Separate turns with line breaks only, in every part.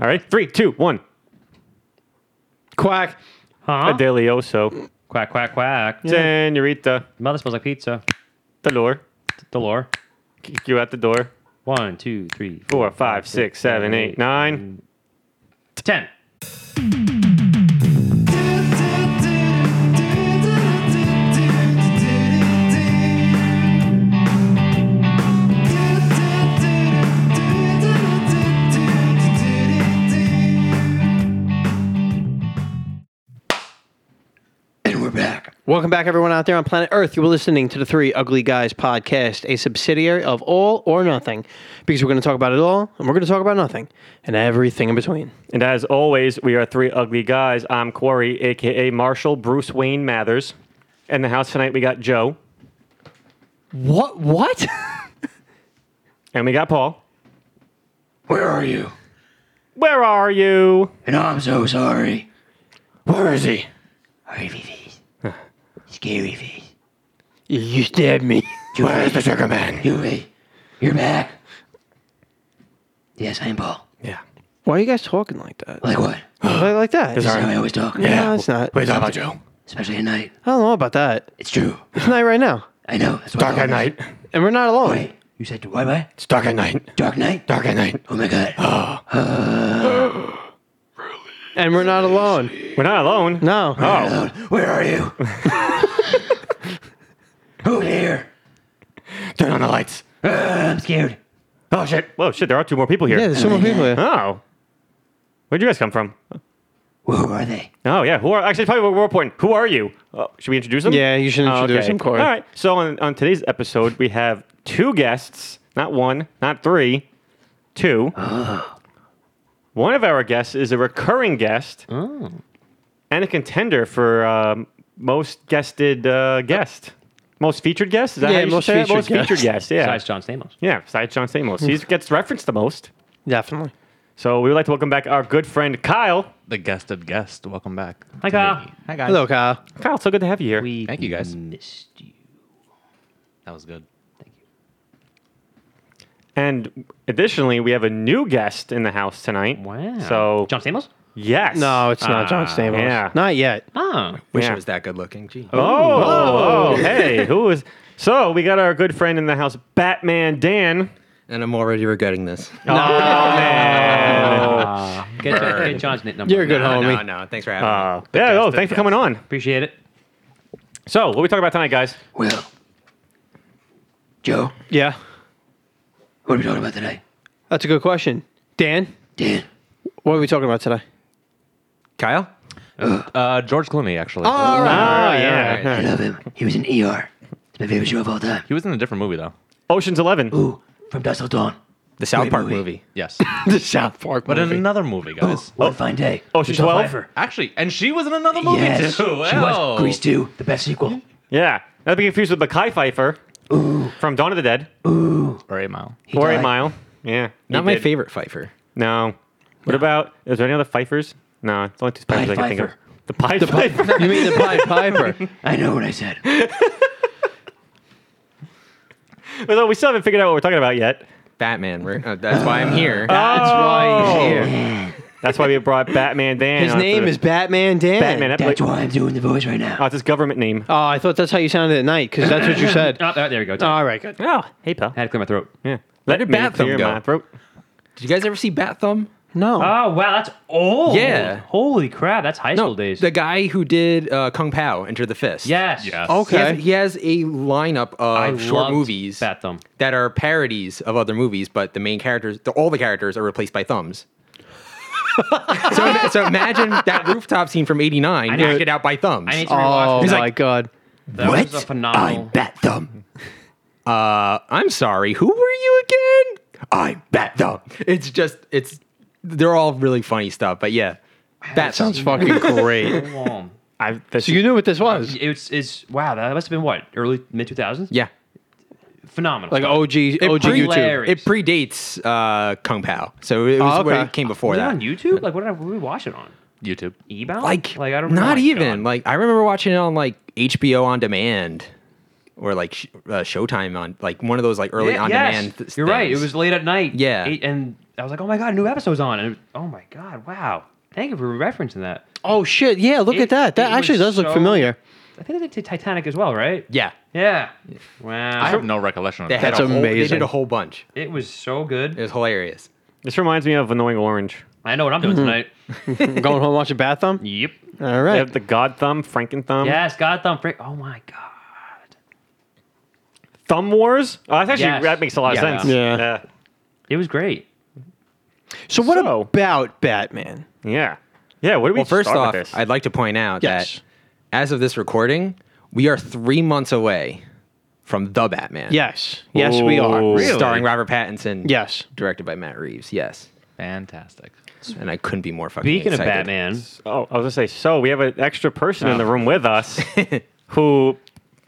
All right, three, two, one. Quack.
Uh-huh.
Huh?
Adelioso.
Quack, quack, quack.
Senorita.
Mother smells like pizza.
Dolor.
Dolore.
Kick you out the door.
One, two, three,
Four, five, six, seven, eight, nine.
ten.
And we're back. Welcome back, everyone out there on planet Earth. You were listening to the Three Ugly Guys podcast, a subsidiary of All or Nothing, because we're going to talk about it all, and we're going to talk about nothing, and everything in between.
And as always, we are three ugly guys. I'm Corey, aka Marshall Bruce Wayne Mathers. In the house tonight, we got Joe
What? What?
and we got Paul.
Where are you?
Where are you?
And I'm so sorry. Where is he? Ivy face. Scary face. You stabbed me. Where is the sugar man? You, you're back.
Yes, I am Paul.
Yeah.
Why are you guys talking like that?
Like what?
Like, like that?
That's how I always talk.
No, it's not. I
talking about Joe.
Especially at night.
don't know about that.
It's true.
It's night right now,
I know. That's dark
and we're not alone.
Wait, you said why bye?
It's dark at night.
Dark night?
Dark at night. Uh.
Oh my god. Oh.
And we're not alone.
We're not alone.
No.
Oh,
Where are you? Who here?
turn on the lights.
I'm scared.
Oh shit! Whoa, shit! There are two more people here.
Yeah, there's so many people here.
Oh, where'd you guys come from?
Who are they?
Oh yeah, who are actually probably more important? Who are you? Uh, should we introduce them?
Yeah, you should
Oh,
introduce him, Corey.
All right. So on, on today's episode, we have two guests, not one, not three, two. One of our guests is a recurring guest
Oh.
and a contender for um, most guested uh, guest, most featured guest. Is that
Yeah,
how you should
most
say it?
featured
most featured guest? Yeah,
Besides John Stamos.
yeah. Besides John Stamos, he gets referenced the most.
Definitely.
So we would like to welcome back our good friend Kyle.
the guested guest. Welcome back.
Hi, Kyle.
Hi guys.
Hello, Kyle.
Kyle, so good to have you here.
We
Thank you, guys.
Missed you.
That was good. Thank you.
And additionally, we have a new guest in the house tonight.
Wow.
So
John Stamos?
yes.
No, it's not John Stamos.
yeah.
Not yet.
Oh.
Wish
Yeah.
it was that good looking. Gee.
Oh, oh, hey, who is? So we got our good friend in the house, Batman Dan.
And I'm already regretting this.
Oh man.
Uh, get, John, get John's knit number.
You're a good homie.
No, no, thanks for having
Uh,
me.
yeah. Oh, thanks
Guested
for
guest.
coming on.
Appreciate it.
So, what are we talking about tonight, guys?
Well. Joe,
Yeah.
what are we talking about tonight?
That's a good question. Dan,
Dan.
what are we talking about today?
Kyle? Uh, George Clooney, actually.
Oh yeah.
I love him. He was in ER. It's my favorite show of all time.
He was in a different movie, though.
Ocean's Eleven.
Ooh, from Dust Till Dawn.
The South
Wait,
Park
movie.
movie. Yes.
The South Park
but in another movie, guys.
What a fine day.
Ocean's
Michelle
12?
Pfeiffer.
Actually, and she was in another movie,
Yes,
too.
she
Wow.
was. Grease 2, the best sequel.
Yeah. Not to be confused with Mackay Pfeiffer from Dawn of the Dead
Or Eight Mile.
He
or A
died.
Mile. Yeah.
Not
he
my
did.
favorite Pfeiffer.
No. What about? Is there any other Pfeiffers? No, it's only two Pfeiffers I can think of.
Pfeiffer.
The Pie Pfeiffer.
You mean the Pied Piper?
I know what I said.
Although we still haven't figured out what we're talking about yet.
Batman. We're, uh, that's why I'm here.
That's why he's here.
That's why we brought Batman Dan.
His
onto
name
the-
is Batman Dan.
Batman. That's
That's
like-
why I'm doing the voice right
oh,
now.
it's his government name.
Oh, I thought that's how you sounded at night because that's what you said.
Oh, there there we go.
All right, good.
Oh, hey pal.
I had to clear my throat.
Yeah. Let
did
me
Bat Thumb
clear
go?
my throat.
Did you guys ever see Bat Thumb?
No.
Oh, wow. That's old.
Yeah.
Holy crap. That's high school days.
The guy who did uh, Kung Pao, Enter the Fist.
yes.
He
Yes.
has,
okay.
he has a lineup of
I
short
loved
movies
Bat Thumb.
that are parodies of other movies, but the main characters, the, all the characters are replaced by thumbs. so, so imagine that rooftop scene from '89
need-
acted out by thumbs.
I need to rewatch
Oh
that.
my
like-
god.
That
what?
was a phenomenal.
I'm Bat Thumb.
Uh, I'm sorry, who were you again?
I'm Bat Thumb.
It's just, it's, they're all really funny stuff, but yeah. That sounds
Fucking great.
So long.
I, that's,
So you knew what this was?
It's, it's wow. That must have been what early mid two thousands.
Yeah.
phenomenal.
Like oh,
stuff.
OG,
It
OG
pre-
YouTube.
Hilarious.
It predates uh, Kung Pao, so it was
Oh, okay.
where it came before
was it
that.
on YouTube? Like what did I, what did we watch it on?
YouTube.
Ebound?
Like,
like I don't
not
oh my
even
God.
like I remember watching it on like HBO on demand or like sh- uh, Showtime on like one of those like early
Yeah,
on
yes.
demand. Th-
You're right. It
things.
was late at night.
Yeah.
Eight- and I was like, oh my god, new episode's on, and it- oh my god, wow. Thank you for referencing that.
Oh shit! Yeah, look
It-
at that. That
it was
actually does look
so-
familiar.
I think they did Titanic as well, right?
Yeah.
Yeah. Wow.
I have no recollection of
They had
that.
That's
a whole, They
amazing.
did a whole bunch.
it was so
It
good.
was hilarious.
This reminds me of Annoying Orange.
I know what I'm doing tonight.
Going home and watching Bath Thumb.
yep.
All
They
right.
have the God Thumb, Franken Thumb,
Yes, God thumb freak. Oh my god.
Thumb Wars. Oh, that's actually
Yes.
that makes a lot of
Yeah.
sense.
Yeah.
It was great.
So what
So-
about Batman?
yeah, yeah, yeah. What do we
Well, first
start
off,
with this?
I'd like to point out
Yes.
that as of this recording, we are three months away from The Batman.
Yes. Yes, we are.
Ooh. Really?
Starring Robert Pattinson.
Yes.
Directed by Matt Reeves. Yes.
Fantastic.
And I couldn't be more fucking
Speaking of
excited.
Batman,
Oh, I was gonna say. So we have an extra person in the room with us who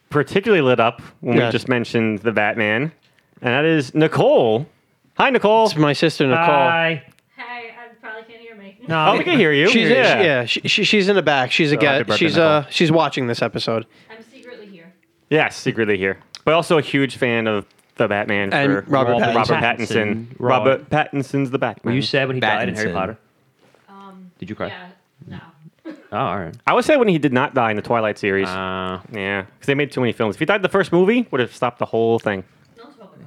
particularly lit up when
Yeah.
we just mentioned the Batman, and that is Nicole. Hi, Nicole.
It's my sister Nicole.
hi.
Hi, I probably can't hear me.
Oh, we can hear you.
She's yeah,
yeah.
she, she, she's in the back. She's a
happy
guest.
birthday,
She's uh she's watching this episode.
I'm secretly here.
Yeah, secretly here, but also a huge fan of the Batman
And
for
Robert
Robert
Pattinson.
Pattinson.
Pattinson.
Robert Pattinson's the Batman.
You said when he died in Harry
Pattinson.
Potter.
Um,
Did you cry?
Yeah, no.
Oh, all right.
I would say when he did not die in the Twilight series.
Uh,
yeah, because they made too many films. If he died in the first movie, would have stopped the whole thing.
Don't talk about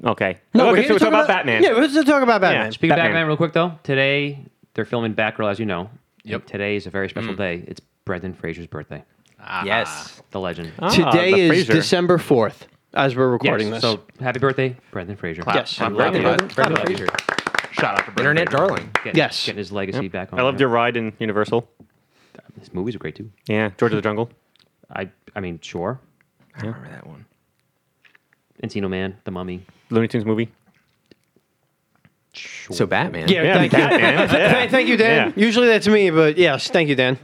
that.
Okay. okay,
here
so
to
we're
talk
talking about Batman.
Yeah, we're to talk about Batman.
speaking of
Batman.
Batman, real quick though, today they're filming Batgirl, as you know.
Yep.
Today is a very special day. It's Brendan Fraser's birthday.
Ah. Yes.
The legend.
Ah,
Today
the
is
Frasier.
December fourth, as we're recording
Yes,
this.
So happy birthday, Brendan Fraser.
Yes.
I'm
Brandon,
proud of
Brandon,
you.
Brandon
Proud of you.
Fraser.
Shout out to Brendan.
Internet darling.
Get-
Yes.
Getting his legacy back on.
I loved your ride in Universal.
His movies are great too.
Yeah, George of the Jungle.
I I mean, sure.
I remember that one.
Encino Man, The Mummy.
Looney Tunes movie.
Sure.
So Batman.
yeah, thank you.
Batman.
Th- thank you, Dan.
Yeah.
Usually that's me, but yes, thank you, Dan.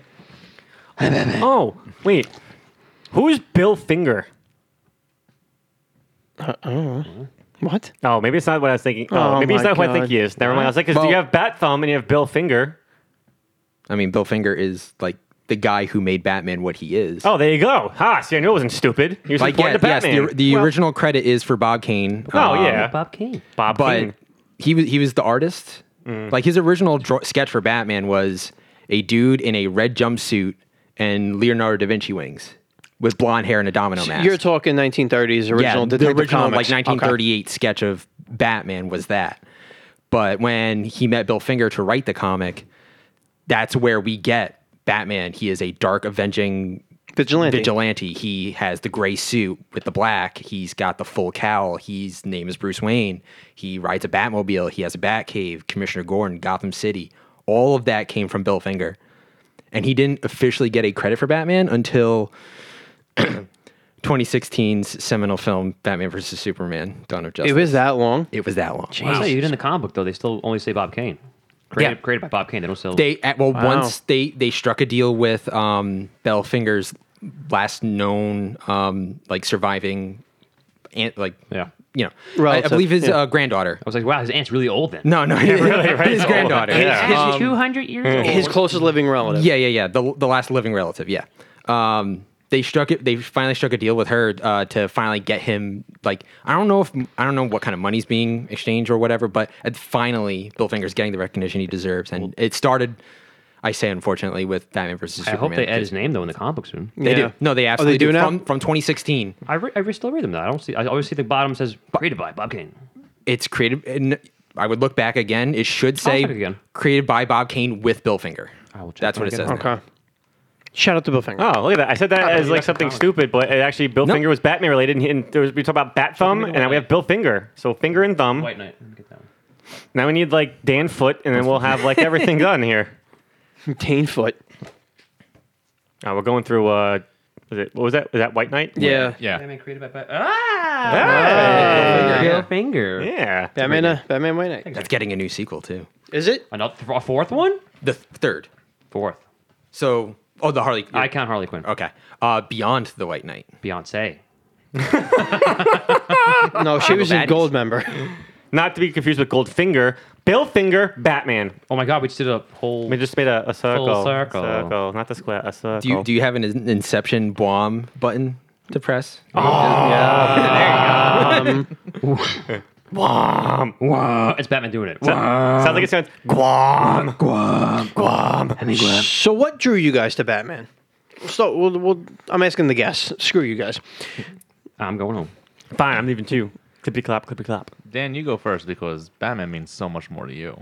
Oh, wait. Who's Bill Finger?
What?
Oh, maybe it's not what I was thinking. Oh,
Oh
maybe it's
my
not who I think
God.
he is. Never mind. I was like, 'cause
Well-
you have Bat Thumb and you have Bill Finger.
I mean, Bill Finger is like the guy who made Batman what he is.
Oh, there you go. Ha, see, I knew it wasn't stupid. He was
like yeah,
important to
yes.
Batman.
The, the original credit is for Bob Kane.
Oh,
um,
yeah.
Bob Kane.
Bob
but
Kane.
he was he was the artist.
Mm.
Like his original dra- sketch for Batman was a dude in a red jumpsuit and Leonardo da Vinci wings with blonde hair and a domino mask.
You're talking 1930s original
yeah, the
Detective
original
Comics.
like
Okay.
1938 sketch of Batman was that. But when he met Bill Finger to write the comic, that's where we get Batman. He is a dark, avenging
Vigilante.
vigilante. He has the gray suit with the black. He's got the full cowl. His name is Bruce Wayne. He rides a Batmobile. He has a Batcave. Commissioner Gordon, Gotham City. All of that came from Bill Finger, and he didn't officially get a credit for Batman until 2016's seminal film Batman vs Superman: Dawn of Justice.
It was that long.
It was that long.
Wow. even in the comic book though, they still only say Bob Kane. Created, created by Bob Kane. They don't still.
They at, well once they they struck a deal with um, Bell Finger's last known um, like surviving aunt like
yeah.
you know I, I
Relative,
believe his
yeah.
uh, granddaughter.
I was like, wow, his aunt's really old then.
No, no, really,
right?
his
Oh,
granddaughter.
yeah.
His- his-
two hundred years old.
His closest living relative.
yeah, yeah, yeah. The the last living relative. Yeah. Um, they struck it. They finally struck a deal with her uh, to finally get him. Like I don't know if I don't know what kind of money's being exchanged or whatever, but uh, finally Bill Finger's getting the recognition he deserves, and it started. I say unfortunately with Batman versus
I
Superman.
hope they add
'cause
his name though in the comic book soon.
They
Yeah.
do. No, they
Oh,
absolutely
do
do.
now?
From from 2016,
I, re- I re- still read them though. I don't see. I always see the bottom says created by Bob Kane.
it's created. And I would look back again. It should say
check again.
created by Bob Kane with Bill Finger.
I will check
That's what it
again.
says. now.
Okay. Shout out to Bill Finger.
Oh, look at that. I said that as
you
like
got the
something
comic.
stupid, but it actually Bill
Nope.
Finger was Batman related, and, he- and there was, we talked about Bat Thumb, and now we have Bill Finger. So Finger and Thumb.
White Knight. Let me get that one.
Now we need like Dan Foot, and then we'll have like everything done here.
Tainfoot.
Uh, we're going through. Uh, was it, what was that? Was that White Knight?
Yeah.
Yeah.
Batman created by Bob. Ah.
Hey!
Bill Finger.
Yeah.
Batman, uh, Batman White Knight.
That's getting a new sequel too.
Is it?
Another a fourth one.
The th- third.
Fourth.
So oh, the Harley.
I count Harley Quinn.
Okay. Uh, Beyond the White Knight.
Beyonce.
No, she was in
baddies.
gold member.
Not to be confused with Goldfinger. Bill Finger, Batman.
Oh my God, we just did a whole.
We just made a, a circle.
circle.
Circle. Not the square. A circle.
Do you do you have an in- Inception
Ah,
bomb button to press?
Guam.
Oh, it's Batman doing it.
So- Sounds like it sounds Guam.
Guam. Guam. I mean, Guam.
So what drew you guys to Batman? So we'll, we'll, I'm asking the guests. Screw you guys.
I'm going home.
Fine, I'm leaving too. Clippy clap, clippy clap.
Dan, you go first because Batman means so much more to you.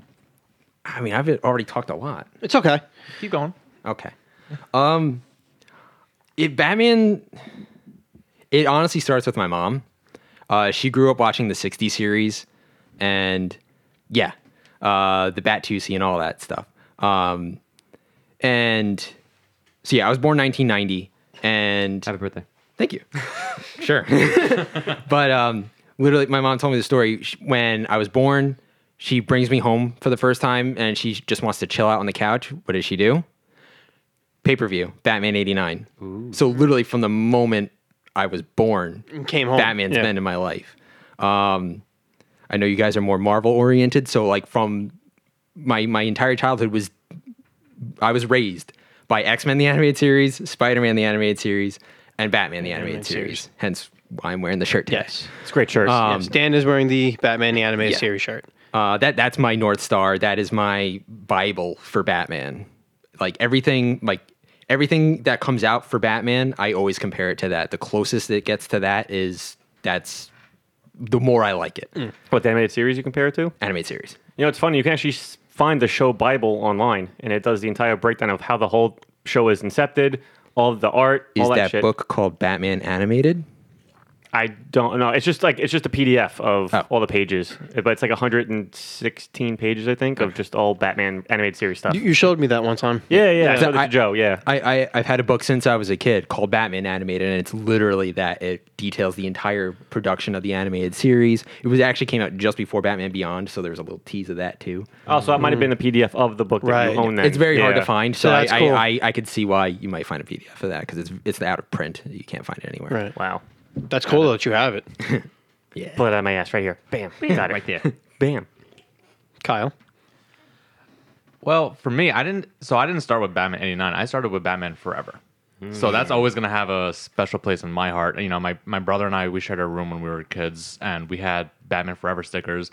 I mean, I've already talked a lot.
It's okay.
Keep going.
Okay. Um, it, Batman. It honestly starts with my mom. Uh, she grew up watching the '60s series, and yeah, uh, the Bat Tusi and all that stuff. Um, and so yeah, I was born 1990, and
Happy birthday.
Thank you. sure. but um, literally, my mom told me the story Sh- when I was born. She brings me home for the first time, and she just wants to chill out on the couch. What does she do? Pay per view, Batman '89. So literally, from the moment I was born,
Came home.
Batman's
Yeah.
been in my life. Um, I know you guys are more Marvel oriented, so like from my my entire childhood was I was raised by X Men the animated series, Spider Man the animated series, and Batman the animated,
series.
series. Hence why I'm wearing the shirt today.
Yes.
It's great shirts.
Um,
yes. Dan is wearing the Batman the animated
Yeah.
series shirt.
Uh, that that's my north star. That is my bible for Batman. Like everything, like everything that comes out for Batman, I always compare it to that. The closest it gets to that is that's the more I like it.
what the animated series you compare it to?
Animated series.
You know, it's funny. You can actually s- find the show Bible online, and it does the entire breakdown of how the whole show is incepted, all the art,
Is
all
that,
that, shit.
book called Batman Animated?
I don't know. It's just like it's just a PDF of
Oh.
all the pages, but it's like 116 pages, I think, of just all Batman animated series stuff.
You, you showed me that one time.
yeah, yeah. I
So
showed it to
I-
Joe. Yeah,
I, I I've had a book since I was a kid called Batman Animated, and it's literally that it details the entire production of the animated series. It was actually came out just before Batman Beyond, so there was a little tease of that too.
Also, that might have been the PDF of the book that
Right.
you own. Then
Mm. It's very hard
Yeah.
to find, so, I,
that's cool.
I, I I could see why you might find a PDF of that because it's it's out of print. You can't find it anywhere.
Right.
Wow.
That's cool that you have it.
Blood on my ass right here. Bam. Got it.
Right there.
Bam.
Kyle.
Well, for me, I didn't. So I didn't start with Batman '89. I started with Batman Forever. So that's always going to have a special place in my heart. You know, my my brother and I we shared a room when we were kids, and we had Batman Forever stickers.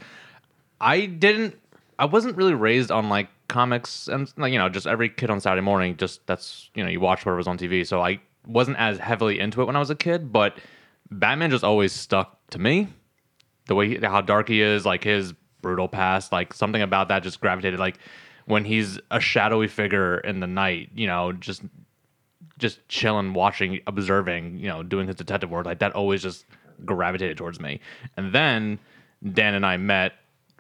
I didn't. I wasn't really raised on like comics and like you know just every kid on Saturday morning. Just that's you know you watch whatever's on TV. So I wasn't as heavily into it when I was a kid, but Batman just always stuck to me the way he, how dark he is, like his brutal past, like something about that just gravitated. Like when he's a shadowy figure in the night, you know, just just chilling, watching, observing, you know, doing his detective work, like that always just gravitated towards me. And then Dan and I met,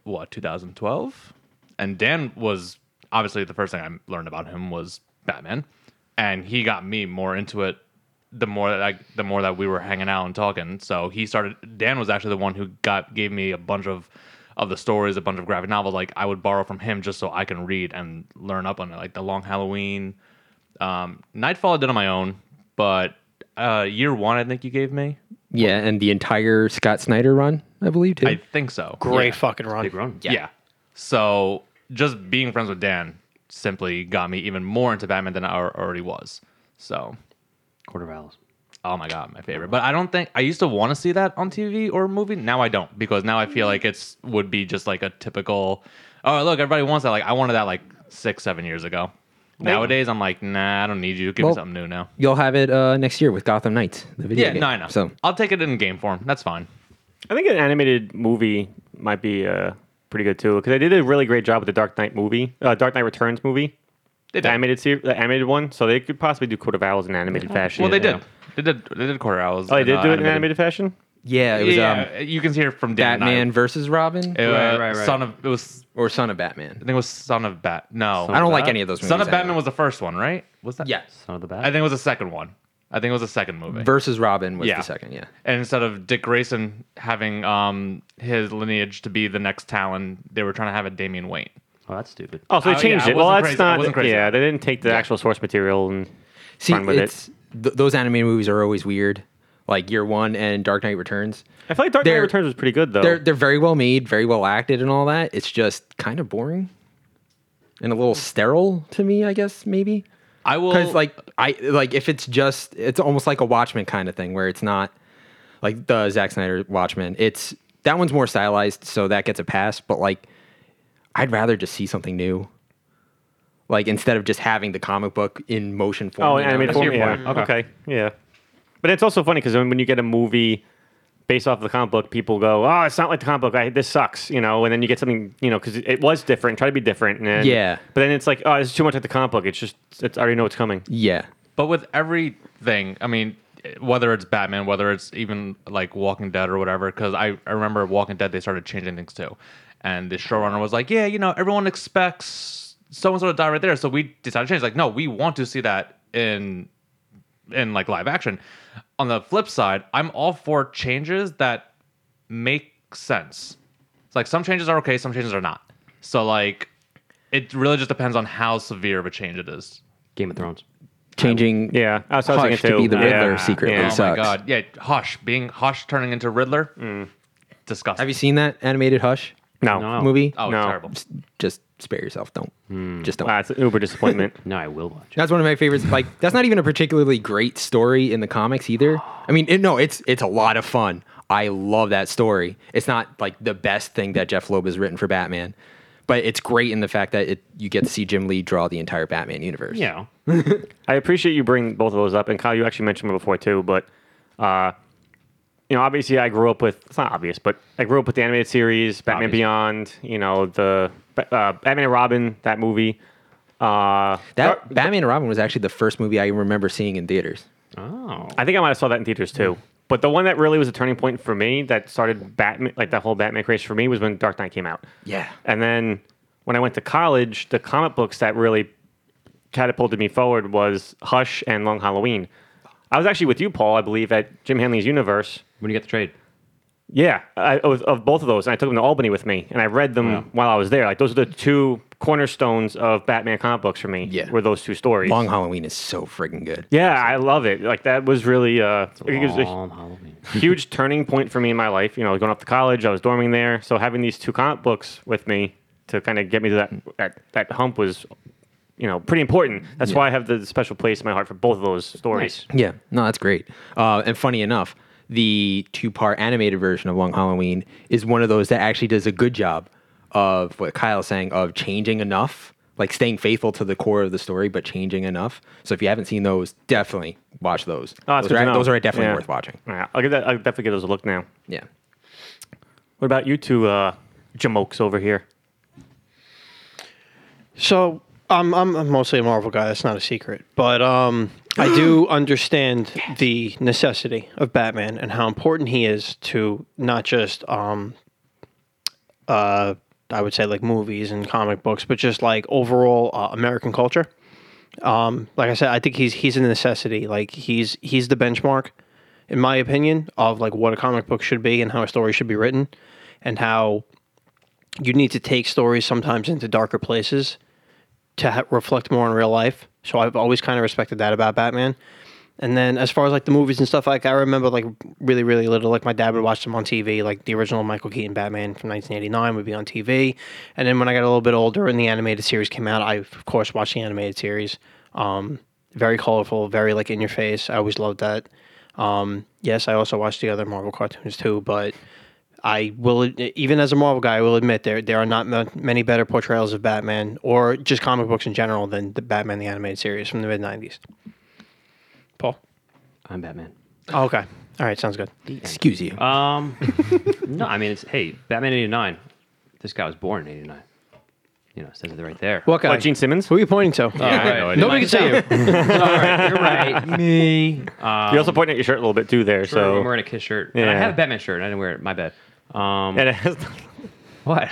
what, 2012? And Dan was obviously the first thing I learned about him was Batman, and he got me more into it. The more that I, the more that we were hanging out and talking, so he started. Dan was actually the one who got gave me a bunch of of the stories, a bunch of graphic novels. Like I would borrow from him just so I can read and learn up on it. Like the Long Halloween, um, Nightfall I did on my own, but uh, year one I think you gave me.
Yeah, and the entire Scott Snyder run, I believe too.
I think so.
Great fucking run.
Big run.
Yeah. So just being friends with Dan simply got me even more into Batman than I al- already was. So,
Quarter vowels.
oh my god, my favorite. But I don't think I used to want to see that on TV or a movie. Now I don't because now I feel like it's would be just like a typical. Oh look, everybody wants that. Like I wanted that like six, seven years ago. Nowadays I'm like, nah, I don't need you. Give me
Well,
something new now.
You'll have it uh, next year with Gotham Knights, the video
Yeah,
game.
no, I know.
So
I'll take it in game form. That's fine.
I think an animated movie might be uh, pretty good too because they did a really great job with the Dark Knight movie, uh, Dark Knight Returns movie,
They
the animated ser- the animated one. So they could possibly do Court of Owls in animated fashion.
Well, they
you
did.
know.
They did. They did uh, quarter hours.
Oh, they did do it in animated fashion.
yeah, it was um,
yeah, you can hear from Dan
Batman
Batman.
versus Robin
And I,
Right,
Uh,
right, right.
Son of it was.
or Son of Batman.
I think it was Son of Bat. No,
I don't like any of those
Son of
movies anyway.
Batman was the first one, right? Was that?
Yes.
Son of the bat.
I think it was the second one. I think it was the second movie.
Versus Robin was
Yeah.
the second, yeah.
and instead of Dick Grayson having um his lineage to be the next Talon, they were trying to have a Damian Wayne.
oh, that's stupid.
Oh, so they
Oh, yeah,
changed
I
it. Well,
wasn't
that's
crazy- I
not.
wasn't crazy
yeah,
about
they didn't take the actual source material and
See,
run with it.
it's th- those animated movies are always weird. Like Year One and Dark Knight Returns,
I feel like Dark Knight
they're-
Returns was pretty good though.
they're they're very well made, very well acted, and all that. It's just kind of boring and a little sterile to me, I guess maybe.
I will
Because like I like if it's just it's almost like a Watchmen kind of thing where it's not like the Zack Snyder Watchmen. It's that one's more stylized, so that gets a pass. But like, I'd rather just see something new. Like instead of just having the comic book in motion form.
Oh,
you know?
animated
that's
form.
your
Yeah.
point.
Okay.
Okay.
Yeah. But it's also funny because when you get a movie based off of the comic book, people go, "Oh, it's not like the comic book. I, this sucks," you know. And then you get something, you know, because it, it was different. Try to be different. And then,
Yeah.
But then it's like, "Oh, it's too much like the comic book." It's just, it's I already know what's coming.
Yeah.
But with everything, I mean, whether it's Batman, whether it's even like Walking Dead or whatever, because I, I remember Walking Dead, they started changing things too. And the showrunner was like, yeah, you know, everyone expects so and so to die right there. So we decided to change. Like, no, we want to see that in in like live action. On the flip side, I'm all for changes that make sense. It's like some changes are okay, some changes are not. So like it really just depends on how severe of a change it is.
Game of Thrones.
Changing
Yeah. I was, I was
Hush
thinking
to be
too.
the
Yeah.
Riddler secretly
Yeah.
Oh
sucks.
my god! Yeah, Hush being Hush turning into Riddler, disgusting.
Have you seen that animated Hush
No.
No.
movie?
Oh,
No.
it's terrible.
Just- Just spare yourself. Don't. Just don't.
Hmm. Wow, it's an uber disappointment.
No, I will watch it.
That's one of my favorites. Like that's not even a particularly great story in the comics either. I mean, it, no, it's it's a lot of fun. I love that story. It's not like the best thing that Jeff Loeb has written for Batman, but it's great in the fact that it, you get to see Jim Lee draw the entire Batman universe.
Yeah.
I appreciate you bringing both of those up, and Kyle, you actually mentioned them before too. But uh, you know, obviously, I grew up with it's not obvious, but I grew up with the animated series, Batman
Obvious.
Beyond. You know, the uh, Batman and Robin that movie. Uh,
That Batman and Robin was actually the first movie I remember seeing in theaters.
Oh.
I think I might have saw that in theaters too. But the one that really was a turning point for me that started Batman, like that whole Batman craze for me, was when Dark Knight came out.
Yeah.
And then when I went to college, the comic books that really catapulted me forward was Hush and Long Halloween. I was actually with you, Paul, I believe, at Jim Henley's Universe.
When you get the trade.
Yeah, I, of, of both of those, and I took them to Albany with me, and I read them while I was there. Like those are the two cornerstones of Batman comic books for me.
Yeah.
were those two stories.
Long Halloween is so friggin' good.
yeah, I love it. Like that was really uh, it was a
Long Halloween.
huge turning point for me in my life. You know, going off to college, I was dorming there, so having these two comic books with me to kind of get me to that that that hump was, you know, pretty important. That's why I have the special place in my heart for both of those stories.
Yeah, no, that's great. Uh, and funny enough, the two-part animated version of Long Halloween is one of those that actually does a good job of what Kyle's saying of changing enough, like staying faithful to the core of the story, but changing enough. So if you haven't seen those, definitely watch those.
Oh, that's
those,
good to
are,
know.
those are definitely
Yeah.
worth watching.
All right, I'll give that. I'll definitely give those a look now.
Yeah.
What about you two, uh, jamokes over here?
So I'm I'm I'm mostly a Marvel guy. That's not a secret, but um, I do understand the necessity of Batman and how important he is to not just um, uh, I would say like movies and comic books, but just like overall uh, American culture. Um, like I said, I think he's he's a necessity. Like he's he's the benchmark, in my opinion, of like what a comic book should be and how a story should be written, and how you need to take stories sometimes into darker places to ha- reflect more on real life. So I've always kind of respected that about Batman. And then as far as like the movies and stuff, like I remember like really really little, like my dad would watch them on TV, like the original Michael Keaton Batman from 1989 would be on TV. And then when I got a little bit older and the animated series came out, I of course watched the animated series. Um, very colorful, very like in your face. I always loved that. Um, yes, I also watched the other Marvel cartoons too, but I will, even as a Marvel guy, I will admit there there are not ma- many better portrayals of Batman or just comic books in general than the Batman the animated series from the mid '90s. Paul.
I'm Batman.
Oh, okay. All right. Sounds good.
E, Excuse you.
Um, no, I mean it's hey, Batman '89. This guy was born in '89. You know, it says it right there.
What guy?
Like Gene Simmons.
Who are you pointing to?
no idea.
Nobody can see you.
Sorry, you're right. Me. Um,
You're also pointing at your shirt a little bit too there.
so
so
I'm wearing a Kiss shirt. And I
Yeah.
have a Batman shirt. and I didn't wear it. My bad. Um,
and it has,
what?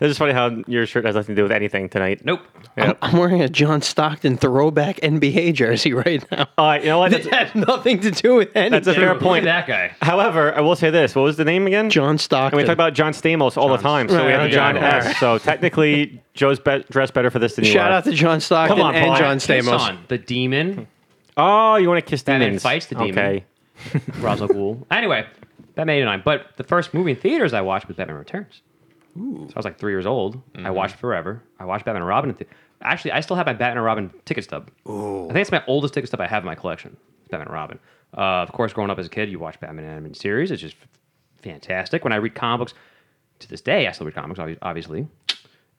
this is funny how your shirt has nothing to do with anything tonight.
Nope.
Yep.
I'm wearing a John Stockton throwback NBA jersey right now.
All right, you know what?
It
That's,
had nothing to do with anything.
that's a fair
Look at
point.
That guy.
However, I will say this: What was the name again?
John
And
Stockton.
we talk about John Stamos all the time, so we have
Right,
the John
yeah.
S. So technically, Joe's be- dressed better for this than you
Shout
are.
out to John Stockton
Come on,
and
Paul.
John
Kiss
Stamos.
on the demon.
oh, you want to kiss
Batman
demons?
fights the demon.
Okay.
Ra's al Ghul. Anyway, Batman '89. But the first movie in theaters I watched was Batman Returns. So I was like three years old. I watched forever. I watched Batman and Robin. in the- Actually, I still have my Batman and Robin ticket stub. I think it's my oldest ticket stub I have in my collection. It's Batman and Robin. Uh, of course, growing up as a kid, you watch Batman animated series. It's just fantastic. When I read comic books, to this day, I still read comics, obvi- obviously,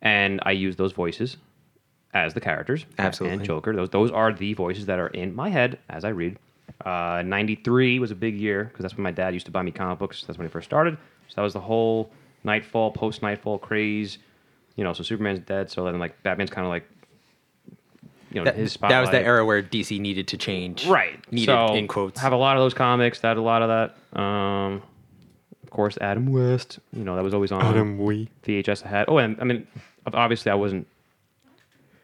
and I use those voices as the characters.
Absolutely.
And Joker. Those those are the voices that are in my head as I read. Uh, 93 was a big year because that's when my dad used to buy me comic books. That's when he first started. So that was the whole Nightfall, post Nightfall craze. You know, so Superman's dead. So then, like, Batman's kind of like, you know,
That,
his spotlight.
that was the era where DC needed to change.
Right.
Needed
so
in quotes.
Have a lot of those comics. That a lot of that. Um, of course, Adam West. You know that was always on
we.
VHS. I had. Oh, and I mean, obviously I wasn't.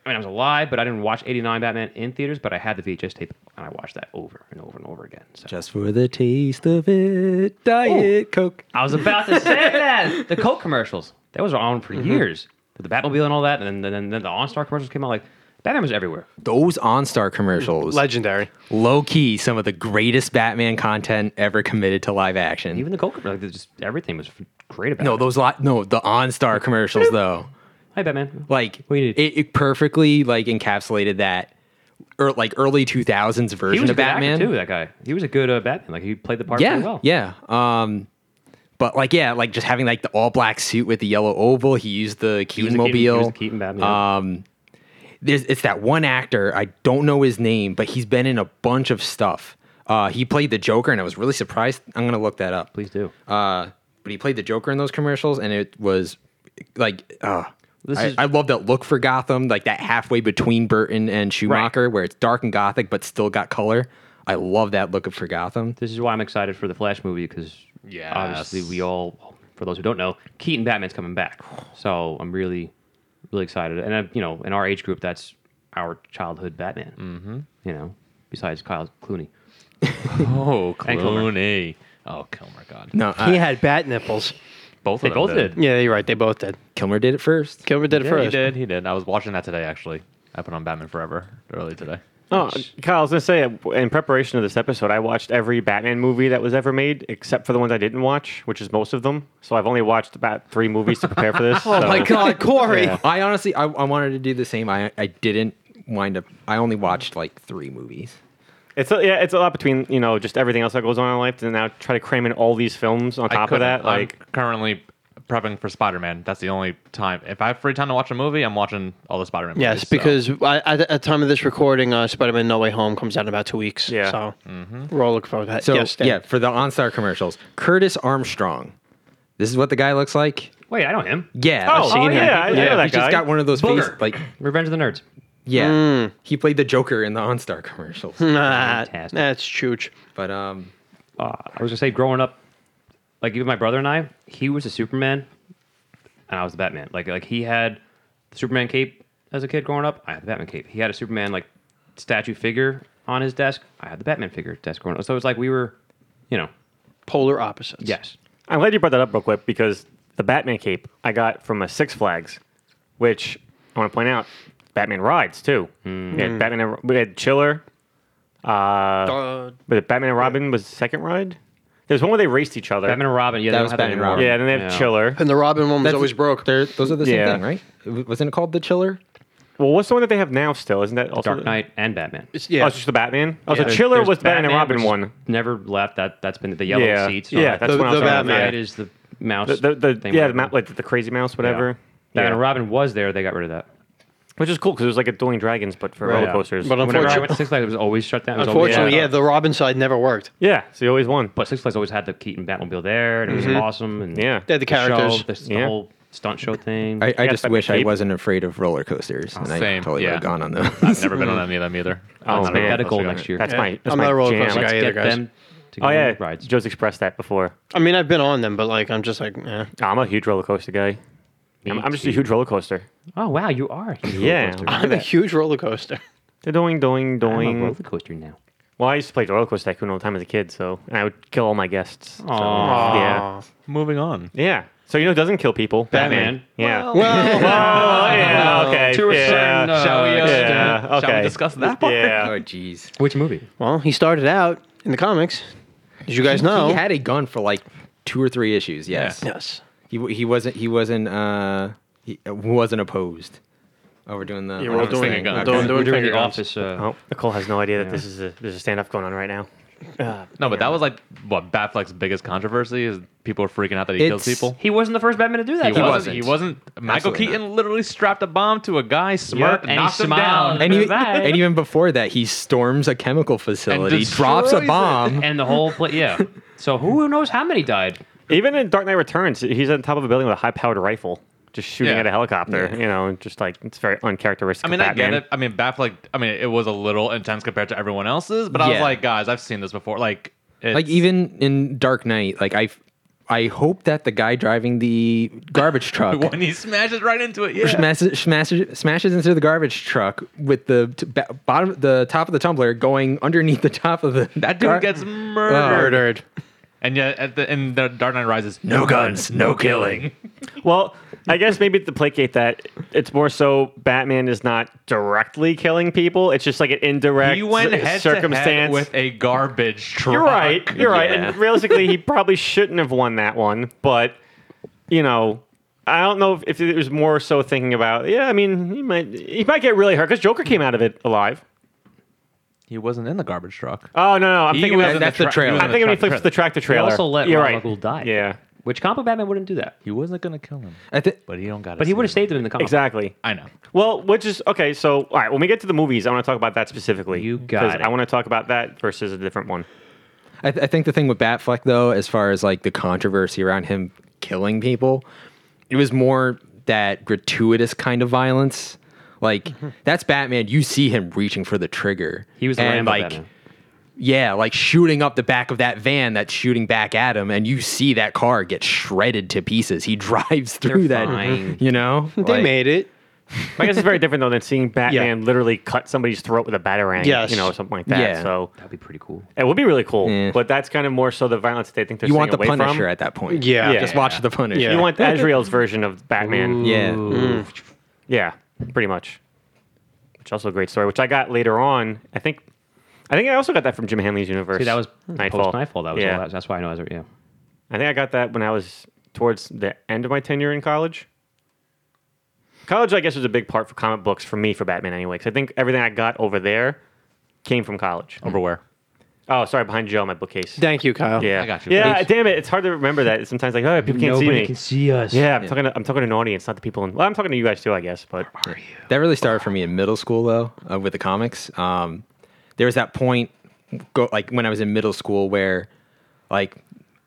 I mean, I was alive, but I didn't watch '89 Batman in theaters. But I had the VHS tape, and I watched that over and over and over again. So
Just for the taste of it, Diet Coke.
I was about to say that the Coke commercials. That was on for
Mm-hmm.
years with the Batmobile and all that, and then then, then the OnStar commercials came out. Like Batman was everywhere.
Those OnStar commercials,
Legendary.
low key, some of the greatest Batman content ever committed to live action.
Even the Coke, like just everything was great about
no,
it.
those lot, no, the OnStar commercials though.
Hi, Batman.
like
We
it,
need-
it perfectly like encapsulated that or like early 2000s
he
version
was a
of
good actor,
batman
too. That guy, he was a good uh, Batman. Like he played the part
yeah
really well.
yeah um but like yeah like just having like the all black suit with the yellow oval he used the
was
keaton
the Keaton- he was
mobile
the Keaton Batman, yeah.
um there's it's that one actor i don't know his name but he's been in a bunch of stuff uh he played the joker and i was really surprised i'm gonna look that up
please do.
uh, but he played the Joker in those commercials, and it was like, uh,
This
I,
is-
I love that look for Gotham, like that halfway between Burton and Schumacher, where it's dark and gothic but still got color. I love that look for Gotham.
This is why I'm excited for the Flash movie because obviously
Yes.
we all, for those who don't know, Keaton Batman's coming back. So I'm really, really excited. And uh, you know, in our age group, that's our childhood Batman. Mm-hmm. You know, besides Kyle Clooney.
Oh,
And Kilmer.
Clooney. Oh, Kilmer, God.
No, uh,
he had bat nipples.
Both
They
of them
both did.
Yeah, you're right. They both did.
Kilmer did it first.
Kilmer did it
Yeah,
first.
he did. He did. I was watching that today, actually. I put on Batman Forever early today.
Oh, Kyle, I was gonna say in preparation of this episode, I watched every Batman movie that was ever made, except for the ones I didn't watch, which is most of them. So I've only watched about three movies to prepare for this. oh
My God, Corey.
Yeah.
I honestly, I, I wanted to do the same. I, I didn't wind up. I only watched like three movies.
It's a, yeah, it's a lot between you know just everything else that goes on in life, and now try to cram in all these films on
I
top of
couldn't.
that.
I'm
Like
currently prepping for Spider Man. That's the only time. If I have free time to watch a movie, I'm watching all the Spider Man.
Yes, because I, at the at the time of this recording, uh, Spider-Man: No Way Home comes out in about two weeks.
Yeah.
so we're all looking forward to that.
So
yes, Dan.
yeah, for the OnStar commercials, Curtis Armstrong. This is what the guy looks like.
Wait, I know him.
Yeah,
Oh,
I've seen
oh,
him.
yeah, I- I know that
he just
guy.
got one of those face
Booger.
like
Revenge of the Nerds.
Yeah,
Mm.
he played the Joker in the OnStar commercials.
Hmm. Nah,
Fantastic.
Ah, that's huge.
but um,
uh, I was gonna say growing up, like even my brother and I, he was a Superman, and I was the Batman. Like like he had the Superman cape as a kid growing up. I had the Batman cape. He had a Superman like statue figure on his desk. I had the Batman figure desk growing up. So it's like we were, you know,
Polar opposites.
yes.
I'm glad you brought that up real quick because the Batman cape I got from a Six Flags, which I want to point out, Batman rides too.
Hmm.
We had Batman, and- we had Chiller,
Uh,
but Batman and Robin was the second ride. There's one where they raced each other.
Batman and Robin. Yeah,
That
they
was
don't have that
Batman and
anymore.
Robin.
yeah, then they have Chiller.
and the Robin one was always broke.
They're, those are the same
Yeah.
thing, right? W- Wasn't it called the Chiller?
Well, what's the one that they have now still? Isn't that also
Dark
the-
Knight and Batman.
It's-
Oh,
Yeah,
it's just the Batman. Oh, so
Yeah.
Chiller
There's
was the Batman, and Robin
which
one.
Never left. That that's been the yellow
Yeah.
seats.
Yeah, that's
The-
what I was talking
the
about,
Batman
yeah.
is the mouse.
The, the, the,
thing,
yeah, the,
whatever.
mou- like the crazy mouse, whatever. Yeah.
Batman and Robin was there. They got rid of that.
Which is cool because it was like a Dueling Dragons, but for roller coasters.
But
Whenever I
Unfortunately-
went to Six Flags, it was always shut down. It was always
unfortunately,
Yeah.
yeah, the Robin side never worked.
yeah, so you always won.
But Six Flags always had the Keaton Batmobile there, and it was awesome. And
Yeah.
They had the characters.
show, the, the
Yeah.
whole stunt show thing.
I, I
Yeah,
just
but
wish I
Cape-
wasn't afraid of roller coasters, and I
Same,
totally
yeah.
would have gone on
I've
those.
never been on any of them either.
Oh,
That's
man.
another
Got a goal
plus
next year.
That's my. That's
I'm
my
not a roller
jam.
coaster
Let's
guy either,
get
guys.
them to go
Oh yeah,
on rides.
Joe's expressed that before.
I mean, I've been on them, but like, I'm just like, eh.
Oh, I'm a huge roller coaster guy. I'm, I'm just a
too.
huge roller coaster.
Oh wow, you are. a huge
Yeah.
roller coaster.
I'm
I'm a huge roller coaster.
The doing, doing,
I'm a roller
doing.
coaster now.
Well, I used to play roller coaster tycoon all the time as a kid, so and I would kill all my guests. So,
Aw.
yeah,
Moving on.
yeah. So you know, who doesn't kill people.
Batman.
Yeah.
Well,
oh yeah. Okay.
to a
yeah.
certain, uh, Shall we, uh,
yeah. Okay.
Shall we discuss that part?
Yeah.
oh, jeez.
Which movie?
well, he started out in the comics. Did you guys know?
He had a gun for like two or three issues. Yes,
yes.
he w- he wasn't he wasn't uh he uh, wasn't opposed. Oh, we're doing the.
Yeah, we're all
I'm
doing
saying
it.
gun.
Doing-
Okay.
doing
We're doing
finger
the
guns.
office. Uh,
Oh, Nicole has no idea that this is a there's a standoff going on right now.
No, but that was like what Batfleck's biggest controversy is people were freaking out that he killed
It's-
people.
He wasn't the first Batman to do that.
He,
though.
wasn't.
wasn't, He wasn't. Michael
Absolutely
Keaton literally strapped a bomb to a guy, smirked,
and he
knocked him
smiled.
down.
And even,
Right.
and even before that, he storms a chemical facility, drops
destroys
a
it.
bomb.
And the whole place, yeah. So who knows how many died?
Even in Dark Knight Returns, he's on top of a building with a high-powered rifle, just shooting
Yeah.
at a helicopter. You know, and just like it's very uncharacteristic.
I mean,
of
I
Batman.
get it. I mean, Batfleck. I mean, it was a little intense compared to everyone else's, but I was
Yeah.
like, guys, I've seen this before. Like, it's,
like even in Dark Knight, like I, I hope that the guy driving the garbage truck
when he smashes right into it, yeah.
smashes, smashes smashes into the garbage truck with the t- ba- bottom, the top of the tumbler going underneath the top of the
that dude
gar-
gets
Oh,
murdered. And yet, at the in the Dark Knight Rises, no guns, no killing.
Well, I guess maybe to placate that, it's more so Batman is not directly killing people. It's just like an indirect
He went
c-
head
circumstance.
to head with a garbage truck.
you're right. You're right. And realistically, he probably shouldn't have won that one. But you know, I don't know if, if it was more so thinking about. Yeah, I mean, he might he might get really hurt because Joker came out of it alive.
He wasn't in the garbage truck.
Oh no, no, I'm
He
thinking.
was
when-
in
that's the
tra- he
trailer.
was in
I'm thinking when he
truck-
flips the tractor trailer.
He also let
you're
Ra's
right.
al Ghul die.
Yeah,
Which comic book Batman wouldn't do that.
He wasn't gonna kill him,
I thi-
but he don't got.
But he would have saved him in the comic.
exactly.
I know.
Well, which is okay. So, all right, when we get to the movies, I want to talk about that specifically.
You
'cause
got it.
I want to talk about that versus a different one.
I, th- I think the thing with Batfleck, though, as far as like the controversy around him killing people, it was more that gratuitous kind of violence. Like that's Batman. You see him reaching for the trigger.
Mm-hmm. He was the
and
Rambo
like,
Batman.
yeah, like shooting up the back of that van that's shooting back at him, and you see that car get shredded to pieces. He drives through that.
fine.
You know,
They made it.
I guess it's very different though than seeing Batman literally cut somebody's throat with a batarang,
Yes.
you know, something like that.
Yeah.
So
That'd be pretty cool.
it would be really cool,
Yeah.
but that's kind of more so the violence they think they're
You
staying
want the
away from.
Punisher at that point.
Yeah.
Yeah.
just watch the Punisher.
You want Azrael's version of Batman.
Yeah.
Yeah, pretty much. Which also a great story, which I got later on. I think, I think I also got that from Jim Hanley's universe.
See, that was
Nightfall.
Post Nightfall. That was
Yeah.
all that, that's why I know. I was- Yeah.
I think I got that when I was towards the end of my tenure in college. College, I guess, was a big part for comic books for me for Batman anyway, because I think everything I got over there came from college.
Over where?
Oh, sorry, behind Joe, my bookcase.
Thank you, Kyle.
yeah,
I got you.
Yeah,
Thanks.
damn it, it's hard to remember that. Sometimes like, oh, people can't see me.
see us.
yeah, I'm talking. To, I'm talking to an audience, not the people. In, well, I'm talking to you guys too, I guess. But
That really started for me in middle school though, uh, with the comics. Um, there was that point, go, like when I was in middle school, where like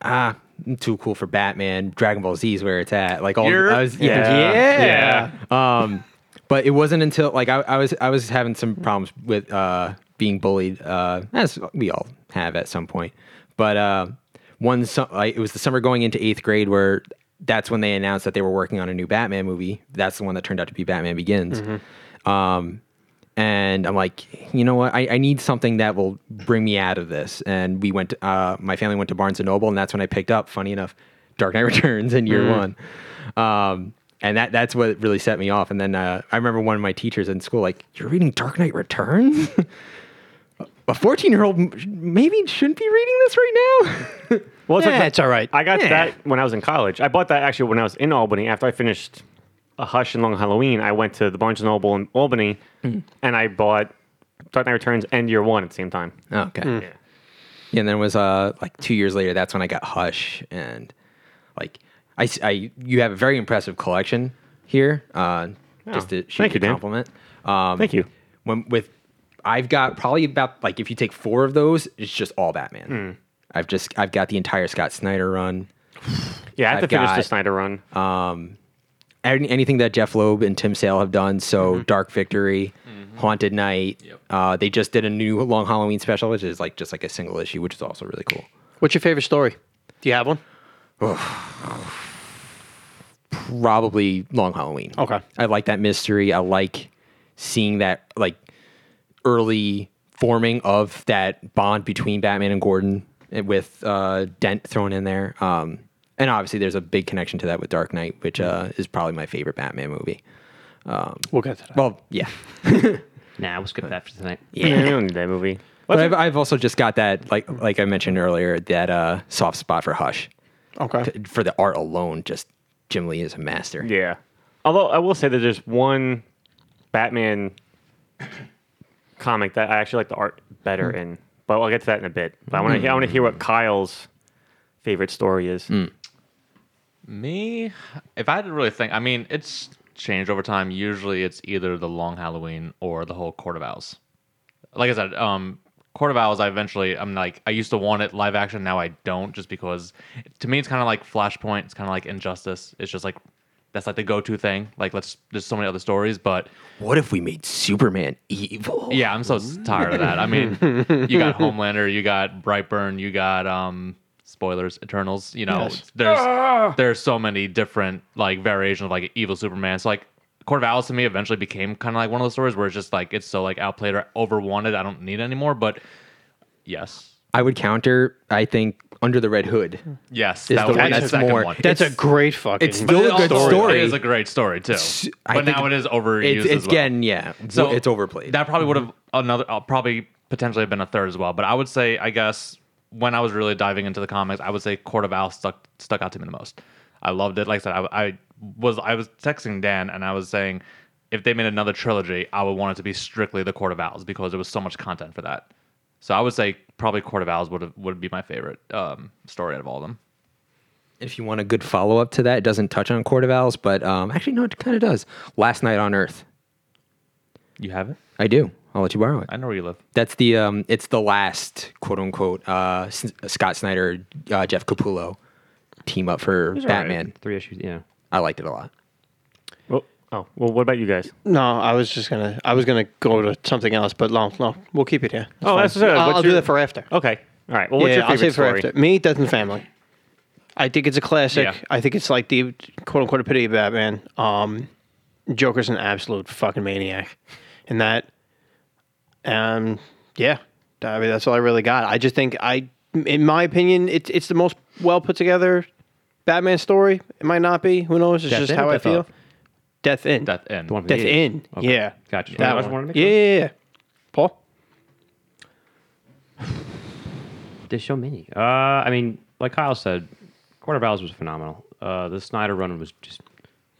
ah, I'm too cool for Batman. Dragon Ball Z is where it's at. Like all
You're-
I was, yeah,
yeah.
Um, but it wasn't until like I, I was I was having some problems with uh, being bullied, uh, as we all have at some point. But uh, one su- like, it was the summer going into eighth grade where that's when they announced that they were working on a new Batman movie. That's the one that turned out to be Batman Begins. Um, and I'm like, you know what? I, I need something that will bring me out of this. And we went. To, uh, my family went to Barnes and Noble, and that's when I picked up. Funny enough, Dark Knight Returns in year one. Um, and that that's what really set me off. And then uh, I remember one of my teachers in school, like, "You're reading Dark Knight Returns." A 14 year old maybe shouldn't be reading this right now.
well,
Yeah, it's all right.
I got
Yeah.
that when I was in college. I bought that actually when I was in Albany. After I finished a Hush and Long Halloween, I went to the Barnes and Noble in Albany,
Hmm.
and I bought Dark Knight Returns and Year One at the same time.
Oh, okay. Yeah, and then it was uh like two years later. That's when I got Hush, and like I, s- I- you have a very impressive collection here. Uh, just
Oh,
to
thank
shoot
you,
you a
Dan.
compliment. Um,
Thank you.
When with I've got probably about like if you take four of those, it's just all Batman.
Hmm.
I've just I've got the entire Scott Snyder run.
Yeah, I have
I've
to finish the
got- um,
Snyder run.
any- anything that Jeff Loeb and Tim Sale have done. So
Mm-hmm.
Dark Victory, Haunted Night. Uh, they just did a new Long Halloween special, which is like just like a single issue, which is also really cool.
What's your favorite story? Do you have one?
Probably Long Halloween.
Okay.
I like that mystery. I like seeing that like early forming of that bond between Batman and Gordon eh, with uh, Dent thrown in there. Um, and obviously, there's a big connection to that with Dark Knight, which uh, is probably my favorite Batman movie.
We'll get to that.
Well, yeah.
Nah, we'll skip that for tonight.
yeah, I don't need that movie.
But I've, I've also just got that, like like I mentioned earlier, that uh, soft spot for Hush.
Okay.
For the art alone, just Jim Lee is a master.
Yeah. Although I will say that there's one
Hmm.
Batman comic that I actually like the art better in But I'll get to that in a bit. But I want to hear. I want to hear what Kyle's favorite story is.
Hmm.
Me, if I had to really think, I mean, it's changed over time. Usually, it's either the long Halloween or the whole Court of Owls. Like I said, um, Court of Owls. I eventually, I'm like, I used to want it live action. Now I don't, just because to me, it's kind of like Flashpoint. It's kind of like Injustice. It's just like that's like the go-to thing. Like, let's. There's so many other stories, but
What if we made Superman evil?
yeah, I'm so s- tired of that. I mean, you got Homelander, you got Brightburn, you got um spoilers, Eternals. You know,
Yes.
there's there's so many different like variations of like evil Superman. So like Court of Owls to me eventually became kind of like one of those stories where it's just like it's so like outplayed or overwanted. I don't need it anymore. But yes,
I would counter. I think Under the Red Hood.
Hmm.
yes,
Is
that
the
was
one
my
that's
second
more-
one.
That's a great fucking.
it's still-
It
a good
also-
story.
It is a great story too.
I
But
think
now it is overused.
It's,
as
it's
well.
again, yeah. So it's overplayed. Mm-hmm.
That probably would have another uh, probably potentially have been a third as well. But I would say, I guess when I was really diving into the comics, I would say Court of Owls stuck stuck out to me the most. I loved it. Like I said, I, I was I was texting Dan and I was saying if they made another trilogy, I would want it to be strictly the Court of Owls because there was so much content for that. So I would say probably Court of Owls would have, would be my favorite um, story out of all of them.
if you want a good follow up to that, it doesn't touch on Court of Owls, but um, actually, no, it kind of does. Last Night on Earth.
You have it.
I do. I'll let you borrow it.
I know where you live.
That's the um, it's the last quote unquote uh, S- Scott Snyder, uh, Jeff Capullo team up for
It was all right.
Batman.
Three issues. Yeah.
I liked it a lot.
Well, oh, well, what about you guys?
no, I was just gonna. I was gonna go to something else, but no, no, we'll keep it here.
Oh, that's
fine.
what I said.
I'll,
What's
I'll do
your-
that for after.
Okay. All right. Well, what's your
yeah,
favorite
I'll save it for
story?
after. Me, Death and Family. I think it's a classic.
Yeah.
I think it's like the quote unquote epitome of Batman. Um, Joker's an absolute fucking maniac, and that, um, yeah, I mean that's all I really got. I just think I, in my opinion, it's it's the most well put together Batman story. It might not be. Who knows? It's
Death
just
In
how
or
I
Death
feel.
Of?
Death in.
Death End.
The one with
Death
the eight.
in.
Okay.
Yeah.
Gotcha.
That
Well, I just
one.
wanted to make
yeah,
sure.
yeah, yeah. Paul.
There's so many. Uh, I mean, like Kyle said, Court of Owls was phenomenal. Uh, the Snyder run was just,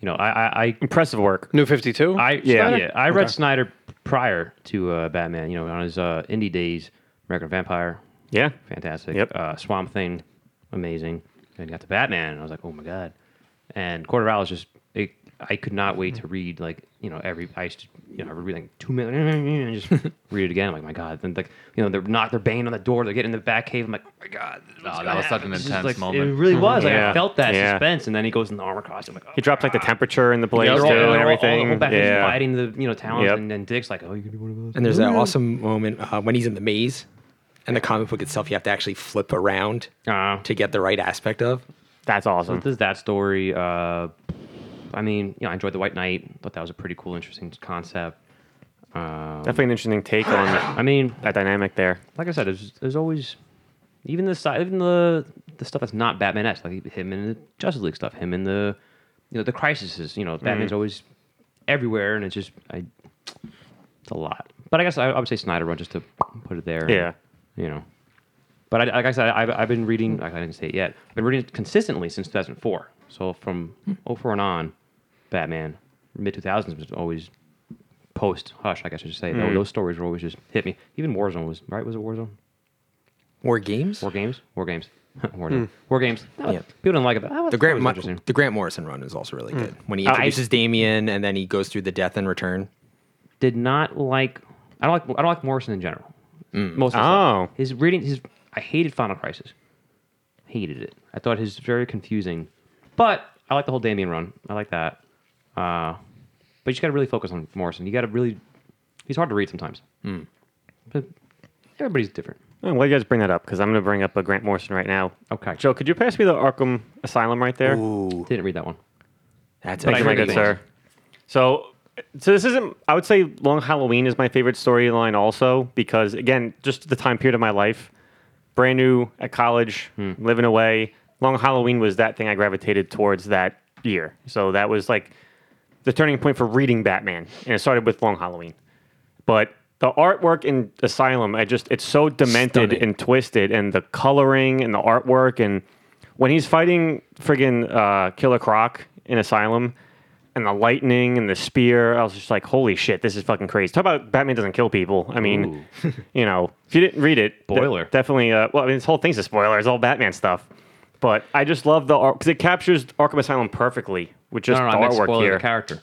you know, I, I, I
Impressive work.
New Fifty Two.
I
Yeah.
yeah, I read Snyder prior to uh, Batman. You know, on his uh, indie days, American Vampire,
Yeah.
fantastic.
Yep.
Uh, Swamp Thing, amazing. Then got to Batman, and I was like, oh my god. And Quarter of Hours just, it, I could not wait
Mm-hmm.
to read like you know every I used to you know I would read like two minutes and just read it again. I'm like my god. Then like you know they're knock, they're banging on the door, they're getting in the back cave. I'm like, oh my god.
Oh, that was such an intense
It
moment.
really was. Like,
Yeah.
I felt that
Yeah.
suspense, and then he goes in the armor costume. Like, oh,
He dropped like the temperature in the place
they're
too,
all- they're all-
and
all-
everything.
all back
yeah.
fighting the you know talents,
Yep.
and then Dick's like, "Oh, you're gonna be one of those."
And there's that awesome moment uh, when he's in the maze, and the comic book itself, you have to actually flip around
Uh,
to get the right aspect of.
That's awesome.
this is that story. Uh, I mean, you know, I enjoyed the White Knight. Thought that was a pretty cool, interesting concept. Um,
Definitely an interesting take on
I mean,
that dynamic there.
like I said, there's, there's always even the side, even the the stuff that's not Batman esque, like him in the Justice League stuff, him in the you know the crises. You know, Batman's always everywhere, and it's just I, it's a lot. But I guess I, I would say Snyder run just to put it there.
Yeah.
you know. But I, like I said, I've, I've been reading. I didn't say it yet. I've been reading consistently since 2004. So from 04 and on, Batman mid 2000s was always post Hush. I guess I should say those, those stories were always just hit me. Even Warzone was right. Was it Warzone?
War games.
War games? War games. War,
Hmm.
War games. No,
Yeah.
People didn't like it. But I
The Grant, Mo-
interesting.
the Grant Morrison run is also
Hmm.
really good. When he
Oh,
introduces Damien and then he goes through the death and return.
Did not like. I don't like. I don't like Morrison in general. Most of the
Oh.
time. his reading. His I hated Final Crisis. Hated it. I thought his very confusing. But I like the whole Damien run. I like that. Uh, but you just got to really focus on Morrison. You got to really. He's hard to read sometimes.
Hmm.
But everybody's different.
I'm glad you guys bring that up because I'm going to bring up a Grant Morrison right now.
Okay.
Joe, could you pass me the Arkham Asylum right there?
Didn't read that one.
That's
Thank you, my
actually
good
amazing.
sir. So, so this isn't. I would say Long Halloween is my favorite storyline, also because again, just the time period of my life, brand new at college, living away. Long Halloween was that thing I gravitated towards that year. So that was like the turning point for reading Batman, and it started with Long Halloween. But the artwork in Asylum, I just it's so demented
Stunning.
and twisted, and the coloring and the artwork, and when he's fighting friggin' uh, Killer Croc in Asylum, and the lightning and the spear. I was just like, holy shit, this is fucking crazy. Talk about Batman doesn't kill people. I mean, you know, if you didn't read it, de-
Spoiler.
definitely. Uh, well, I mean, this whole thing's a spoiler. It's all Batman stuff. But I just love the art because it captures Arkham Asylum perfectly with just
No, no,
the
I meant
artwork
spoiler
here.
the character.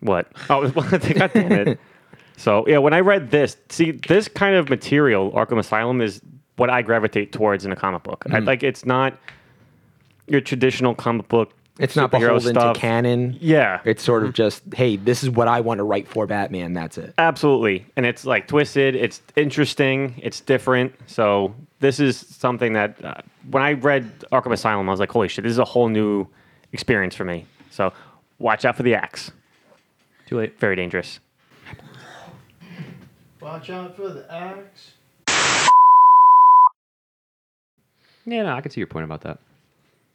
What? Oh, well, God damn it. So yeah, when I read this, see, this kind of material, Arkham Asylum, is what I gravitate towards in a comic book.
Mm-hmm.
I, like, it's not your traditional comic book.
It's not
superhero
beholden
stuff.
to canon.
Yeah, Hmm.
It's sort of just, hey, this is what I want to write for Batman. That's it.
absolutely, and it's like twisted. It's interesting. It's different. So this is something that uh, when I read Arkham Asylum, I was like, holy shit, this is a whole new experience for me. So watch out for the axe.
Too late.
Very dangerous.
Watch out for the axe.
Yeah, no, I can see your point about that.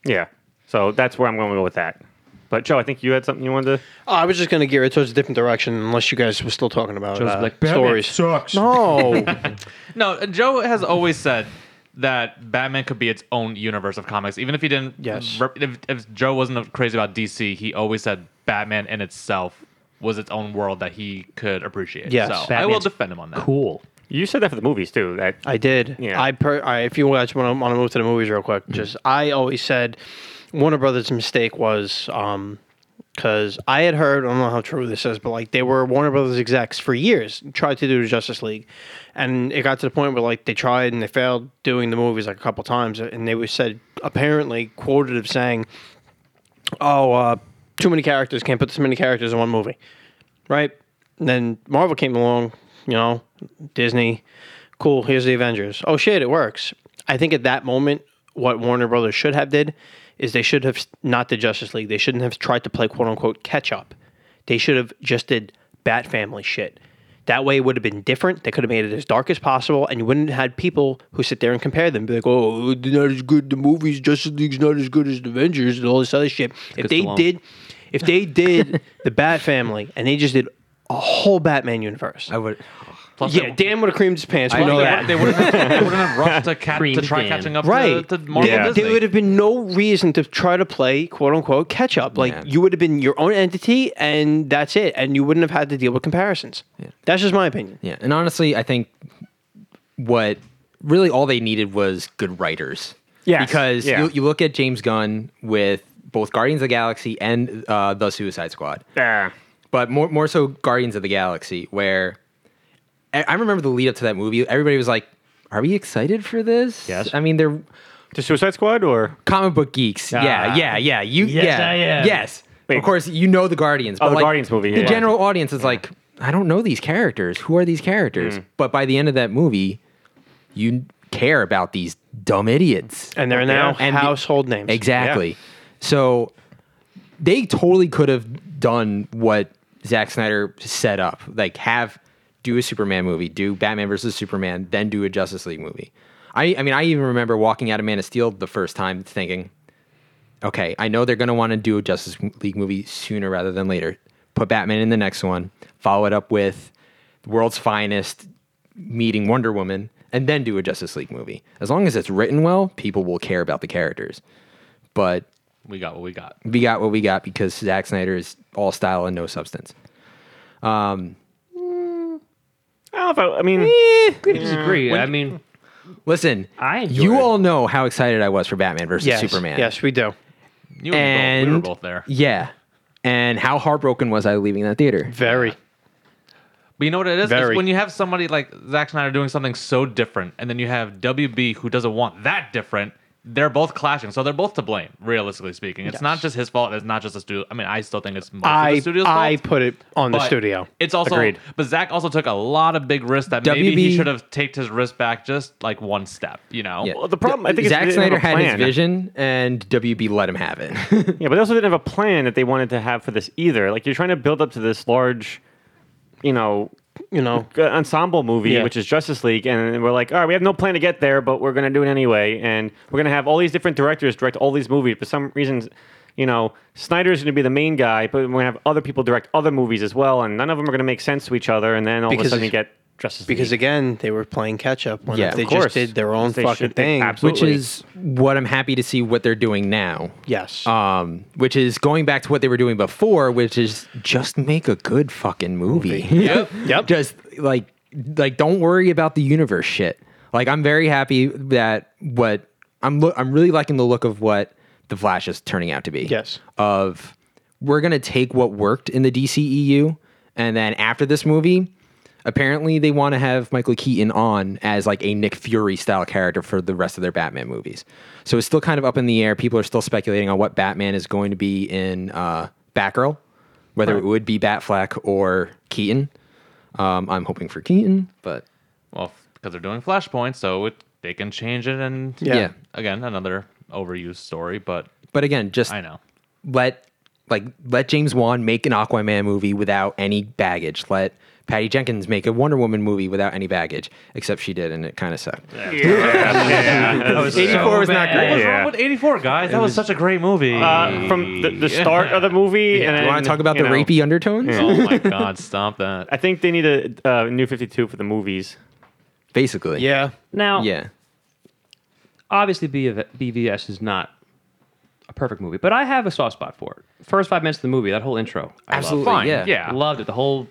Yeah. So that's where I'm going to go with that. But Joe, I think you had something you wanted to.
Oh, I was just going to gear it towards a different direction unless you guys were still talking about
Joe's
uh,
like, "Batman
stories.
Sucks.
No.
No, Joe has always said that Batman could be its own universe of comics, even if he didn't.
Yes.
rep- if, if Joe wasn't crazy about DC, he always said Batman in itself was its own world that he could appreciate.
Yes.
so I will
Batman's
defend him on that.
Cool.
You said that for the movies too. That
I did.
Yeah.
I per. I, if you guys want to want to move to the movies real quick, just I always said Warner Brothers' mistake was um because I had heard I don't know how true this is, but like they were Warner Brothers execs for years tried to do Justice League, and it got to the point where like they tried and they failed doing the movies like a couple times, and they were said apparently quoted of saying, "Oh, uh, too many characters can't put this many characters in one movie." right? And then Marvel came along, you know, Disney, cool, here's the Avengers. Oh shit, it works. I think at that moment, what Warner Brothers should have did is they should have s- not did Justice League. They shouldn't have tried to play quote unquote catch up. They should have just did Bat Family shit. That way it would have been different. They could have made it as dark as possible, and you wouldn't have had people who sit there and compare them, be like, "Oh, they're not as good. The movies, Justice League's not as good as the Avengers, and all this other shit." if
good
they
Stallone.
did, if they did the Bat Family and they just did a whole Batman universe,
I would.
Plus,
yeah,
they,
Dan would have creamed his pants. We
plus
know
they
that.
wouldn't- They wouldn't have, they wouldn't have rushed to, cap, to
Cream
try
Dan.
catching up
Right.
to, to Marvel
Yeah.
There-
Disney.
There would have been no reason to try to play quote unquote catch up. Like
Yeah.
you would have been your own entity and that's it. And you wouldn't have had to deal with comparisons. That's just my opinion.
Yeah, and honestly, I think what really all they needed was good writers.
Yes,
because
yeah.
you, you look at James Gunn with both Guardians of the Galaxy and uh, the Suicide Squad,
yeah,
but more more so Guardians of the Galaxy, where I I remember the lead up to that movie. Everybody was like, "Are we excited for this?"
Yes.
I mean, they're
to Suicide Squad or
comic book geeks. Yeah,
Ah.
yeah, yeah. You,
Yes,
yeah,
I am.
yes.
Wait.
Of course, you know the Guardians.
Oh,
but
the
like,
Guardians movie,
The
yeah. Mm.
general audience is like, I don't know these characters. Who are these characters? But by the end of that movie, you care about these dumb idiots.
And they're now
And the-
household names.
Exactly. So they totally could have done what Zack Snyder set up, like have do a Superman movie, do Batman versus Superman, then do a Justice League movie. I, I mean, I even remember walking out of Man of Steel the first time thinking, okay, I know they're going to want to do a Justice League movie sooner rather than later. Put Batman in the next one, follow it up with the world's finest meeting Wonder Woman, and then do a Justice League movie. As long as it's written well, people will care about the characters. But
we got what we got.
we got what we got because Zack Snyder is all style and no substance.
I don't know if I, I mean
I disagree. I mean,
Listen,
I enjoyed
you
it.
all know how excited I was for Batman versus
Yes,
Superman.
Yes, we do.
You and
and
we were both there.
Yeah, and how heartbroken was I leaving that theater?
Very.
But you know what it is?
Very.
It's when you have somebody like Zack Snyder doing something so different, and then you have WB who doesn't want that different, they're both clashing. So they're both to blame, realistically speaking. It's not just his fault. It's not just the studio. I mean, I still think it's mostly
I,
the studio's
I
fault.
put it on the
but
studio.
It's also,
Agreed.
but Zach also took a lot of big risks that maybe
WB
he should have taken his risk back just like one step, you know?
Yeah.
Well, the problem, I think, is they
Zack
didn't have
Snyder
a
had his
plan.
vision, and WB let him have it.
yeah, but they also didn't have a plan that they wanted to have for this either. Like you're trying to build up to this large, you know,
You know,
g- ensemble movie,
Yeah.
which is Justice League, and we're like, all right, we have no plan to get there, but we're gonna do it anyway, and we're gonna have all these different directors direct all these movies. For some reasons, you know, Snyder's gonna be the main guy, but we're gonna have other people direct other movies as well, and none of them are gonna make sense to each other, and then all
Because
of a sudden you
it's-
get
Justice
Because
League.
again, they were playing catch up when
Yeah,
if they
of
course.
just did their own
They
fucking
should- they
thing.
absolutely-
which is what I'm happy to see what they're doing now.
yes.
Um, which is going back to what they were doing before, which is just make a good fucking movie. Yep.
Yep.
Just like like don't worry about the universe shit. Like I'm very happy that what I'm lo- I'm really liking the look of what the Flash is turning out to be.
Yes.
E. Of we're going to take what worked in the DCEU and then after this movie apparently they want to have Michael Keaton on as like a Nick Fury style character for the rest of their Batman movies. So it's still kind of up in the air. People are still speculating on what Batman is going to be in uh, Batgirl, whether it would be Batfleck or Keaton. Um, I'm hoping for Keaton, but
Well, because they're doing Flashpoint, so it, they can change it. And
Yeah.
yeah.
again, another overused story, but
But again, just
I know.
let like let James Wan make an Aquaman movie without any baggage. Let Patty Jenkins make a Wonder Woman movie without any baggage, except she did, and it kind of sucked.
That was
84 was not
bad.
What was
Yeah.
wrong with 84, guys? That was such a great movie.
Uh, from the, the start of the movie, and
Do you want
then,
to talk about the
you know,
rapey undertones?
oh my God, stop that.
I think they need a uh, new Fifty Two for the movies.
Basically,
yeah.
Now,
yeah.
obviously BV- BVS is not a perfect movie, but I have a soft spot for it. First five minutes of the movie, that whole intro, I loved.
Absolutely,
Fine,
yeah.
yeah.
loved it. The whole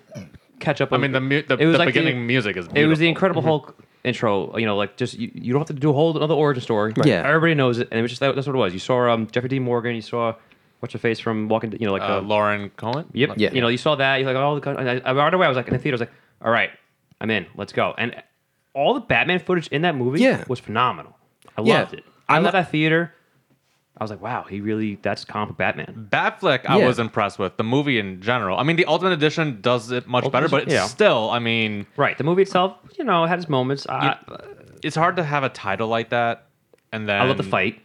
catch up.
I mean, the mu- the, the beginning music is
It was the
beautiful. Mm-hmm.
Incredible Hulk intro. You know, like just you, you don't have to do a whole another origin story.
Yeah.
everybody knows it, and it was just that, that's what it was. You saw um, Jeffrey Dean Morgan. You saw what's her face from Walking. Dead, You know, like
Uh,
uh,
Lauren Cohen?
Yep.
Yeah.
You know, you saw that. You're like, oh, the God. And I, I- right away, I was like, in the theater, I was like, all right, I'm in. Let's go. And all the Batman footage in that movie
Yeah.
was phenomenal. I
Yeah.
loved it. I
I
left
lo-
that theater. I was like, wow, he really, that's comic
Mm.
Batman.
Batfleck, I
Yeah.
was impressed with the movie in general. I mean, the Ultimate Edition does it much
Ultimate
better, but it's
Edition, yeah.
still, I mean,
Right. The movie itself, you know, it had its moments. I,
it's hard to have a title like that. And then
I love the fight.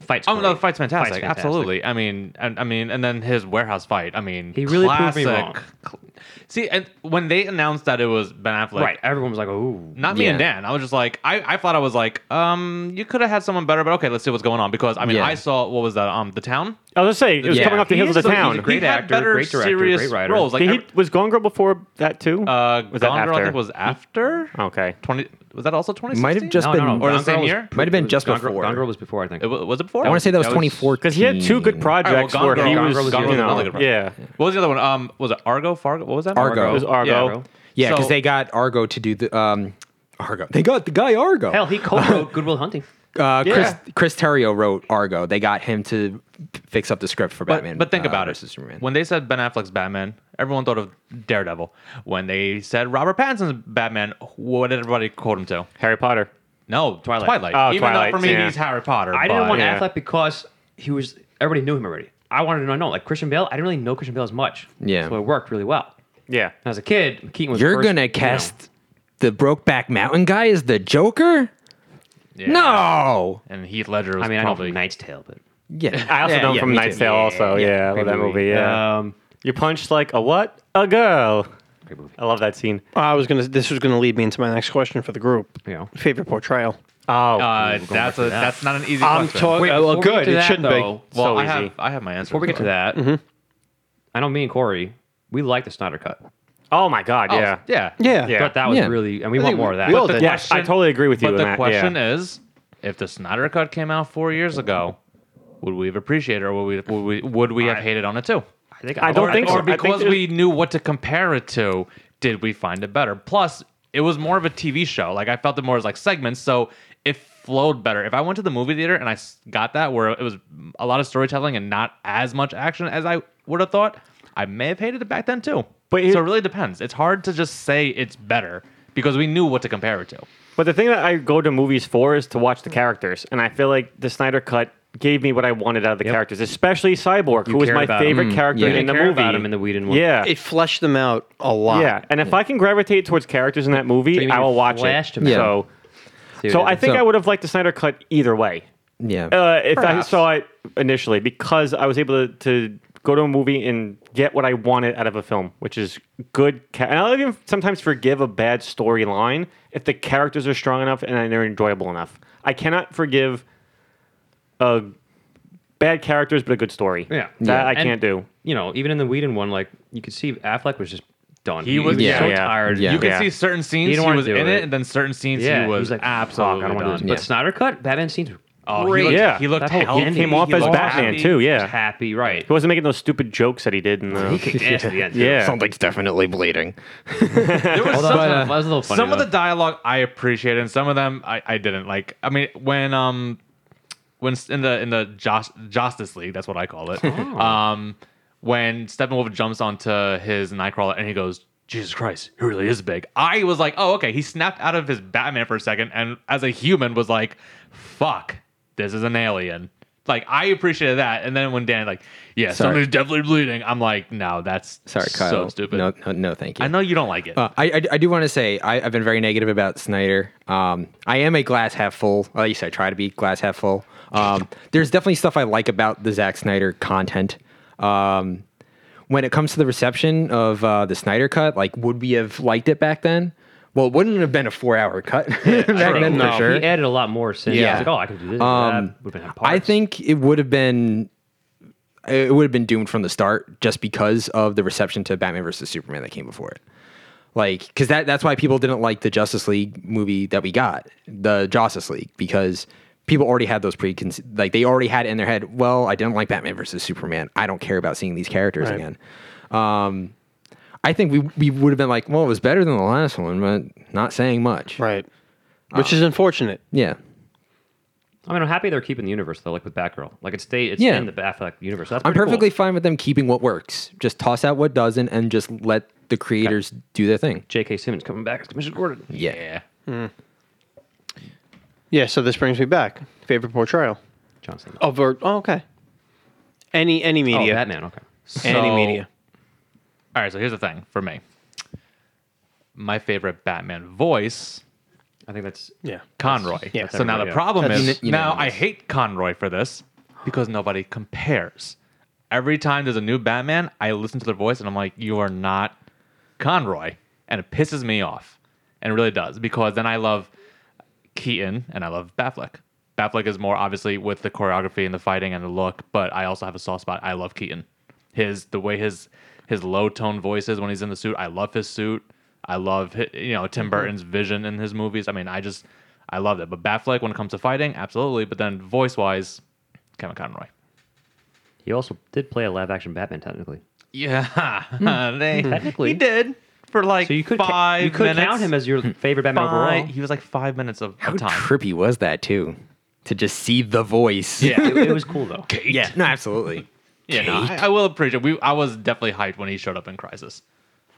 Fight's
Oh no,
great.
the fight's fantastic.
Fight's
Absolutely. I mean, and I mean, and then his warehouse fight. I mean,
He really proved me wrong.
cl- See, and when they announced that it was Ben Affleck,
right. Everyone was like, ooh.
Not me and
Yeah.
Dan. I was just like, I, I thought I was like, um, you could have had someone better, but okay, let's see what's going on because I mean,
Yeah.
I saw what was that, um, the town.
I was just saying it was
Yeah.
coming off the
He
heels of
is
the
the- he's
town.
a great
He had
actor,
better
great director,
serious
great writer.
roles. Like,
Did he,
every-
was Gone Girl before that too?
Uh,
was that
Gone Girl, I
after?
think was after
okay.
twenty. Was that also twenty?
Might have just
No,
been.
no, no.
or the
Gone Girl
same
was-
year?
Might have been just
Gone Girl,
before.
Gone Girl was before, I think.
It wa- was it before?
I want to say that was
That was-
2014.
Because he had two good projects
Gone
where
Girl-
he
Gone
was,
Girl was
you
another
know,
good project.
yeah,
What was the other one? Um, was it Argo? Fargo? What was that?
Argo.
it was
Yeah.
Argo.
Yeah, because
So-
they got Argo to do the um, Argo. They got the guy Argo.
Hell, he co-wrote Goodwill Hunting.
uh, Chris
Yeah.
Chris Terrio wrote Argo. They got him to f- fix up the script for
But,
Batman.
but think
uh,
about it.
versus Superman.
When they said Ben Affleck's Batman, everyone thought of Daredevil. When they said Robert Pattinson's Batman, what did everybody quote him to?
Harry Potter.
No, Twilight. Twilight.
Oh,
Even
Twilight,
though for me
yeah.
he's Harry Potter.
I didn't
but-
want
yeah.
Affleck because he was everybody knew him already. I wanted to know like Christian Bale. I didn't really know Christian Bale as much.
Yeah.
so it worked really well.
Yeah,
And as a kid, Keaton was. the
You're
first,
gonna
you know,
cast the Brokeback Mountain guy as the Joker?
Yeah.
No.
And Heath Ledger was
I mean, I know
probably
from Knight's Tale, but
Yeah.
I also
yeah,
know him
yeah,
from
me
Night's
too.
Tale. Also, yeah, I love
great
that movie. Yeah,
Um,
you punched like a what? A girl.
great movie.
I love that scene.
I was gonna. This was gonna lead me into my next question for the group.
You know.
Favorite portrayal.
Oh,
Uh, that's a, that's not an easy
I'm
question.
talking.
before
Well,
we get
good.
to
It
that,
shouldn't
though,
well,
So
I
easy.
have I have my answer.
Before we get to that, I know me and Corey, we like the Snyder cut.
oh my God. Yeah.
yeah,
be. Yeah.
Yeah.
But that was
Yeah.
really, and we
I
want
think
more of
we-
that.
we all
But
did.
the-
Yes, I totally agree with you.
But
on
the
that,
question
yeah.
is, if the Snyder Cut came out four years ago, would we have appreciated, it or would we would we, would we have hated on it too?
I think
I don't
or,
think so.
or
I think
because
there's-
we knew what to compare it to, did we find it better? Plus, it was more of a TV show. Like I felt it more as like segments, so it flowed better. If I went to the movie theater and I s- got that, where it was a lot of storytelling and not as much action as I would have thought, I may have hated it back then too.
But
so
here-
it really depends. It's hard to just say it's better because we knew what to compare it to.
But the thing that I go to movies for is to
Mm.
watch the characters, and I feel like the Snyder Cut gave me what I wanted out of the characters, especially Cyborg, who was
cared
my
about
favorite
him. Mm.
character
Yeah.
in the
care
movie.
about him in the Whedon one.
yeah,
It fleshed them out a lot.
yeah. And if I can gravitate towards characters in that movie,
you mean
I
you
will watch
flashed
it.
him out.
So,
See what
so
it
I
is.
think
So-
I would have liked the Snyder Cut either way.
Yeah.
Uh, if
Perhaps.
I saw it initially, because I was able to, to go to a movie and get what I wanted out of a film, which is good. Ca- and I'll even sometimes forgive a bad storyline if the characters are strong enough and they're enjoyable enough. I cannot forgive uh, bad characters, but a good story.
Yeah.
that I
And-
can't do.
you know, even in the Whedon one, like you could see Affleck was just done.
He was-
so
yeah, yeah.
tired.
Yeah.
You could
Yeah.
see certain scenes
didn't
he
wanna
was
do
in it.
it.
and then certain scenes
Yeah,
he was
like,
absolutely
"Fuck, I don't wanna do
done.
this. But Snyder cut Batman scenes. were
Oh,
great.
He looked,
Yeah.
he looked
That whole
healthy.
He came off as
looked
Batman
happy.
too.
Just
Yeah,
happy, right?
he wasn't making those stupid jokes that he did in
He
the.
kicked ass at the end. too.
Yeah,
Something's definitely bleeding.
There was
Although,
some-
uh,
that was a little funny.
some of
though.
the dialogue I appreciated, and some of them I, I didn't like. I mean, when um, when s- in the in the Jos- Justice League, that's what I call it.
Oh.
Um, when Steppenwolf jumps onto his Nightcrawler and he goes, "Jesus Christ, he really is big." I was like, "Oh, okay." He snapped out of his Batman for a second, and as a human, was like, "Fuck, this is an alien." Like I appreciated that, and then when Dan like, yeah,
Sorry.
something's definitely bleeding. I'm like, no, that's
Sorry, Kyle.
so stupid.
No, no, no thank you.
I know you don't like it.
Uh, I, I, I do want to say I, I've been very negative about Snyder. Um, I am a glass half full. At least I try to be glass half full. Um, there's definitely stuff I like about the Zack Snyder content. Um, when it comes to the reception of uh, the Snyder cut, like would we have liked it back then? Well, it wouldn't have been a four hour cut back
True.
then for sure.
He added a lot more since. Yeah.
Yeah.
Like, oh, I can do this.
Um,
that. Would've been
I
parts.
think it would have been it would have been doomed from the start just because of the reception to Batman versus Superman that came before it. Like, because that that's why people didn't like the Justice League movie that we got, the Justice League, because people already had those preconce like they already had it in their head. Well, I didn't like Batman versus Superman. I don't care about seeing these characters again. Um, I think we we would have been like, well, it was better than the last one, but not saying much.
Right. Which is unfortunate.
Yeah.
I mean, I'm happy they're keeping the universe though, like with Batgirl. Like it stayed. It's
Yeah.
in the Affleck universe. That's
I'm
pretty cool.
perfectly fine with them keeping what works. Just toss out what doesn't and just let the creators do their thing.
J.K. Simmons coming back as Commissioner Gordon.
Yeah.
Yeah, so this brings me back. Favorite portrayal?
Johnson. Oh,
Of or, oh, okay. Any any media.
Batman. Okay.
any
So-
media.
All right, so here's the thing for me. My favorite Batman voice,
I think that's
Yeah.
Conroy.
yeah,
so now
everybody,
the
yeah.
problem
That's
is
uni-
now I
unanimous.
hate Conroy for this because nobody compares. Every time there's a new Batman, I listen to their voice and I'm like, you are not Conroy. And it pisses me off. And it really does because then I love Keaton and I love Batfleck. Batfleck is more obviously with the choreography and the fighting and the look, but I also have a soft spot. I love Keaton. His the way his his low tone voice is when he's in the suit. I love his suit. I love hi you know Tim Burton's vision in his movies. I mean, I just I love it. But Batfleck when it comes to fighting, absolutely. But then voice wise, Kevin Conroy.
he also did play a live action Batman technically.
Yeah, they,
Hmm. Technically.
he did for like
So you could ca-
five.
you could
minutes.
count him as your favorite Batman
Five-
overall.
He was like five minutes of,
How
of time.
trippy was that too? To just see the voice.
yeah,
It, it was cool though.
yeah.
no, absolutely.
Yeah, no, I, I will appreciate. We, I was definitely hyped when he showed up in Crisis,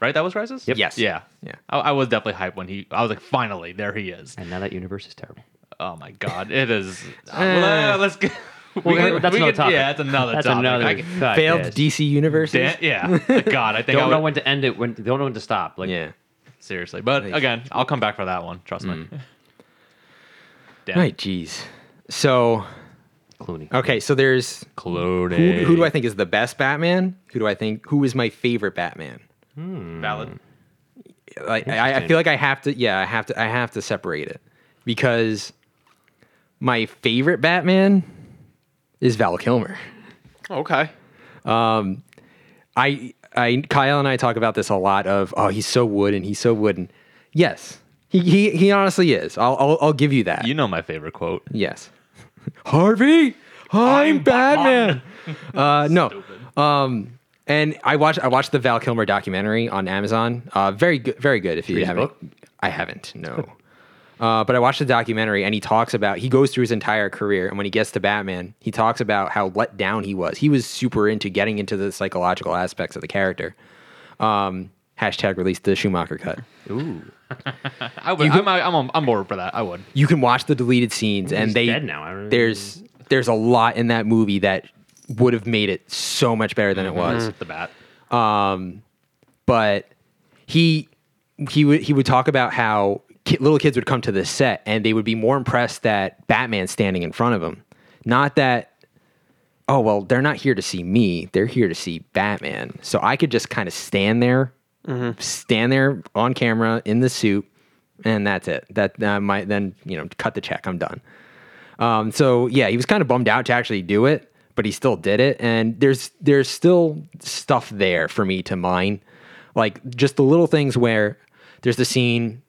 right? That was Crisis.
Yep.
Yes.
Yeah,
Yeah.
I, I was definitely hyped when he. I was like, finally, there he is.
And now that universe is terrible.
Oh my god, it is. Uh, let's get.
Well, that- that's another topic.
Yeah, that's another
That's
topic.
another
I can-
cut,
Failed
yes.
DC universes.
Dan- yeah, God, I think I
Don't
would,
know when to end it. When don't know when to stop. Like
Yeah.
seriously, but again, I'll come back for that one. Trust me. Dan.
Right, jeez. So
Clooney.
okay, so there's who,
Clooney.
who do I think is the best Batman? Who do I think who is my favorite Batman?
Valid.
like I, I feel like I have to yeah I have to I have to separate it because my favorite Batman is Val Kilmer.
Okay.
I I Kyle and I talk about this a lot of oh he's so wooden he's so wooden. Yes, he he, he honestly is. I'll, I'll I'll give you that.
You know my favorite quote.
yes, Harvey, I'm, Batman. uh, no, um, and I watched I watched the Val Kilmer documentary on Amazon. Uh, very good, very good. If you
read the
haven't,
book?
I haven't. No. Uh, but I watched the documentary and he talks about he goes through his entire career and when he gets to Batman, he talks about how let down he was. He was super into getting into the psychological aspects of the character. Um, hashtag release the Schumacher cut.
Ooh.
I would. I'm, I'm, I'm, I'm bored for that. I would.
You can watch the deleted scenes and
he's
they
dead now. I don't-
there's there's a lot in that movie that would have made it so much better than it was.
The bat.
but he he would he would talk about how ki- little kids would come to the set and they would be more impressed that Batman's standing in front of them, not that oh well they're not here to see me, they're here to see Batman. So I could just kind of stand there, stand there on camera in the suit, and that's it. That uh, might then you know cut the check. I'm done. Um, so yeah, he was kind of bummed out to actually do it, but he still did it. And there's there's still stuff there for me to mine. Like just the little things where there's the scene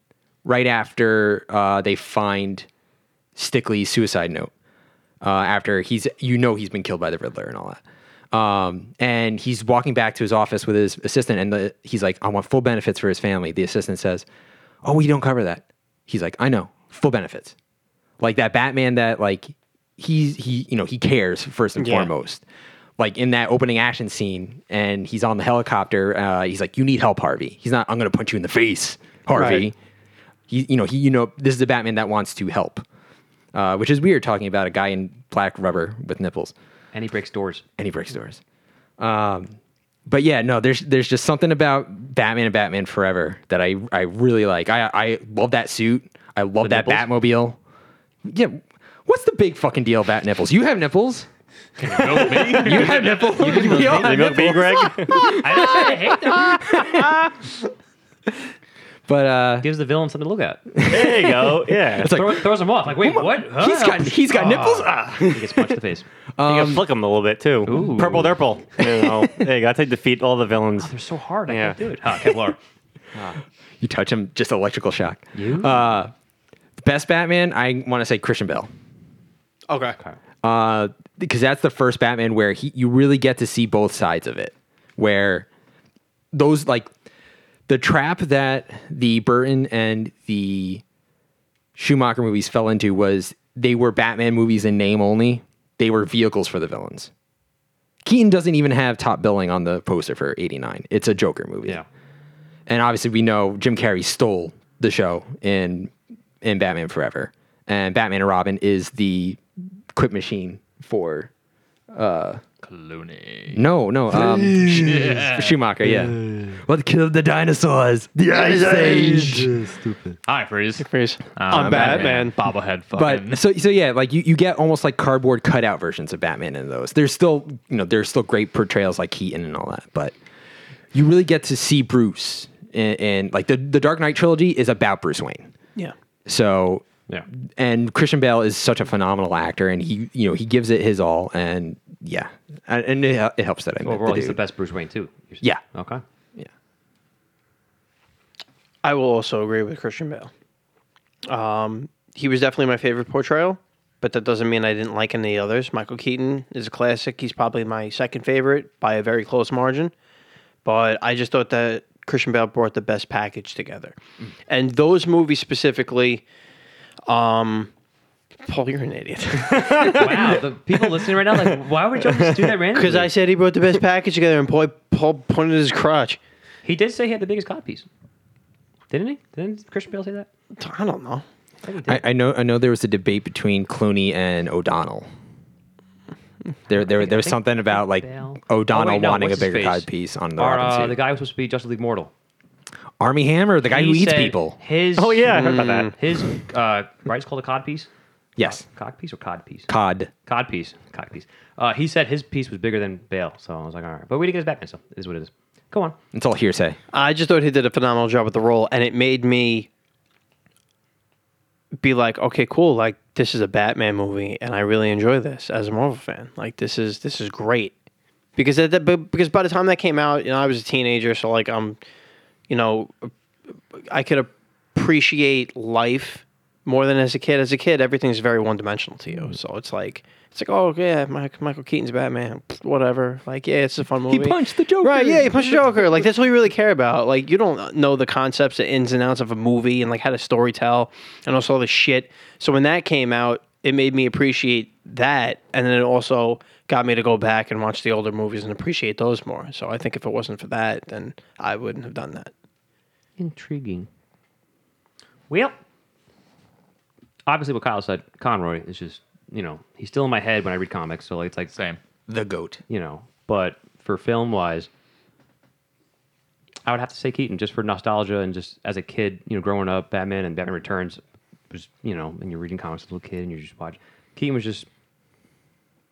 right after uh, they find Stickley's suicide note. Uh, after he's, you know, he's been killed by the Riddler and all that. Um, and he's walking back to his office with his assistant, and the, he's like, "I want full benefits for his family." The assistant says, "Oh, we don't cover that." He's like, "I know, full benefits." Like that Batman that like he's he you know he cares first and
Yeah.
foremost. Like in that opening action scene, and he's on the helicopter. Uh, he's like, "You need help, Harvey." He's not. I'm going to punch you in the face, Harvey.
Right.
He, you know, he, you know, this is the Batman that wants to help, uh, which is weird talking about a guy in black rubber with nipples
And he breaks doors.
and he breaks doors. Um, but yeah, no, there's there's just something about Batman and Batman Forever that I I really like. I I love that suit. I love that
nipples?
Batmobile. Yeah, what's the big fucking deal about nipples? You have nipples. you have nipples. We all
They
have
milk
nipples.
me, Greg?
I, I hate that.
But uh,
Gives the villain something to look at.
there you go. Yeah.
it's like
Throw, throws him off. Like, wait, what? Huh?
he's got he's got nipples. Ah.
He gets punched in the face.
you can flick them a little bit too.
Um, Ooh. Oh,
Purple Derple. You know, there you go. That's how you defeat all the villains.
They're so hard. I
Yeah.
can't do it. Huh, Kevlar.
You touch him, just electrical shock.
You?
Uh, best Batman. I want to say Christian Bell.
Okay.
uh, because that's the first Batman where he you really get to see both sides of it, where those like the trap that the Burton and the Schumacher movies fell into was they were Batman movies in name only. They were vehicles for the villains. Keaton doesn't even have top billing on the poster for 89. It's a Joker movie.
Yeah.
And obviously we know Jim Carrey stole the show in in Batman Forever. And Batman and Robin is the quip machine for
Clooney.
no, no, um, Sch- Schumacher, yeah. What killed the dinosaurs? The Ice Age.
Stupid.
Hi, Freeze.
Freeze.
I'm
I'm Batman.
Bobblehead fucking.
But so so yeah, like you, you get almost like cardboard cutout versions of Batman in those. There's still you know there's still great portrayals like Keaton and all that, but you really get to see Bruce and, and like the the Dark Knight trilogy is about Bruce Wayne.
Yeah.
So
Yeah.
and Christian Bale is such a phenomenal actor, and he you know he gives it his all, and yeah, and, and it, it helps that I met
Overall, he's the
dude.
best Bruce Wayne, too. You're-
Yeah.
Okay.
I will also agree with Christian Bale. Um, he was definitely my favorite portrayal, but that doesn't mean I didn't like any others. Michael Keaton is a classic. He's probably my second favorite by a very close margin. But I just thought that Christian Bale brought the best package together. And those movies specifically, um, Paul, you're an idiot.
Wow. The people listening right now, like, why would y'all just do that randomly?
Because I said he brought the best package together, and Paul, Paul pointed his crotch.
He did say he had the biggest copies. Didn't he? Didn't Christian Bale say that?
I don't know.
I, I know I know there was a debate between Clooney and O'Donnell. There there, there was something about like
Bale.
O'Donnell
Oh, wait, no,
wanting a
what's his
bigger
face?
timepiece on the,
Or,
Robin
uh,
suit.
the guy who was supposed to be Justice League Mortal.
Army Hammer, the guy who
He
eats
said
people.
His
Oh yeah, I heard about that.
his uh, right. It's called a cod piece.
Yes,
Cock piece or cod piece?
Cod.
Cod piece. Cod piece. Uh, he said his piece was bigger than Bale, so I was like, all right. But we didn't get his Batman, so it is what it is. Go on.
It's all hearsay.
I just thought he did a phenomenal job with the role, and it made me be like, okay, cool. Like this is a Batman movie, and I really enjoy this as a Marvel fan. Like this is this is great because at that, but because by the time that came out, you know, I was a teenager, so like I'm, you know, I could appreciate life more than as a kid. As a kid, everything's very one dimensional to you. So it's like it's like oh yeah, Mike, Michael Keaton's Batman, pfft, whatever. Like yeah, it's a fun movie.
punched the Joker.
right? Yeah, he punched the Joker. Like that's all you really care about. Like you don't know the concepts, the ins and outs of a movie, and like how to story tell, and also all the shit. So when that came out, it made me appreciate that, and then it also got me to go back and watch the older movies and appreciate those more. So I think if it wasn't for that, then I wouldn't have done that.
Intriguing. Well, obviously, what Kyle said, Conroy is just you know he's still in my head when I read comics, so like, it's like
Same.
The goat.
you know. But for film wise, I would have to say Keaton just for nostalgia and just as a kid, you know, growing up, Batman and Batman Returns was, you know, and you're reading comics as a little kid and you're just watching. Keaton was just.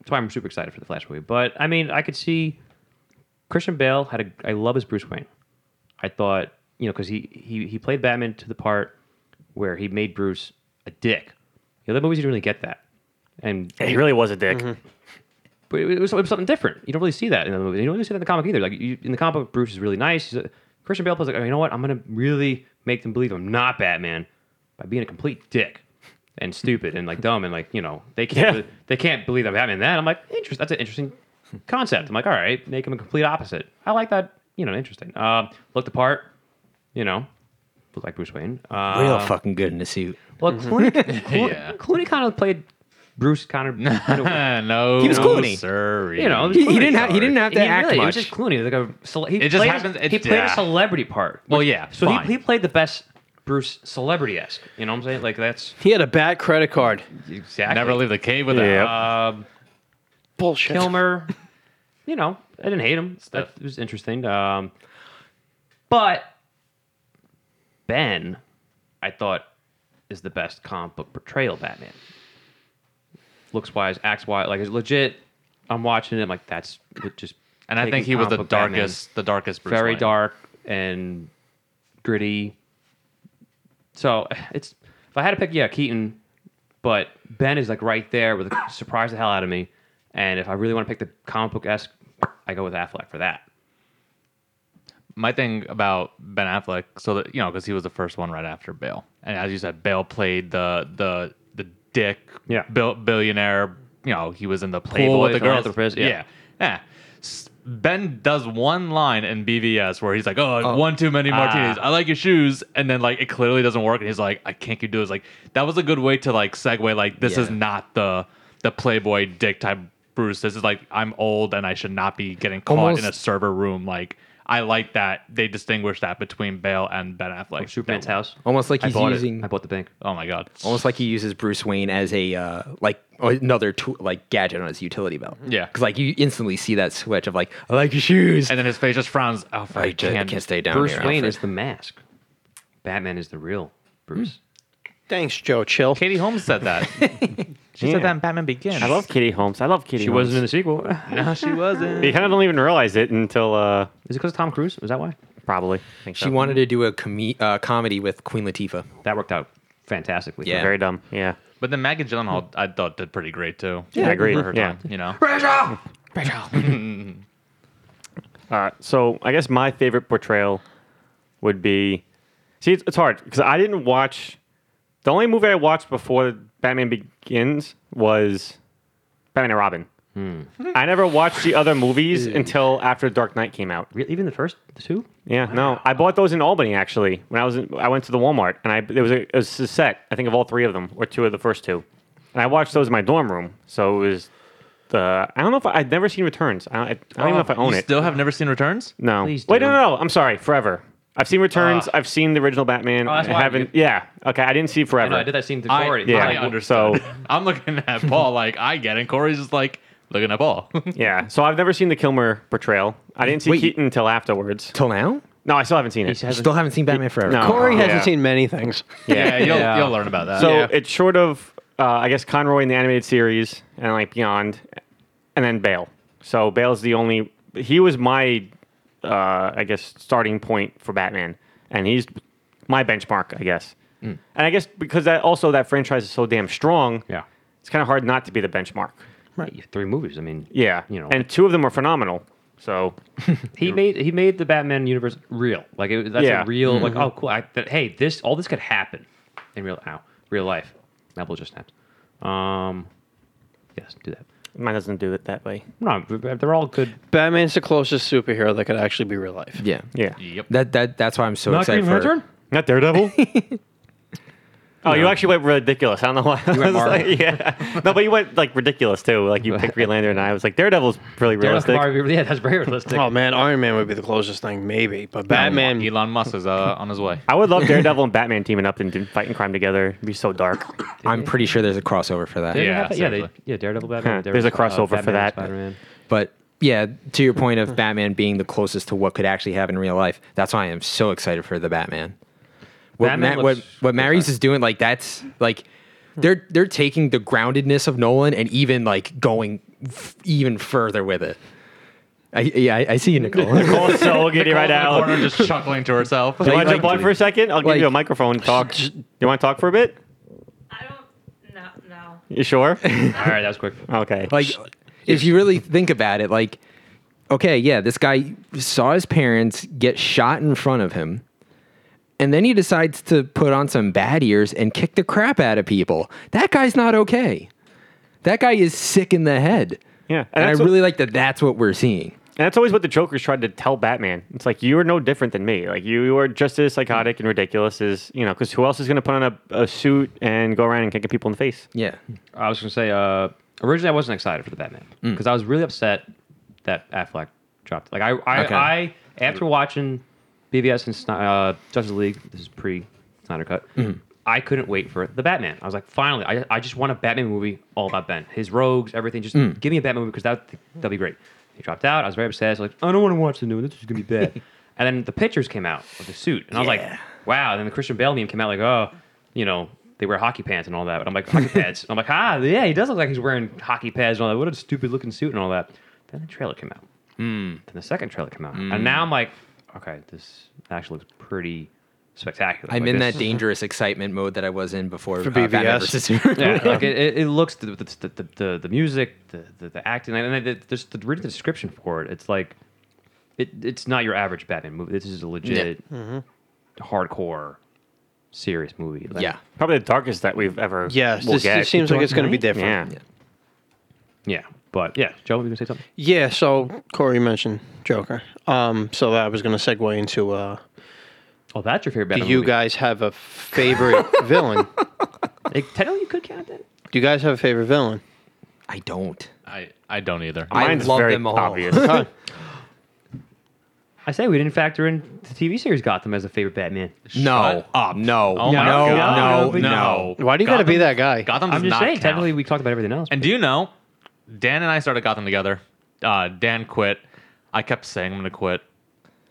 That's why I'm super excited for the Flash movie. But I mean, I could see Christian Bale had a. I love his Bruce Wayne. I thought, you know, because he, he he played Batman to the part where he made Bruce a dick. The other movies didn't really get that, and
He really was a dick.
but it was, it was something different. You don't really see that in the movie. You don't really see that in the comic either. Like you, in the comic book, Bruce is really nice. He's a, Christian Bale plays like, oh, you know what? I'm gonna really make them believe I'm not Batman by being a complete dick and stupid and like dumb and like you know they can't
Yeah.
they can't believe I'm Batman. Then I'm like, interest. That's an interesting concept. I'm like, all right, make him a complete opposite. I like that. You know, interesting. Uh, looked the part. You know, looked like Bruce Wayne. Uh,
Real fucking good in the suit.
Well, Clooney, Clooney,
Yeah.
Clooney kind of played Bruce kind of.
no,
He was
Uh, no,
Clooney.
sir.
You know, it was
He, he
Clooney.
didn't have. He didn't have to
He
act
really, It was
much.
just Clooney. It was Like a, cele- he
It just
played,
happens-
he
it's-
played
yeah.
a celebrity part.
Well,
which-
yeah,
So he,
fine.
he played the best Bruce celebrity esque. You know what I'm saying? Like that's
He had a bad credit card.
exactly.
never leave the cave uh, without.
Yep.
Um,
Bullshit.
Kilmer. you know, I didn't hate him. That was interesting. Um, but Ben, I thought, is the best comic book portrayal of Batman. Looks wise, acts wise, like it's legit. I'm watching it. I'm like, that's it just.
And I
taking
think he was
comic
the
book Batman
darkest, the darkest Bruce
very
Wayne.
dark and gritty. So it's if I had to pick, yeah, Keaton, but Ben is like right there with surprise the hell out of me. And if I really want to pick the comic book esque, I go with Affleck for that.
My thing about Ben Affleck, so that you know, because he was the first one right after Bale, and as you said, Bale played the the the dick,
Yeah.
bill, billionaire. You know, he was in the pool with the girls.
philanthropist, yeah.
yeah. yeah. S- Ben does one line in BVS where he's like, "Oh, one too many martinis. I like your shoes," and then like it clearly doesn't work, and he's like, "I can't keep doing this." Like that was a good way to like segue. Like this is
Yeah.
not the the playboy dick type Bruce. This is like I'm old and I should not be getting caught in a
Almost-
server room. Like I like that they distinguish that between Bale and Ben
Oh,
Affleck.
Superman's
That-
house.
almost like
I
he's
bought it.
using.
I bought the bank.
Oh my god.
Almost like he uses Bruce Wayne as a uh, like another tool, like gadget on his utility belt.
Yeah.
because like you instantly see that switch of like I like your shoes.
and then his face just frowns. Oh,
I,
I
ju- I
can't.
can't stay down
Bruce
here.
Wayne
Alfred.
is the mask. Batman is the real Bruce.
Thanks, Joe. Chill.
Katie Holmes said that. she
Yeah.
said that in Batman Begins.
I love Kitty Holmes. I love Kitty.
She wasn't in the sequel.
No, she wasn't.
You kind of don't even realize it until uh,
Is it because of Tom Cruise? Is that why?
probably. I think
She
so.
wanted to do a com- uh, comedy with Queen Latifah.
That worked out fantastically.
Yeah.
Very dumb. Yeah.
But then Maggie Gyllenhaal, I thought did pretty great too.
Yeah, I agree.
For her
Yeah.
time, you know.
All right. So I guess my favorite portrayal would be. See, it's, it's hard because I didn't watch. The only movie I watched before Batman Begins was Batman and Robin.
Hmm.
I never watched the other movies until after Dark Knight came out.
Re- Even the first two?
Yeah, no, I bought those in Albany actually. When I was, in, I went to the Walmart and I there was a, it was a set. I think of all three of them or two of the first two, and I watched those in my dorm room. So it was the I don't know if I, I'd never seen Returns. I, I, I don't even know if I own
you
it.
Still have never seen Returns.
no,
Oh, Please
wait,
do. Uh.
no, no, no. I'm sorry, Forever. I've seen Returns. I've seen the original Batman.
Oh, that's
I
why you-
haven't. Yeah, okay, I didn't see
I
Forever.
know, I did that scene to
I-
Corey.
Yeah,
I
under-
understand.
so-
I'm looking at Paul like I get it. Corey's just like looking at Paul.
Yeah, so I've never seen the Kilmer portrayal. I didn't see
Wait.
Keaton until afterwards.
Till now,
No, I still haven't seen it.
He hasn't-
still haven't seen Batman Forever.
No.
Corey
Yeah.
hasn't seen many things.
yeah, you'll
Yeah.
you'll learn about that.
So
Yeah.
it's short of, uh, I guess, Conroy in the animated series and like Beyond, and then Bale. So Bale's the only. He was my, uh, I guess, starting point for Batman, and he's my benchmark, I guess.
Hmm.
And I guess because that also that franchise is so damn strong,
Yeah.
it's kind of hard not to be the benchmark.
Yeah, Three movies. I mean,
Yeah,
You know.
and two of them are phenomenal. So
He made he made the Batman universe real. Like it, that's
Yeah. Mm-hmm.
a real like oh cool. I, that, hey, this all this could happen in real ow, real life. Apple just snapped. Um, yes, do that.
mine doesn't do it that way.
No, they're all good.
Batman's the closest superhero that could actually be real life.
Yeah.
Yeah,
yep.
That that that's why I'm so excited for.
not Daredevil. Oh, you actually went ridiculous. I don't know why. You
went Marvel.
yeah. No, but you went like ridiculous too. Like you picked Green Lantern, and I was like, Daredevil's really realistic.
Yeah, that's very realistic.
Oh man, Iron Man would be the closest thing, maybe. But Batman,
Elon Musk is uh, on his way.
I would love Daredevil and Batman teaming up and do- fighting crime together. It'd be so dark.
I'm pretty sure there's a crossover for that.
They
Yeah,
have that- yeah, they,
seriously.
yeah. Daredevil, Batman.
Huh,
Daredevil, uh,
there's a crossover for
Batman and
that.
Spider-Man.
But yeah, to your point of Batman being the closest to what could actually happen in real life, that's why I am so excited for the Batman. What
Batman
Ma- what
looks-
what Marius is doing, like that's like they're they're taking the groundedness of Nolan and even like going f- even further with it. I yeah, I, I see you, Nicole.
Cole's so giddy right
Paul's in
now.
the corner
Do
just chuckling to herself.
you
Like-
want to jump
like-
on for a second? I'll give
like-
you a microphone. Talk. You want to talk for a bit?
I don't. No, no.
You sure?
All right, that was quick.
Okay.
like if you really think about it, like okay, yeah, this guy saw his parents get shot in front of him. And then he decides to put on some bad ears and kick the crap out of people. That guy's not okay. That guy is sick in the head.
Yeah, and
And, I
that's what-
really like that that's what we're seeing.
And that's always what the Joker's tried to tell Batman. It's like you are no different than me. Like you are just as psychotic and ridiculous as you know. Because who else is going to put on a, a suit and go around and kicking people in the face?
Yeah.
I was gonna say uh, originally I wasn't excited for the Batman
Mm.
because I was really upset that Affleck dropped. Like I, I,
Okay.
I after watching BVS and Sny- uh, Justice League, this is pre Snyder Cut. I couldn't wait for the Batman. I was like, finally, I, I just want a Batman movie all about Ben, his rogues, everything. Just give me a Batman movie because that that'll be great. He dropped out. I was very upset. I was like, I don't want to watch the new one. This is gonna be bad. and then the pictures came out of the suit, and I was
Yeah.
like, wow. And then the Christian Bale meme came out like, oh, you know, they wear hockey pants and all that. But I'm like, hockey pads. And I'm like, ah, yeah, he does look like he's wearing hockey pads and all that. What a stupid looking suit and all that. Then the trailer came out. Then the second trailer came out. And now I'm like, okay, this actually looks pretty spectacular.
I'm
Like,
in
this-
that dangerous excitement mode that I was in before
For
uh, Batman
BVS.
versus Superman.
Yeah, like it, it, it looks the the, the, the- the the music, the the, the acting, and then the, just the, reading the description for it. It's like it, it's not your average Batman movie. This is a legit
Mm-hmm.
hardcore serious movie. Like,
yeah.
Probably the darkest that we've ever.
Yes,
will
this-
get.
it seems like it's gonna be
Dark Knight?
different.
Yeah.
yeah. But yeah, Joe, you gonna say something?
Yeah, so Corey mentioned Joker. Um, so that I was going to segue into uh,
Oh, that's your favorite
do
Batman.
you
movie.
guys have a favorite villain?
Like, technically, you could count that.
Do you guys have a favorite villain?
I don't.
I, I don't either.
I
Mine's
love
very
them all.
obvious.
I say we didn't factor in the TV series Gotham as a favorite Batman.
No. Up. No.
Oh
no,
my God.
no. No.
no.
Why do you got to be that guy?
Gotham does
I'm just
not
saying.
count.
Technically, we talked about everything else.
And do you know, Dan and I started Gotham together. Uh, Dan quit. I kept saying I'm gonna quit,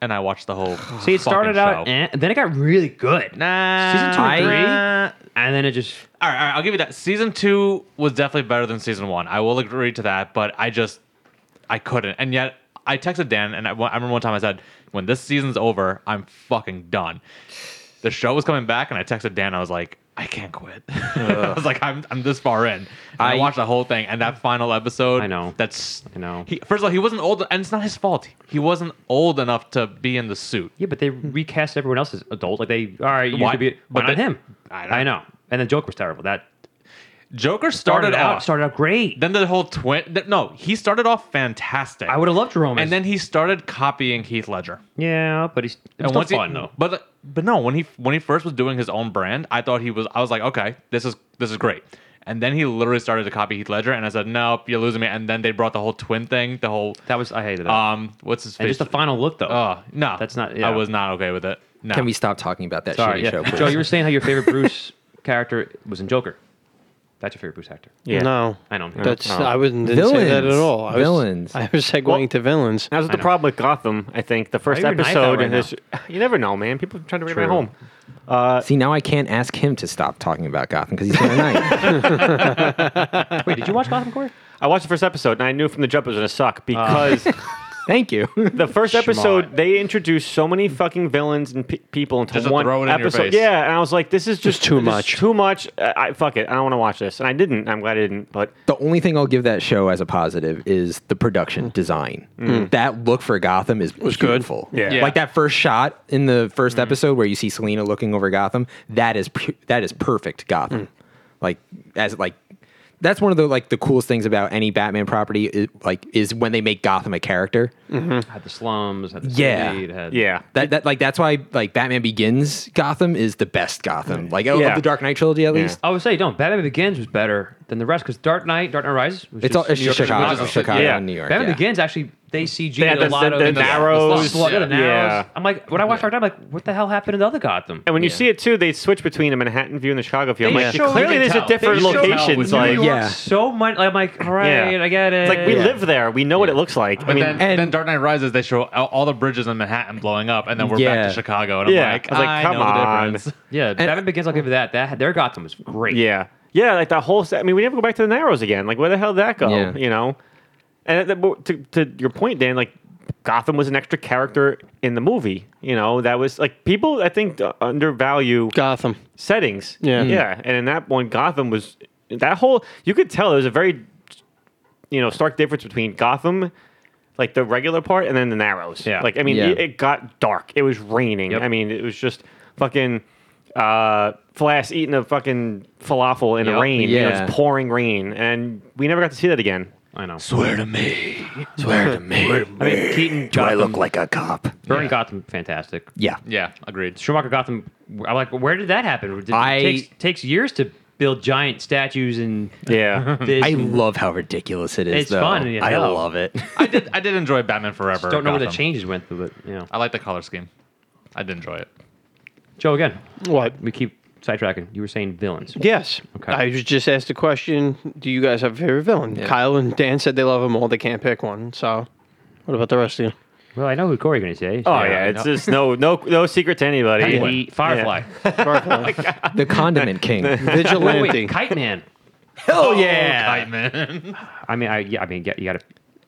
and I watched the whole.
See, it started
fucking
out,
show.
eh, and then it got really good.
nah.
Season two and three,
Nah.
and then it just
All right, all right, I'll give you that. Season two was definitely better than season one. I will agree to that, but I just I couldn't. And yet I texted Dan, and I, I remember one time I said, "When this season's over, I'm fucking done." The show was coming back, and I texted Dan. I was like, "I can't quit." I was like, "I'm I'm this far in." And I,
I-
watched the whole thing, and that final episode.
I know.
That's
I know.
He, first of all, he wasn't old, and it's not his fault. He wasn't old enough to be in the suit.
Yeah, but they recast everyone else as adult. Like they, all right, you
Why-
could be,
but
but not
they-
him.
I
I
know.
know. And the joke was terrible. That
Joker started,
out
off.
started out great.
then the whole twin. th- No, he started off fantastic.
I would have loved Jerome.
And then he started copying Heath Ledger.
yeah, but he's it was
And
still
once he-
fun though.
But but no, when he when he first was doing his own brand, I thought he was. I was like, okay, this is this is great. And then he literally started to copy Heath Ledger, and I said, nope, you're losing me. And then they brought the whole twin thing, the whole
That was I hated it.
um, what's his
and
face?
just the final look though.
oh no,
That's not-
I
yeah.
was not okay with it. No.
Can we stop talking about that
Sorry,
shitty
yeah.
show, please?
Joe, you were saying how your favorite Bruce character was in Joker. That's your favorite Bruce actor.
Yeah.
No,
I know.
That's
No.
I wouldn't didn't say that at
Villains.
all. I
Villains.
Was, I was segueing to villains.
That was the
know.
problem with Gotham. I think the first
Why are you igniting that
episode
right
and this. You never know, man. People are trying to bring it
True.
home.
See, now I can't ask him to stop talking about Gotham because he's going tonight.
Wait, did you watch Gotham Corey?
I watched the first episode and I knew from the jump it was gonna suck because.
Thank you.
The first episode, they introduced so many fucking villains and pe- people into
Just to
one
throw it in your
episode.
face.
Yeah, and I was like, this is just
too
this is
much.
Too much. I, I fuck it. I don't want to watch this, and I didn't. I'm glad I didn't. But
the only thing I'll give that show as a positive is the
Mm.
production design. That look for Gotham is was
good.
beautiful.
Yeah. Yeah.
like that first shot in the 1st episode where you see Selena looking over Gotham. That is pu- that is perfect
Mm.
Gotham. Like as like that's one of the like the coolest things about any Batman property. Is, like is when they make Gotham a character.
Mm.
Had the slums, had the
Yeah.
city, it had
yeah,
That, that like that's why like Batman Begins Gotham is the best Gotham. Like I
Mm. Yeah.
love the Dark Knight trilogy at least.
I would say don't. Batman Begins was better than the rest because Dark Knight, Dark Knight Rises. Was
It's all it's
New
just
York-
Chicago,
Chicago.
Chicago
Yeah.
and New York.
Batman
yeah.
Begins actually they CG'd
They had
a
the-
lot
the-
of
the
in
narrows,
The slums, yeah, the
yeah.
narrows.
Yeah.
I'm like, when I watched Dark Knight, I'm like, what the hell happened in the other Gotham?
and when you see it too, they switch between a Manhattan view and the Chicago view. I'm
They
like,
show-
clearly
you can
there's
tell.
a different
They show
locations.
New
Like,
York
yeah.
Yeah.
so much. I'm like, all right, I get it.
It's like we live there. We know what it looks like. I
But
mean,
then,
and-
then Dark Knight Rises, they show all all the bridges in Manhattan blowing up, and then we're
Yeah.
back to Chicago, and I'm
Yeah.
like,
I was like, come
know the
on.
difference.
Yeah, Batman Begins. I'll give you that. That their Gotham was great.
yeah, yeah, like that whole. se- I mean, we never go back to the Narrows again. Like, where the hell did that go?
Yeah.
You know, and that- but to to your point, Dan, like. Gotham was an extra character in the movie. You know, that was like people, I think, uh, undervalue
Gotham.
settings.
Yeah.
Hmm.
Mm.
Yeah. And in that one, Gotham was that whole you could tell there was a very you know, stark difference between Gotham like the regular part and then the narrows.
Yeah.
Like I mean,
Yeah.
it, it got dark. It was raining.
Yep.
I mean, it was just fucking uh Flass eating a fucking falafel in the
Yep.
rain. You know,
Yeah.
it's pouring rain, and we never got to see that again.
I know.
Swear to me. Swear to me.
I mean, Keaton,
Do I
Gotham,
look like a cop?
Burton, Gotham, fantastic.
Yeah.
Yeah, agreed.
Schumacher, Gotham. I'm like, where did that happen? Did-
I-
it takes, takes years to build giant statues and
Yeah.
this.
I
and
love how ridiculous it is.
It's
though.
fun, yeah,
I
hell.
love it.
I did. I did enjoy Batman Forever.
don't know where the
Gotham.
changes went through, but you know,
I like the color scheme. I did enjoy it.
Joe again.
What?
We keep sidetracking. You were saying villains.
Yes.
Okay.
I was just asked a question. Do you guys have a favorite villain? Kyle and Dan said they love them all. They can't pick one. So, what about the rest of you?
Well, I know who Corey's going to say.
Oh yeah, it's just no no no secret to anybody.
Penguin, Firefly.
Firefly.
the Condiment King.
Wait, wait,
Vigilante.
Kite Man. Oh,
Hell yeah!
Kite Man.
I mean, I yeah, I mean, you gotta,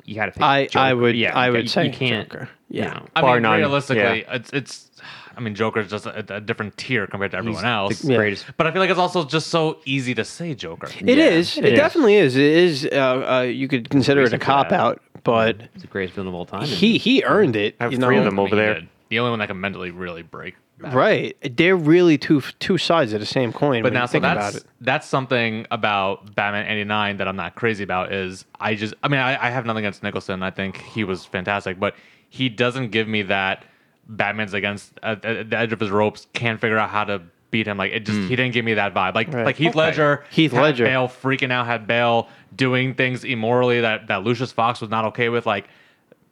you gotta. Pick
I, I
Joker.
would
Yeah,
I
you-
would
you,
say
can't.
Joker.
Yeah.
Yeah.
I
Bar
mean,
none.
realistically, it's it's. I mean, Joker's just a, a different tier compared to everyone else.
the greatest.
But I feel like it's also just so easy to say Joker.
It is. It,
is.
definitely is. It is. Uh, uh, you could consider it a
Reason for
cop
that.
out, but
He's the greatest villain of all time. and-
he he earned it.
I have
you
three of
know?
them over
He
there.
did. The only one that can mentally really break. Batman.
Right. They're really two two sides of the same coin. when
But now,
you
so
think about
that's
it.
that's something about Batman '89 that I'm not crazy about. Is I just, I mean, I, I have nothing against Nicholson. I think he was fantastic, but he doesn't give me that Batman's against at, at the edge of his ropes, can't figure out how to beat him. Like it just, he didn't give me that vibe. Like like Heath Ledger,
Mm. Heath
had
Ledger.
Bale freaking out, had Bale doing things immorally that that Lucius Fox was not okay with. Like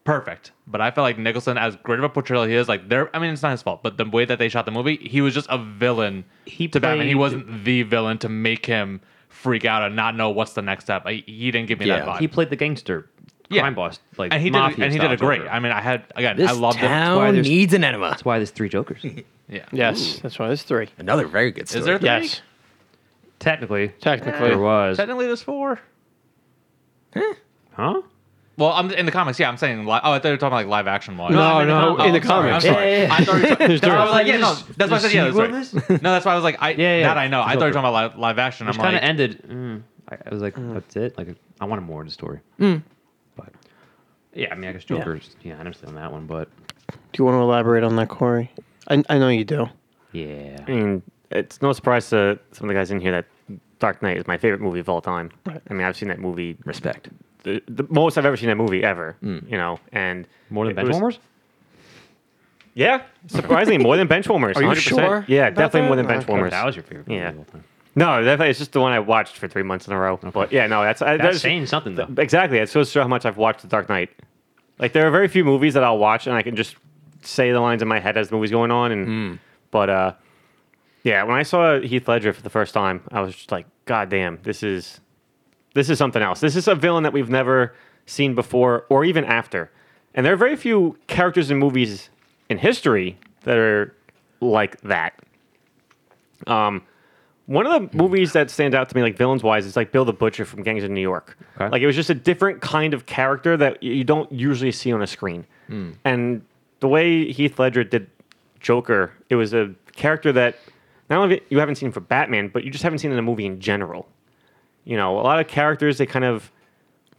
perfect. But I felt like Nicholson, as great of a portrayal he is, like there. I mean, it's not his fault, but the way that they shot the movie, he was just a villain
He
to Batman. He
played-
wasn't the villain to make him freak out and not know what's the next step. I, he didn't give me that
Yeah.
vibe.
he played the gangster,
Yeah.
crime boss, like
and he did,
mafia
and he did
style
a great.
Joker.
I mean, I had again,
This
I loved
town
why there's-
needs an enema.
That's why there's three Jokers.
it. Yeah,
yes. That's why there's three.
Another very good story.
Is there three?
Yes.
Technically,
Technically.
there was.
Technically, there's four.
Huh?
Well, I'm in the comics. Yeah, I'm saying. Li- oh, I thought you were talking like live action wise.
No,
I mean,
no,
the
in the
com-
Sorry, oh, I'm
comics.
sorry. I thought you were
There's
I
three.
was like, yeah, no, that's why I said yeah.
sequel
that's
in
right. No, that's why I was like, I
Yeah, yeah.
that I know. I thought you were
Joker.
talking about live, live action. I'm
Which kind
like,
of ended. mm, I, I was like, that's it. Like, I wanted more of the story.
Mm.
But yeah, I mean, I guess Joker's. Yeah, I understand that one, but
Do you want to elaborate on that, Corey? I, I know you do.
yeah,
I
Mm.
mean, it's no surprise to some of the guys in here that Dark Knight is my favorite movie of all time. I mean, I've seen that movie
Respect.
the, the most I've ever seen that movie ever. You know, and
Mm. more than
it was-
Benchwarmers.
Yeah, surprisingly more than Benchwarmers.
Are you
100%.
sure
Yeah,
about
definitely more
that?
than
Okay.
Benchwarmers.
That was your favorite. movie
Yeah.
of all time.
No, definitely. It's just the one I watched for three months in a row. But yeah, no, that's I,
That's saying something though.
Exactly. It shows how much I've watched The Dark Knight. Like there are very few movies that I'll watch and I can just say the lines in my head as the movie's going on. And but uh, yeah, when I saw Heath Ledger for the first time, I was just like, God damn, this is this is something else. This is a villain that we've never seen before or even after. And there are very few characters in movies in history that are like that. Um, one of the movies that stands out to me, like villains wise, is like Bill the Butcher from Gangs of New York.
Okay.
Like it was just a different kind of character that y- you don't usually see on a screen.
Hmm.
And the way Heath Ledger did Joker, it was a character that not only you haven't seen for Batman, but you just haven't seen in a movie in general. You know, a lot of characters they kind of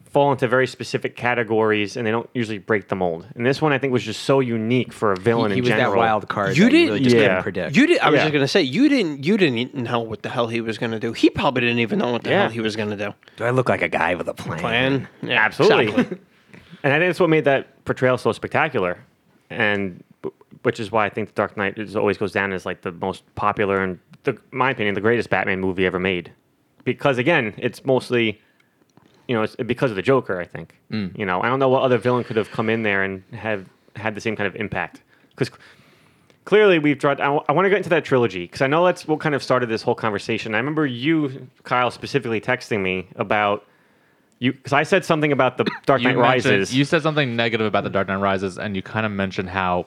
fall into very specific categories and they don't usually break the mold. And this one I think was just so unique for a
He,
villain
he
in
was
general.
that wild card.
You
that
didn't-
really just
yeah.
couldn't predict.
You did. I was
Yeah.
just gonna say you didn't. You didn't know what the hell he was gonna do. He probably didn't even know what the
Yeah.
hell he was gonna do.
Do I look like a guy with a plan?
Plan. Yeah,
Absolutely.
exactly.
and I think that's what made that portrayal so spectacular, and which is why I think The Dark Knight is, always goes down as like the most popular and, the, in my opinion, the greatest Batman movie ever made. Because again, it's mostly, you know, it's because of the Joker. I think. You know, I don't know what other villain could have come in there and have had the same kind of impact. Because clearly we've tried. I, want to get into that trilogy because I know that's what kind of started this whole conversation. I remember you, Kyle, specifically texting me about you because I said something about the Dark Knight
mentioned-
Rises.
You said something negative about The Dark Knight Rises, and you kind of mentioned how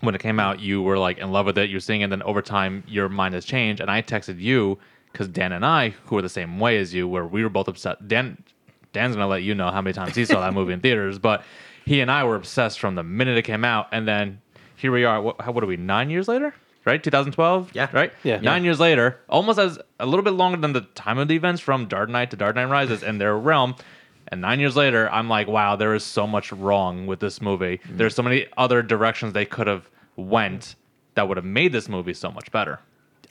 when it came out, you were like in love with it. You're seeing it, and then over time, your mind has changed. And I texted you because Dan and I, who are the same way as you, where we were both upset. Dan, Dan's gonna let you know how many times he saw that movie in theaters, but he and I were obsessed from the minute it came out, and then here we are. What, how- what are we? Nine years later. Right, 2012.
Yeah.
Right.
Yeah.
Nine years later, almost as a little bit longer than the time of the events from Dark Knight to Dark Knight Rises in their realm, And nine years later, I'm like, wow, there is so much wrong with this movie.
Mm-hmm.
There's so many other directions they could have went that would have made this movie so much better.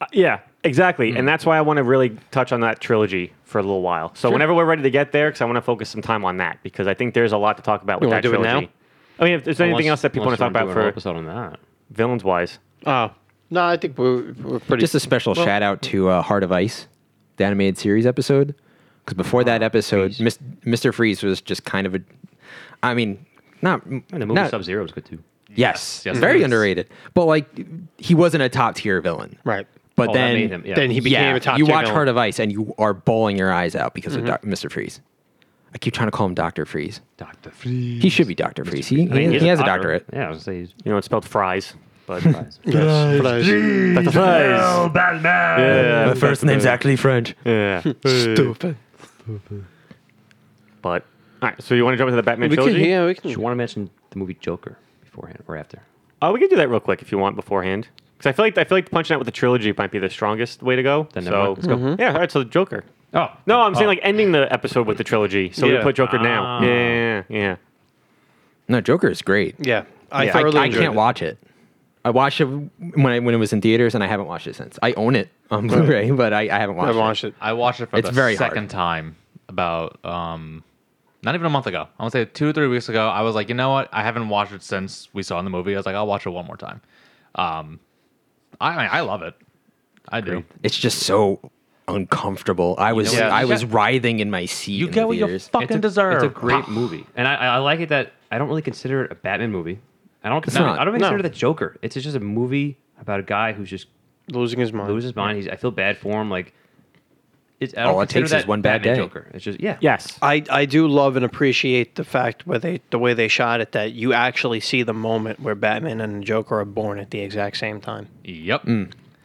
Uh, Yeah, exactly. And that's why I want to really touch on that trilogy for a little while. So whenever we're ready to get there, because I want to focus some time on that because I think there's a lot to talk about with
wanna
that
do it
trilogy.
now?
I mean, if there's anything else that people want to talk about for
episode on that.
villains wise,
Oh. No, I think we're, we're pretty.
Just a special shout out to uh, Heart of Ice, the animated series episode. Because before that episode, Mis- Mr. Freeze was just kind of a, I mean, not
And the movie
not-
Sub Zero is good too.
Yes,
Yes, it
very
is.
underrated. But like, he wasn't a top tier villain,
right.
But
Oh, that
then,
made him- yeah.
Then he became
yeah,
a top
you
tier
watch
villain. Mm-hmm.
Heart of Ice and you are bawling your eyes out because of Doc- Mr. Freeze. I keep trying to call him Doctor Freeze.
Doctor Freeze.
He should be Doctor Freeze. He,
I mean,
he,
he's
he has a doctorate.
Yeah, I was gonna say he's.
you know, it's spelled fries, but
Yes. But I was-
Dr. fries. Oh, Batman. Yeah,
first name's actually French.
yeah.
Stupid.
But all right, so you want to jump into the Batman
we
trilogy?
can, yeah, we
Hmm.
Do you
can.
want to mention the movie Joker beforehand or after?
Oh, we can do that real quick if you want beforehand. Because I feel like I feel like punching out with the trilogy might be the strongest way to go.
Then
so
never mind. Let's go.
Mm-hmm.
yeah, all right. So the Joker.
Oh
No, I'm saying like ending the episode with the trilogy. So we
Yeah.
put Joker now.
Ah.
Yeah, yeah, yeah, yeah.
No, Joker is great.
Yeah. I
I,
thoroughly
I
enjoyed
can't
it.
watch it. I watched it when I, when it was in theaters, and I haven't watched it since. I own it on Blu-ray, but I, I haven't
I
watched it.
watched it.
I watched it for
It's
the
very hard.
second time about um not even a month ago. I want to say two or three weeks ago. I was like, you know what? I haven't watched it since we saw it in the movie. I was like, I'll watch it one more time. Um, I I, mean, I love it. I do.
It's just so uncomfortable. I was
know what?
I
You
was
get-
writhing in my seat.
You
in
get
the
what you
theaters.
fucking
it's a,
deserve.
It's a great movie, and I, I like it that I don't really consider it a Batman movie. I don't consider.
not.
I don't consider
No.
it the Joker. It's just a movie about a guy who's just
Losing his mind.
loses his mind. He's, I feel bad for him. Like, it's, I don't
All it
consider
takes
that
is one bad
Batman
day.
Joker. It's just yeah,
Yes.
I, I do love and appreciate the fact where they the way they shot it that you actually see the moment where Batman and the Joker are born at the exact same time.
Yep.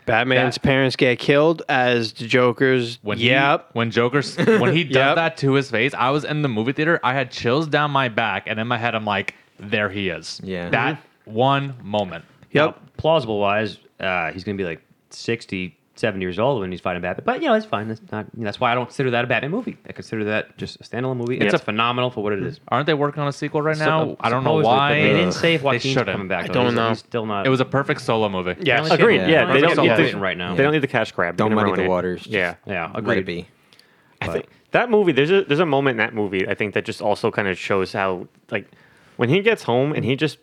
Batman's
That-
parents get killed as the Joker's.
When
yep.
He, when Joker's when he does
Yep.
that to his face, I was in the movie theater. I had chills down my back, and in my head, I'm like, there he is.
Yeah.
That
Mm-hmm.
one moment.
yep.
plausible wise, uh, he's gonna be like 60, 70 years old when he's fighting Batman. But you know, it's fine. That's not. That's why I don't consider that a Batman movie. I consider that just a standalone movie. It's a phenomenal for what it is.
Aren't they working on a sequel right now?
So-
I don't know
supposedly, but
why.
They didn't say if
They
Joaquin's
shouldn't.
coming back.
I
though.
don't
He's-
know.
He's still not.
It was a perfect solo movie.
Yes.
Agreed.
Apparently-
Yeah.
Yeah,
Yeah.
they
It's
don't.
all
Yeah, they,
written right now.
They don't need the cash grab. They
Don't
can
muddy
ruin
the
it.
waters. Just
Yeah.
Yeah,
Let
agreed.
it be.
I think that movie. There's a there's a moment in that movie. I think that just also kind of shows how like when he gets home and he just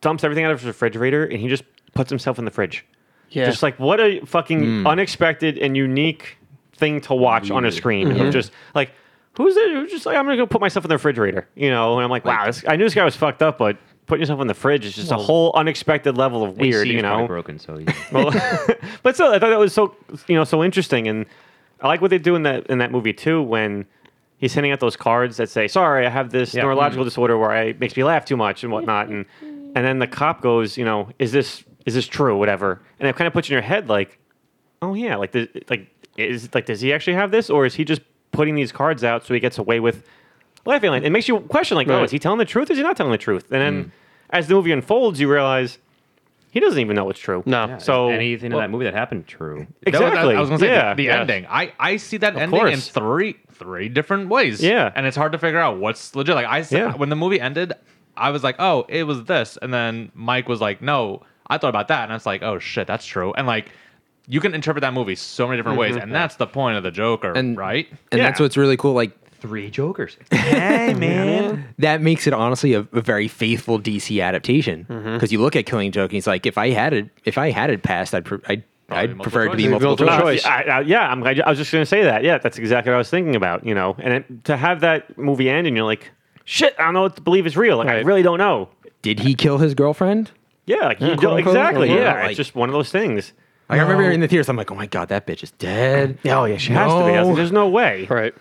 dumps everything out of his refrigerator and he just puts himself in the fridge.
Yeah.
Just like what a fucking unexpected and unique thing to watch on a screen. Of Just like who's it? Who's just like I'm gonna go put myself in the refrigerator. You know, and I'm like, wow, this, I knew this guy was fucked up, but putting yourself in the fridge is just a whole unexpected level of weird.
AC is
You
probably
know,
broken. So he's-
well, but still, I thought that was so you know so interesting, and I like what they do in that in that movie too when he's handing out those cards that say, "Sorry, I have this
Yeah.
Mm-hmm.
neurological disorder where I it makes me laugh too much and whatnot," and and then the cop goes, "You know, is this is this true? Whatever," and it kind of puts in your head like, "Oh yeah, like the, like is like does he actually have this or is he just putting these cards out so he gets away with?" Laughing, like it makes you question, like, oh,
Right. Mm.
is he telling the truth? Is he not telling the truth? And then, as the movie unfolds, you realize he doesn't even know it's true.
No.
Yeah,
So
anything in
well-
that movie that happened, true.
That was-
exactly.
I was gonna say the-
yeah.
the,
yeah.
ending. I, I see that ending in
course.
three three different ways.
Yeah.
and it's hard to figure out what's legit. Like I said,
Yeah.
when the movie ended, I was like, oh, it was this, and then Mike was like, no, I thought about that, and I was like, oh shit, that's true, and like. You can interpret that movie so many different ways, and that's the point of the Joker,
Mm-hmm. And-
right?
And that's what's really cool. Like
Three Jokers.
Hey man.
that makes it honestly a, a very faithful DC adaptation because you look at Killing Joke and he's like, if I had it, if I had it passed, I'd pre- I'd, I'd
multiple
prefer it to be
choice.
multiple,
Multiple
choice.
choice.
I, I, Uh, yeah, I'm glad you, I was just gonna say that. Yeah, that's exactly what I was thinking about. You know, and it, to have that movie end, and you're like, shit, I don't know what to believe is real. Like, I
Right.
really don't know.
Did he kill his girlfriend?
Yeah, like, you
quote,
don't,
unquote,
exactly.
yeah,
yeah,
like-
it's just one of those things.
Like, I remember in the theaters, I'm like, oh my god, that bitch is dead.
Oh yeah, she has to be. I was like, There's no way.
Right.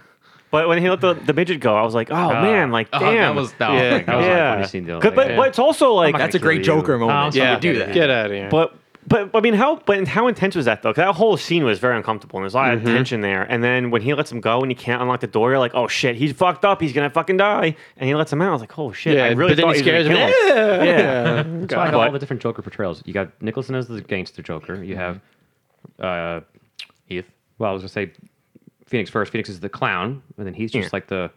But when he let the, the midget go, I was like, oh man, like
Oh,
damn.
that was that
Yeah.
was-
That was
yeah.
like when you seen the other
Good, but,
guy.
but it's also like
That's a great
kill you.
Joker moment.
Um,
Yeah.
do that.
Get out of here.
But but I mean, how but how intense was that though? 'Cause that whole scene was very uncomfortable, and there's a lot of tension there. And then when he lets him go and he can't unlock the door, you're like, oh shit, he's fucked up. He's gonna fucking die. And he lets him out. I was like, oh shit. I
Yeah,
really
but then
thought was
he
gonna
scares
kill him. Yeah.
That's why I got all
But-
the different Joker portrayals. You got Nicholson as the gangster Joker. You have, uh,
Heath.
well, I was gonna say Phoenix first. Phoenix is the clown, and then he's
Yeah.
just like the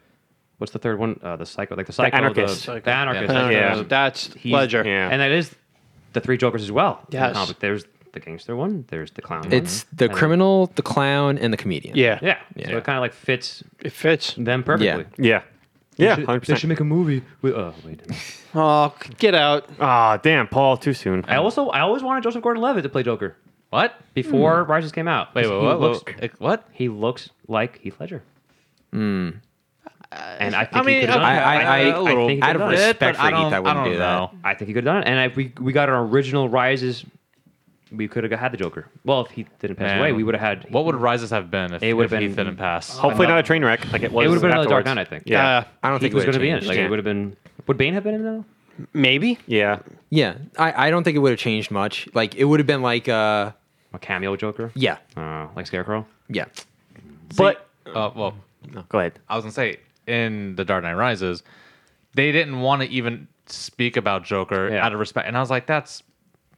what's the third one? Uh, the psycho, like the psycho,
anarchist.
the, the anarchist.
Yeah.
Yeah.
Uh,
That's
he's-
Ledger.
Yeah.
and that is the three Jokers as well. in the
Yes.
comic. there's the gangster one. There's the clown.
Mm-hmm. It's
one,
the
and then-
criminal, the clown, and the comedian.
Yeah.
Yeah.
Yeah.
So it kind of like fits
It fits.
them perfectly.
Yeah. Yeah,
Should-
hundred
They should
percent.
make a movie with. Oh wait. a minute.
Oh, get out.
Ah, damn, Paul, too soon.
I also I always wanted Joseph Gordon-Levitt to play Joker
What?
before Rises came out.
Wait,
He
wait, what?
looks-
What? Eh, what?
He looks like Heath Ledger. And I think
I
he
mean,
could have done
okay,
it.
I- I-
a
I-
little
I think
Out of
Good
bit,
respect
but
for Heath, I
don't-
wouldn't
don't
do that.
know.
I think he could have done it. And I, we we got an original Rises. We could have had the Joker. Well, if he didn't pass
Man.
away, we would have had.
What would Rises have been if,
It
if
would've
Heath
been-
didn't pass?
Hopefully not a train wreck like it was.
it would have been another Dark
afterwards.
Knight, I think.
Yeah.
Uh,
I don't
Heath
think it
was going
would
to
have
be in it.
changed.
Like it would have been. Would Bane have been in it?
maybe.
yeah.
yeah, I, I don't think it would have changed much. Like it would have been like, uh,
A cameo Joker.
yeah,
Uh, like Scarecrow.
yeah,
But
Uh, well,
no, go ahead.
I was gonna say in the Dark Knight Rises, they didn't want to even speak about Joker
Yeah.
out of respect, and I was like, "That's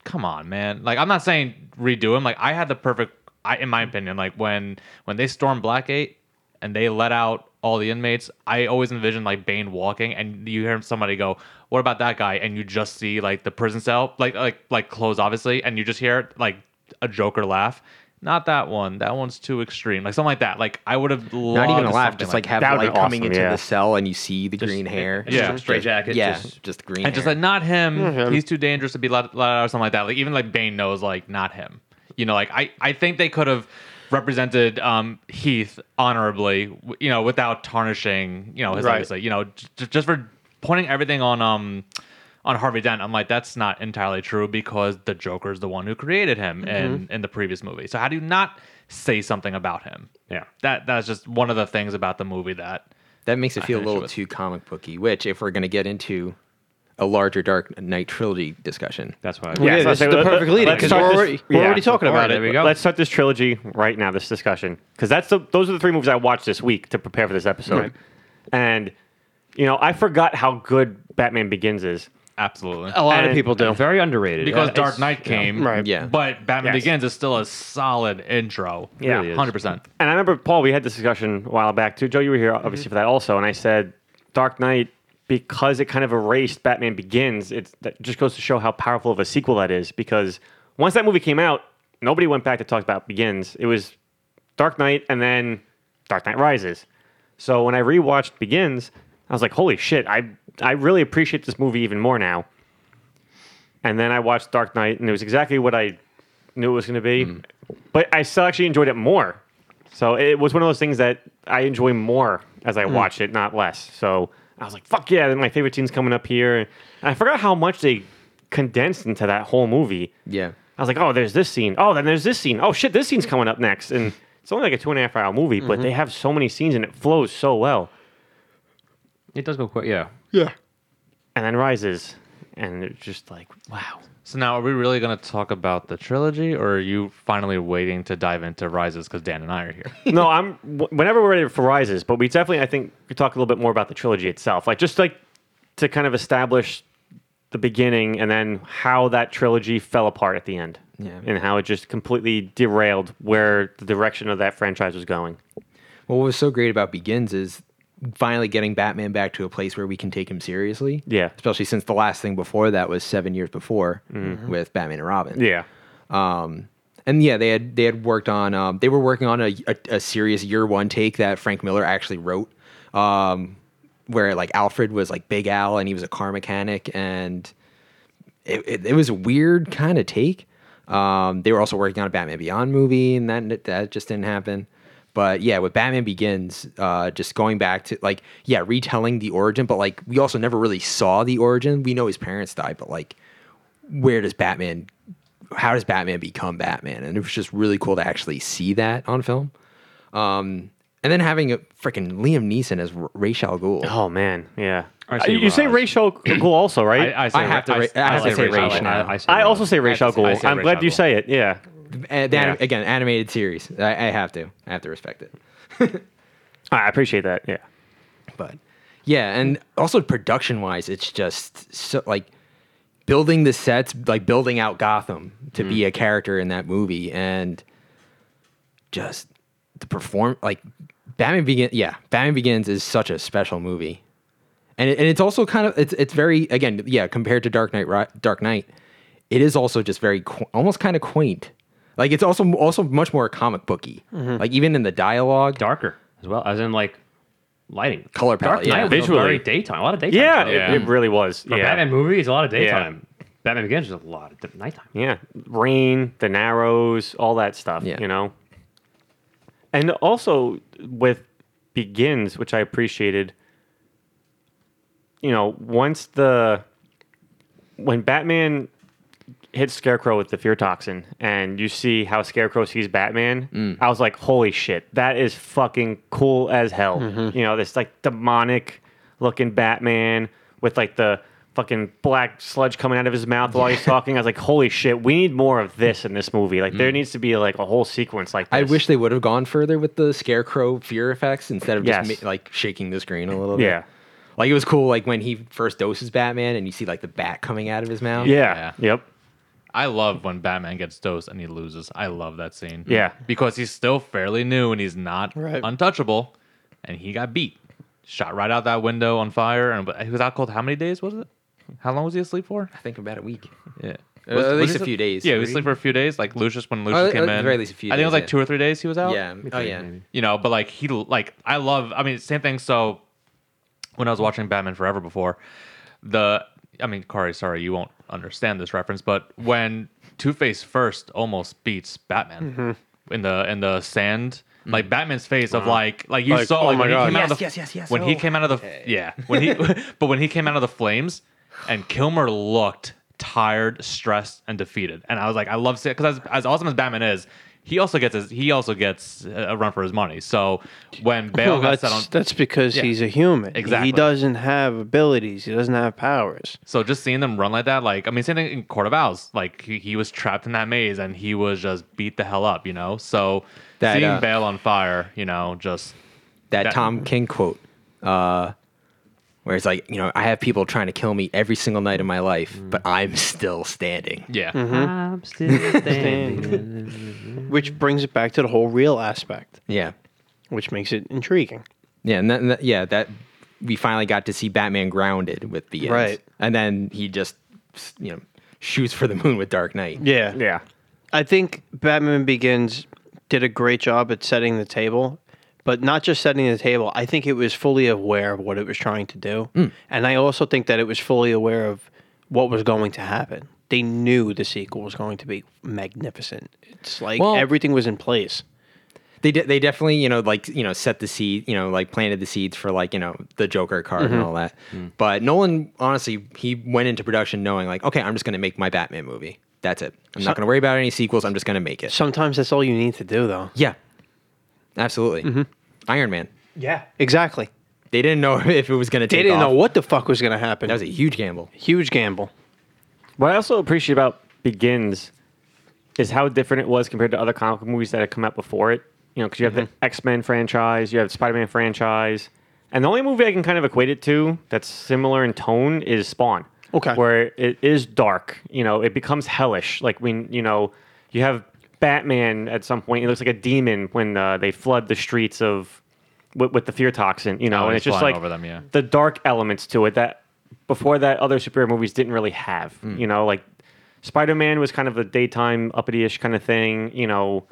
come on, man!" Like, I'm not saying redo him. Like, I had the perfect, I in my opinion, like when when they stormed Blackgate and they let out all the inmates, I always envisioned like Bane walking, and you hear somebody go, "What about that guy?" and you just see like the prison cell, like like like closed, obviously, and you just hear like a Joker laugh. Not that one. That one's too extreme. Like something like that. Like I would have
not even a laugh, just like have
That would've
light
been
coming
awesome,
into
yeah.
the cell and you see the green hair.
Yeah.
Straight jacket.
yeah,
just-
just, green.
and just
hair.
like not him. He's too dangerous to be let, let out or something like that. Like even like Bane knows like not him. You know, like I I think they could have represented um Heath honorably. w- You know, without tarnishing. You know, his
Right.
legacy. You know, j- just for pointing everything on um. On Harvey Dent, I'm like, that's not entirely true because the Joker's the one who created him in, in the previous movie. So how do you not say something about him?
Yeah.
That that's just one of the things about the movie that
that makes it feel a
had an
little too
issue
comic booky. Which, if we're going to get into a larger Dark Knight trilogy discussion,
That's why.
Yeah,
Yeah,
so
this
I
is
say,
the
let-
perfect
let-
lead
let's
because we're,
start this-
already, we're
yeah.
already talking about
There
it.
we go.
Let's start this trilogy right now, this discussion, because that's the, those are the three movies I watched this week to prepare for this episode. And you know, I forgot how good Batman Begins is.
absolutely
A lot of
And-
people do.
Very underrated.
because
Yeah,
Dark
it's-
Knight came,
Right.
Yeah.
But Batman
Yes.
Begins is still a solid intro.
Yeah. Really is.
hundred percent.
And I remember Paul, we had this discussion a while back too. Joe, you were here obviously
Mm-hmm.
for that also, and I said Dark Knight because it kind of erased Batman Begins. It that just goes to show how powerful of a sequel that is. Because once that movie came out, nobody went back to talk about Begins. It was Dark Knight and then Dark Knight Rises. So when I rewatched Begins, I was like, holy shit, I I really appreciate this movie even more now. And then I watched Dark Knight, and it was exactly what I knew it was going to be. But I still actually enjoyed it more. So it was one of those things that I enjoy more as I watch it, not less. So I was like, fuck yeah, my favorite team's coming up here. And I forgot how much they condensed into that whole movie.
yeah,
I was like, oh, there's this scene. Oh, then there's this scene. Oh, shit, this scene's coming up next. And it's only like a two and a half hour movie, but they have so many scenes and it flows so well.
It does go quick. Yeah.
And then rises. And it's just like, wow.
So now, are we really going to talk about the trilogy, or are you finally waiting to dive into Rises because Dan and I are here?
no, I'm wh- whenever we're ready for rises, but we definitely I think we talk a little bit more about the trilogy itself, like just like to kind of establish the beginning and then how that trilogy fell apart at the end,
Yeah.
and how it just completely derailed where the direction of that franchise was going.
Well, what was so great about Begins is finally getting Batman back to a place where we can take him seriously.
Yeah.
Especially since the last thing before that was seven years before with Batman and Robin.
Yeah,
Um, and yeah, they had they had worked on um, they were working on a, a, a serious year one take that Frank Miller actually wrote, um, where like Alfred was like Big Al and he was a car mechanic and it, it, it was a weird kind of take. Um, they were also working on a Batman Beyond movie, and that that just didn't happen. But yeah, with Batman Begins, uh, just going back to like yeah, retelling the origin, but like we also never really saw the origin. We know his parents died, but like where does Batman? How does Batman become Batman? And it was just really cool to actually see that on film. Um, and then having a freaking Liam Neeson as R- Ra's al Ghul.
Oh man, yeah.
I
Uh,
say
you, you say
Raz.
Rachel Ghoul also, right? I,
I have to ra- I have to say Rachel now.
I, say Rachel.
also say Rachel
say- I
Ghoul.
say
I'm
Ra's
glad
al
you
Ghul.
say it. Yeah,
And the anim-
Yeah.
again, animated series. I, I have to. I have to respect it.
I appreciate that. Yeah,
but yeah and also production wise it's just so like building the sets like building out gotham to be a character in that movie and just the perform like Batman Begins. Yeah, Batman Begins is such a special movie, and it, and it's also kind of it's it's very again yeah compared to Dark Knight Ri- Dark Knight, it is also just very qu- almost kind of quaint. Like it's also also much more comic booky. Like even in the dialogue,
darker as well, as in like lighting,
Color palette,
Dark
yeah.
Knight was a
Visually.
very daytime, a lot of daytime.
Yeah,
stuff.
It, it really was.
For
yeah.
Batman movie, it's a lot of
Yeah.
daytime. Batman Begins is a lot of di- nighttime.
Yeah, rain, the narrows, all that stuff.
Yeah.
You know, and also with begins, which I appreciated. You know, once the when Batman hits Scarecrow with the fear toxin, and you see how Scarecrow sees Batman,
Mm.
I was like, "Holy shit, that is fucking cool as hell!"
Mm-hmm.
You know, this like demonic looking Batman with like the fucking black sludge coming out of his mouth while he's talking. I was like, "Holy shit, we need more of this in this movie. Like, there needs to be like a whole sequence like this."
Mm. I wish they would have gone further with the scarecrow fear effects instead of just
Yes.
ma- like shaking the screen a little bit.
Yeah.
Like it was cool, like when he first doses Batman and you see like the bat coming out of his mouth.
Yeah. Yep.
I love when Batman gets dosed and he loses. I love that scene.
Yeah.
Because he's still fairly new and he's not
Right.
untouchable. And he got beat. Shot right out that window on fire. And but he was out cold how many days was it? How long was he asleep for?
I think about a week.
Yeah.
Uh, at least a few days,
Yeah, he was
three.
asleep for a few days. Like Lucius when
at
Lucius came
the
in.
very least a few
I think it was
days,
like
yeah.
two or three days he was out.
Yeah. Oh yeah.
You know, but like he like I love I mean same thing so when I was watching Batman Forever before, the I mean, Kari, sorry, you won't understand this reference, but when Two Face first almost beats Batman
Mm-hmm.
in the in the sand, like Batman's face of like like you
Uh-huh. Like,
saw
oh
like
my
when he
God.
came out of
Mm-hmm. Yes,
the,
yes, yes, yes.
when he
Oh,
came out of the yeah when he but when he came out of the flames and Kilmer looked tired, stressed, and defeated, and I was like, I love it because as, as awesome as Batman is. He also gets his, he also gets a run for his money. So when Bale
Well,
got
that's,
set on,
that's because he's a human.
Exactly.
He doesn't have abilities. He doesn't have powers.
So just seeing them run like that, like I mean, same thing in Court of Owls. Like he, he was trapped in that maze and he was just beat the hell up, you know. So
That,
seeing
uh,
Bale on fire, you know, just
That,
That-
Tom King quote, uh, where it's like, you know, I have people trying to kill me every single night of my life, but I'm still standing.
yeah,
Mm-hmm.
I'm still standing.
Which brings it back to the whole real aspect,
Yeah.
which makes it intriguing.
Yeah, and that, and that- yeah, that we finally got to see Batman grounded with the
Right.
and then he just you know shoots for the moon with Dark Knight.
Yeah.
Yeah.
I think Batman Begins did a great job at setting the table, but not just setting the table. I think it was fully aware of what it was trying to do. And I also think that it was fully aware of what was going to happen. They knew the sequel was going to be magnificent. It's like
Well-
everything was in place.
They de- they definitely you know like you know set the seed you know like planted the seeds for like you know the Joker card
Mm-hmm.
and all that.
Mm.
But Nolan honestly he went into production knowing like okay I'm just gonna make my Batman movie. That's it. I'm not gonna worry about any sequels. I'm just gonna make it.
Sometimes that's all you need to do, though.
Yeah, absolutely.
Mm-hmm.
Iron Man.
Yeah. Exactly.
They didn't know if it was gonna take
They didn't
off.
know what the fuck was going to happen.
That was a huge gamble.
huge gamble.
What I also appreciate about Begins is how different it was compared to other comic book movies that had come out before it. You know, because you have the X Men franchise, you have Spider Man franchise, and the only movie I can kind of equate it to that's similar in tone is Spawn.
Okay.
where it is dark. You know, it becomes hellish. Like when you know you have Batman at some point, it looks like a demon when uh, they flood the streets of with, with the fear toxin. You know,
Oh,
and
he's
it's just
flying
like
over them, yeah.
the dark elements to it that before that other superhero movies didn't really have.
Hmm.
You know, like Spider Man was kind of a daytime uppity ish kind of thing. You know,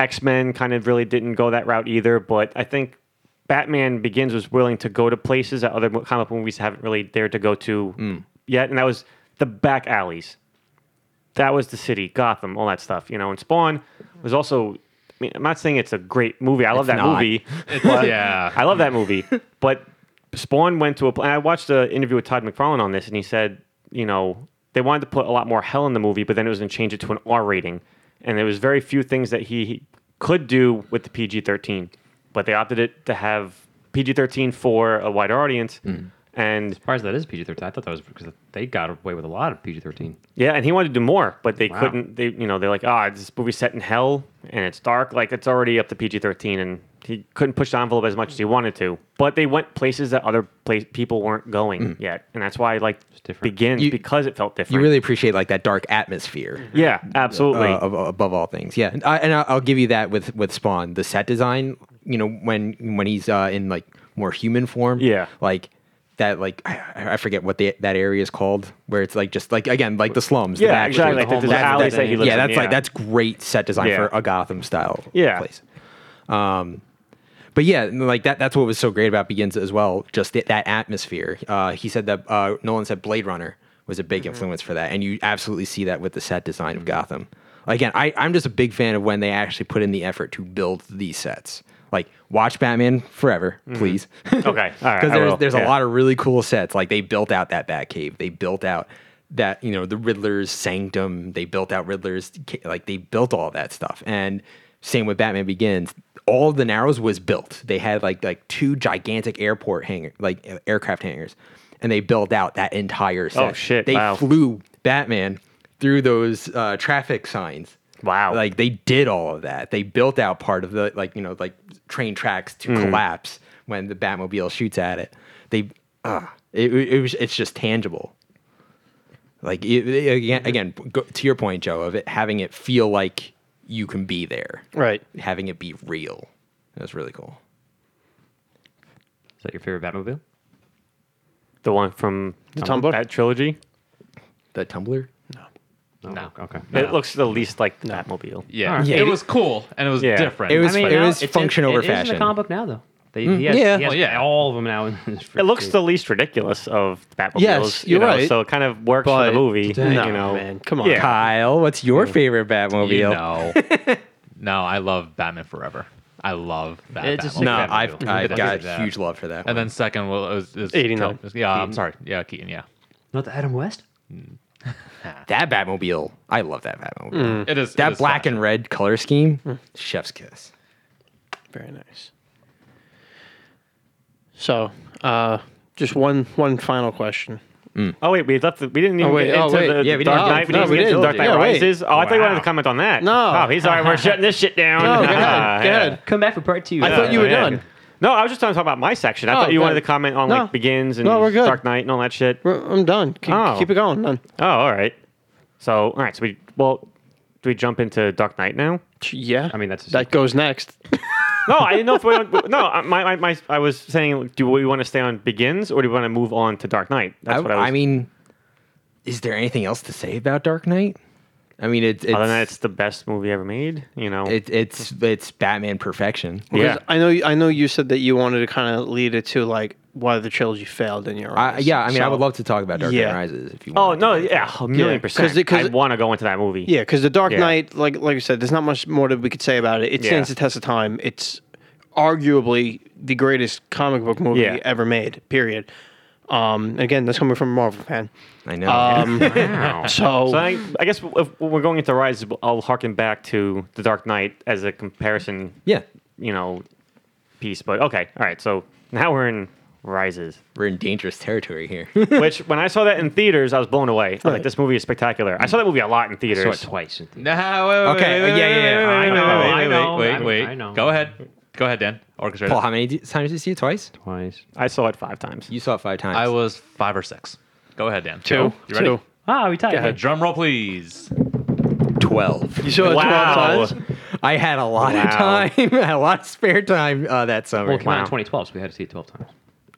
X Men kind of really didn't go that route either. But I think Batman Begins was willing to go to places that other mo- comic book movies haven't really dared to go to
Hmm.
yet, and that was the back alleys. That was the city, Gotham, all that stuff. You know, and Spawn was also. I mean, I'm not saying it's a great movie. I love that
not.
movie.
yeah.
I love that movie. But Spawn went to a. pl- and I watched an interview with Todd McFarlane on this, and he said, you know, they wanted to put a lot more hell in the movie, but then it was going to change it to an R rating, and there was very few things that he, he could do with the PG-13, but they opted it to have PG-13 for a wider audience, And
surprised that is PG thirteen. I thought that was because they got away with a lot of PG thirteen.
yeah, and he wanted to do more, but they
Wow.
couldn't. They, you know, they're like, ah, this movie's set in hell and it's dark. Like it's already up to PG thirteen, and he couldn't push the envelope as much as he wanted to. But they went places that other place people weren't going yet, and that's why I like
different.
begins
Mm. You-
because it felt different.
You really appreciate like that dark
Mm-hmm.
atmosphere.
yeah, absolutely.
uh, ab- above all things. Yeah, and, I, and I'll, I'll give you that with with Spawn. The set design, you know, when when he's uh, in like more human form.
Yeah.
like that. Like I, I forget what the, that area is called, where it's like just like again like the slums. the
Yeah,
back
exactly,
streets,
like the- the alleys that he lives
yeah,
in,
that's
yeah.
like that's great set design
Yeah.
for a Gotham style
Yeah.
place. Um, but yeah, and, like that. That's what was so great about Begins as well. Just that, that atmosphere. Uh, he said that uh, Nolan said Blade Runner was a big influence for that, and you absolutely see that with the set design of Gotham. Again, I, I'm just a big fan of when they actually put in the effort to build these sets. Like watch Batman Forever, please.
okay, all right.
because
I will,
there's, there's
yeah.
a lot of really cool sets. Like they built out that Batcave, they built out that you know the Riddler's sanctum, they built out Riddler's ca- like they built all that stuff. And same with Batman Begins, all the Narrows was built. They had like like two gigantic airport hangar like uh, aircraft hangars, and they built out that entire set.
Oh, shit,
They
wow.
flew Batman through those uh, traffic signs.
Wow.
Like they did all of that. They built out part of the like you know like train tracks to collapse when the Batmobile shoots at it. They ah, it, it was it's just tangible. Like it, it- again, again go, to your point, Joe, of it having it feel like you can be there,
Right.
having it be real. That was really cool.
Is that your favorite Batmobile?
the one from the
Tumblr?
that trilogy.
The Tumblr.
No. Okay.
It looks the least like the Batmobile.
Yeah.
Alright.
it was cool and it was
Yeah.
different.
It was-
but-
now
was
it's
function
in,
over
it is in
fashion.
the
Mm,
comic book now, though. They, he has,
yeah.
he has
Well, yeah.
all of them now. In his
It looks the least ridiculous of the Batmobiles.
Yes,
you
you're
know,
right.
So it kind of works for
But-
the movie.
No,
you know,
man, come on.
Yeah.
Kyle, what's your favorite Batmobile?
you know. no, I love Batman Forever. I love that.
It's a
Batmobile.
sick
No,
Batmobile.
Uh, I've,
Mhm.
I've
That's
got
exact.
huge love for that. One.
And then second well, is, is
89.
Kel- Yeah, I'm sorry. Yeah, Keaton. Yeah,
not the Adam West.
that Batmobile, I love that Batmobile.
it is
That black and red color scheme,
Hmm.
chef's kiss.
Very nice. So, uh, just one one final question.
Oh wait, we left. The, we didn't even
Oh, wait,
get
oh,
into
wait.
the,
Yeah,
the
we
Dark
didn't-
Knight. We
no,
didn't
we
even get into Dark
didn't.
Knight
Yeah, wait.
Rises. Oh, I thought you wanted
Wow.
to comment on that.
No.
Oh, he's all right. We're shutting this shit down.
No, Oh, go ahead. Go ahead.
Come back for part two.
I thought you were done.
No, I was just trying to talk about my section. I
Oh,
thought you
good.
wanted to comment on
No.
like begins and
No, we're good.
Dark Knight and all that shit.
We're- I'm done. Keep,
Oh.
keep it going. None.
Oh, all right. So, all right. So we well, do we jump into Dark Knight now?
Yeah.
I mean, that's a
that goes next.
No, I didn't know if we want, no. I- My, my, my, I was saying, do we want to stay on Begins or do we want to move on to Dark Knight?
I,
That's what I was.
I mean, is there anything else to say about Dark Knight? I mean, it's
other than that,
it's
it's the best movie ever made. You know,
it, it's it's Batman perfection.
yeah,
Because I know. I know you said that you wanted to kind of lead it to like why the trilogy failed in your
I,
eyes.
yeah, I mean, I would
So-
love to talk about Dark
Yeah.
Knight Rises if you.
Oh
want.
no, yeah, a million
Yeah, 'cause
percent.
it- 'cause
I
it-
want to go into that movie.
Yeah, because the Dark
Yeah.
Knight, like like I said, there's not much more that we could say about it. It stands
Yeah.
the test of time. It's arguably the greatest comic book movie
Yeah.
ever made. Period. Um, again, that's coming from a Marvel fan.
I know.
Um, so,
So I, I guess if we're going into Rise, I'll harken back to The Dark Knight as a comparison.
yeah,
You know, piece. But okay, all right. So now we're in Rises,
we're in dangerous territory here.
which when I saw that in theaters, I was blown away. I was like,
Right.
this movie is spectacular. I saw that movie a lot in
I saw
theaters.
it twice. in theater.
Nah, wait,
Okay,
wait, wait,
yeah, yeah, yeah,
wait,
I
wait,
know, I
wait, wait,
know,
wait,
I
wait,
know, I know.
Go ahead, go ahead, Dan. Orchestrate.
Paul,
it.
how many d- times did you see it twice?
Twice.
I saw it five times.
You saw it five times.
I was five or six. Go ahead, Dan.
two,
You ready?
two.
Ah, we tied.
Okay, Drum roll, please.
twelve.
You saw it
Wow.
12 times.
I had a lot of
Wow.
time, I had a lot of spare time uh, that summer.
Well, it came out in
Wow.
2012, so we had to see it 12 times.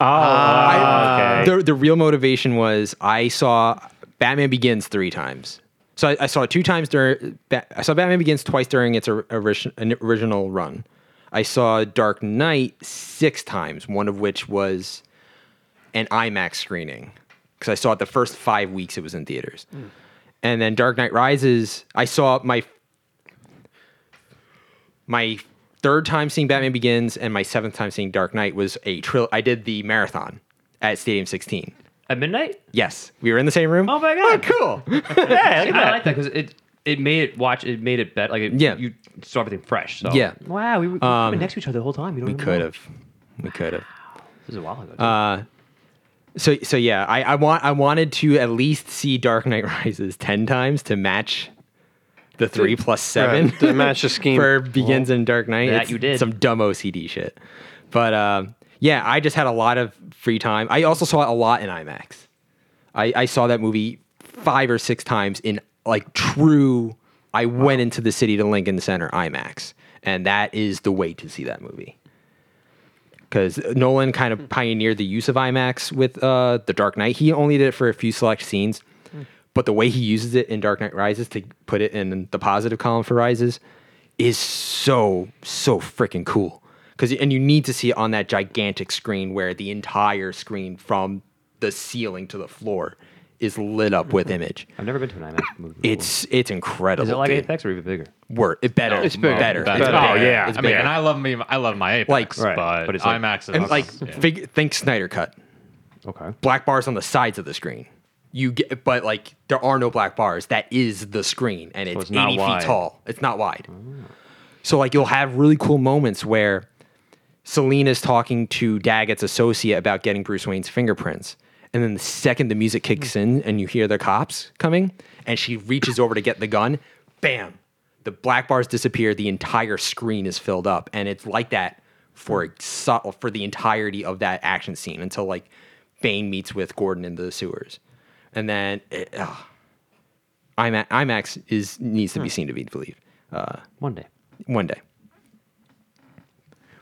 Oh,
I-
okay.
the, the real motivation was I saw Batman Begins three times. So I, I saw it two times during. Ba- I saw Batman Begins twice during its or, origi- an original run. I saw Dark Knight six times, one of which was an IMAX screening because I saw it the first five weeks it was in theaters. And then Dark Knight Rises, I saw my my third time seeing Batman Begins and my seventh time seeing Dark Knight was a trill. I did the marathon at Stadium 16.
At midnight?
Yes, we were in the same room.
Oh my God.
Oh, cool.
Yeah, I like that because it it made it watch it made it better. Like it,
Yeah.
you saw everything fresh. So
Yeah. Um,
wow, we were, we were next to each other the whole time. You don't
we
even
could
know.
have. We could have.
This is a while ago.
Uh, So so yeah, I, I want I wanted to at least see Dark Knight Rises ten times to match the three plus seven
Right, to match the scheme.
for Begins and Dark Knight.
that
It's
you did.
some dumb OCD shit, but um, yeah, I just had a lot of free time. I also saw it a lot in IMAX. I, I saw that movie five or six times in like true. I went into the city to Lincoln Center IMAX, and that is the way to see that movie because Nolan kind
Hmm.
of pioneered the use of IMAX with uh, The Dark Knight. He only did it for a few select scenes,
Hmm.
but the way he uses it in Dark Knight Rises to put it in the positive column for Rises is so so freaking cool. Because and you need to see it on that gigantic screen where the entire screen from the ceiling to the floor is lit up
Mm-hmm.
with image.
I've never been to an IMAX movie. before.
It's it's incredible.
is it like
dude.
Apex or even bigger?
Word, it better.
It's bigger.
Better.
Better.
It's
Oh
bigger.
yeah,
It's
I mean,
bigger.
and I love me, I love my Apex,
Like- Right,
but,
but it's like-
IMAX is
and
awesome.
like
Yeah.
fig- think Snyder cut.
Okay.
black bars on the sides of the screen. You get, but like there are no black bars. That is the screen, and it's,
it's not
80
wide.
feet tall. It's not wide. So like you'll have really cool moments where Selena's talking to Daggett's associate about getting Bruce Wayne's fingerprints, and then the second the music kicks in and you hear the cops coming, and she reaches over to get the gun, bam, the black bars disappear. The entire screen is filled up, and it's like that for a so- for the entirety of that action scene until like Bane meets with Gordon in the sewers, and then it, ugh. IMA- IMAX is needs to be seen to be believed. Uh,
One day.
one day.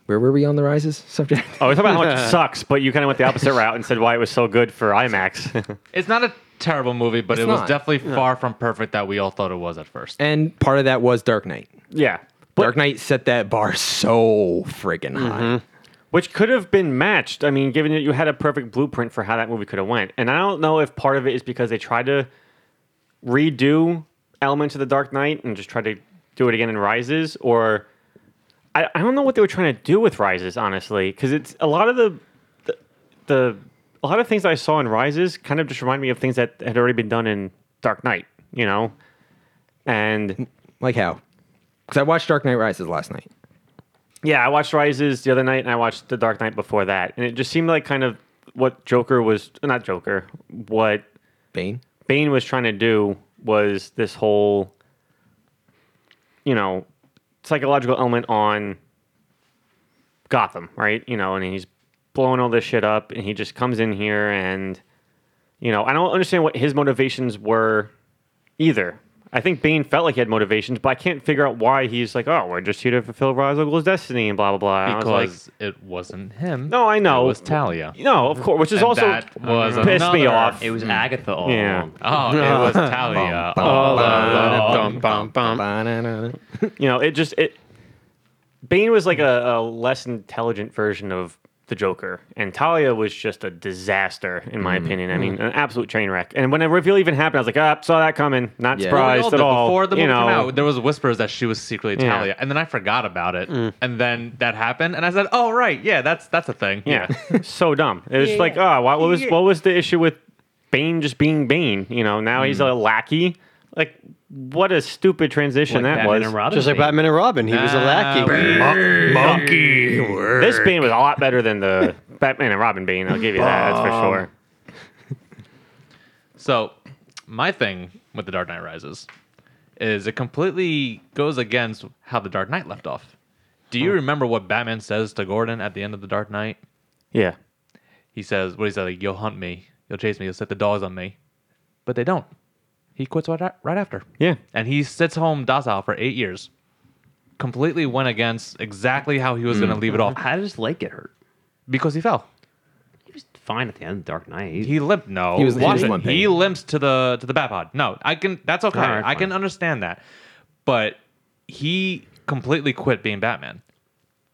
Where were we on the rises subject?
Oh, we're talking about how much it sucks, but you kind of went the opposite route and said why it was so good for IMAX.
it's not a terrible movie, but
It's
it
not.
was definitely far from perfect that we all thought it was at first.
And part of that was Dark Knight.
yeah.
Dark Knight set that bar so friggin' high.
which could have been matched. I mean, given that you had a perfect blueprint for how that movie could have went, and I don't know if part of it is because they tried to redo elements of the Dark Knight and just tried to do it again in Rises, or I, I don't know what they were trying to do with Rises, honestly, because it's a lot of the, the the a lot of things that I saw in Rises kind of just remind me of things that had already been done in Dark Knight, you know, and.
Like how? Because I watched Dark Knight Rises last night.
Yeah, I watched Rises the other night, and I watched The Dark Knight before that, and it just seemed like kind of what Joker was not Joker, what
Bane.
Bane was trying to do was this whole, you know, psychological element on Gotham, right? You know, and he's blowing all this shit up, and he just comes in here, and you know, I don't understand what his motivations were either. I think Bane felt like he had motivations, but I can't figure out why he's like, oh, we're just here to fulfill Ra's al Ghul's destiny and blah blah blah. And I was like,
because it wasn't him.
no, I know.
It was Talia.
No, of course, which is
And
also
that was
pissed me
another-
off.
It was Agatha all
Yeah.
along.
Oh, it was Talia. Oh,
Bum,
Bum, bum, bum.
Ba-na-na-na.
you know, it just it. Bane was like a, a less intelligent version of the Joker, and Talia was just a disaster, in my opinion. I mean, an absolute train wreck. And when the reveal even happened, I was like, "Ah, saw that coming. Not
Yeah.
Well,
surprised
we all
at
did.
all."
Before the movie
you know,
came out, there was whispers that she was secretly
Yeah. Mm.
Talia, and then I forgot about it, and then that happened, and I said, "Oh right, yeah, that's that's a thing."
yeah, so dumb. It was like, oh, what, what was what was the issue with Bane just being Bane? You know, now he's a lackey. Like, what a stupid transition
Like
that
Batman
was.
and Robin.
Just like
thing.
Batman and Robin, he was a lackey.
monkey.
This Bane was a lot better than the Batman and Robin Bane. I'll give you that. That's for sure.
So, my thing with The Dark Knight Rises is it completely goes against how The Dark Knight left off. Do
Hmm.
you remember what Batman says to Gordon at the end of The Dark Knight?
Yeah.
He says, "What he said, like, you'll hunt me, you'll chase me, you'll set the dogs on me," but they don't. He quits right, a- right after.
Yeah.
and he sits home docile for eight years. Completely went against exactly how he was going to leave it off
How did his leg get hurt?
because he fell.
He was fine at the end of Dark Knight.
He limped. No,
He was- he
Watch
was
it.
limping.
He limps to the to the bat pod. No, I can. That's okay.
All right,
I
fine.
can understand that. But he completely quit being Batman.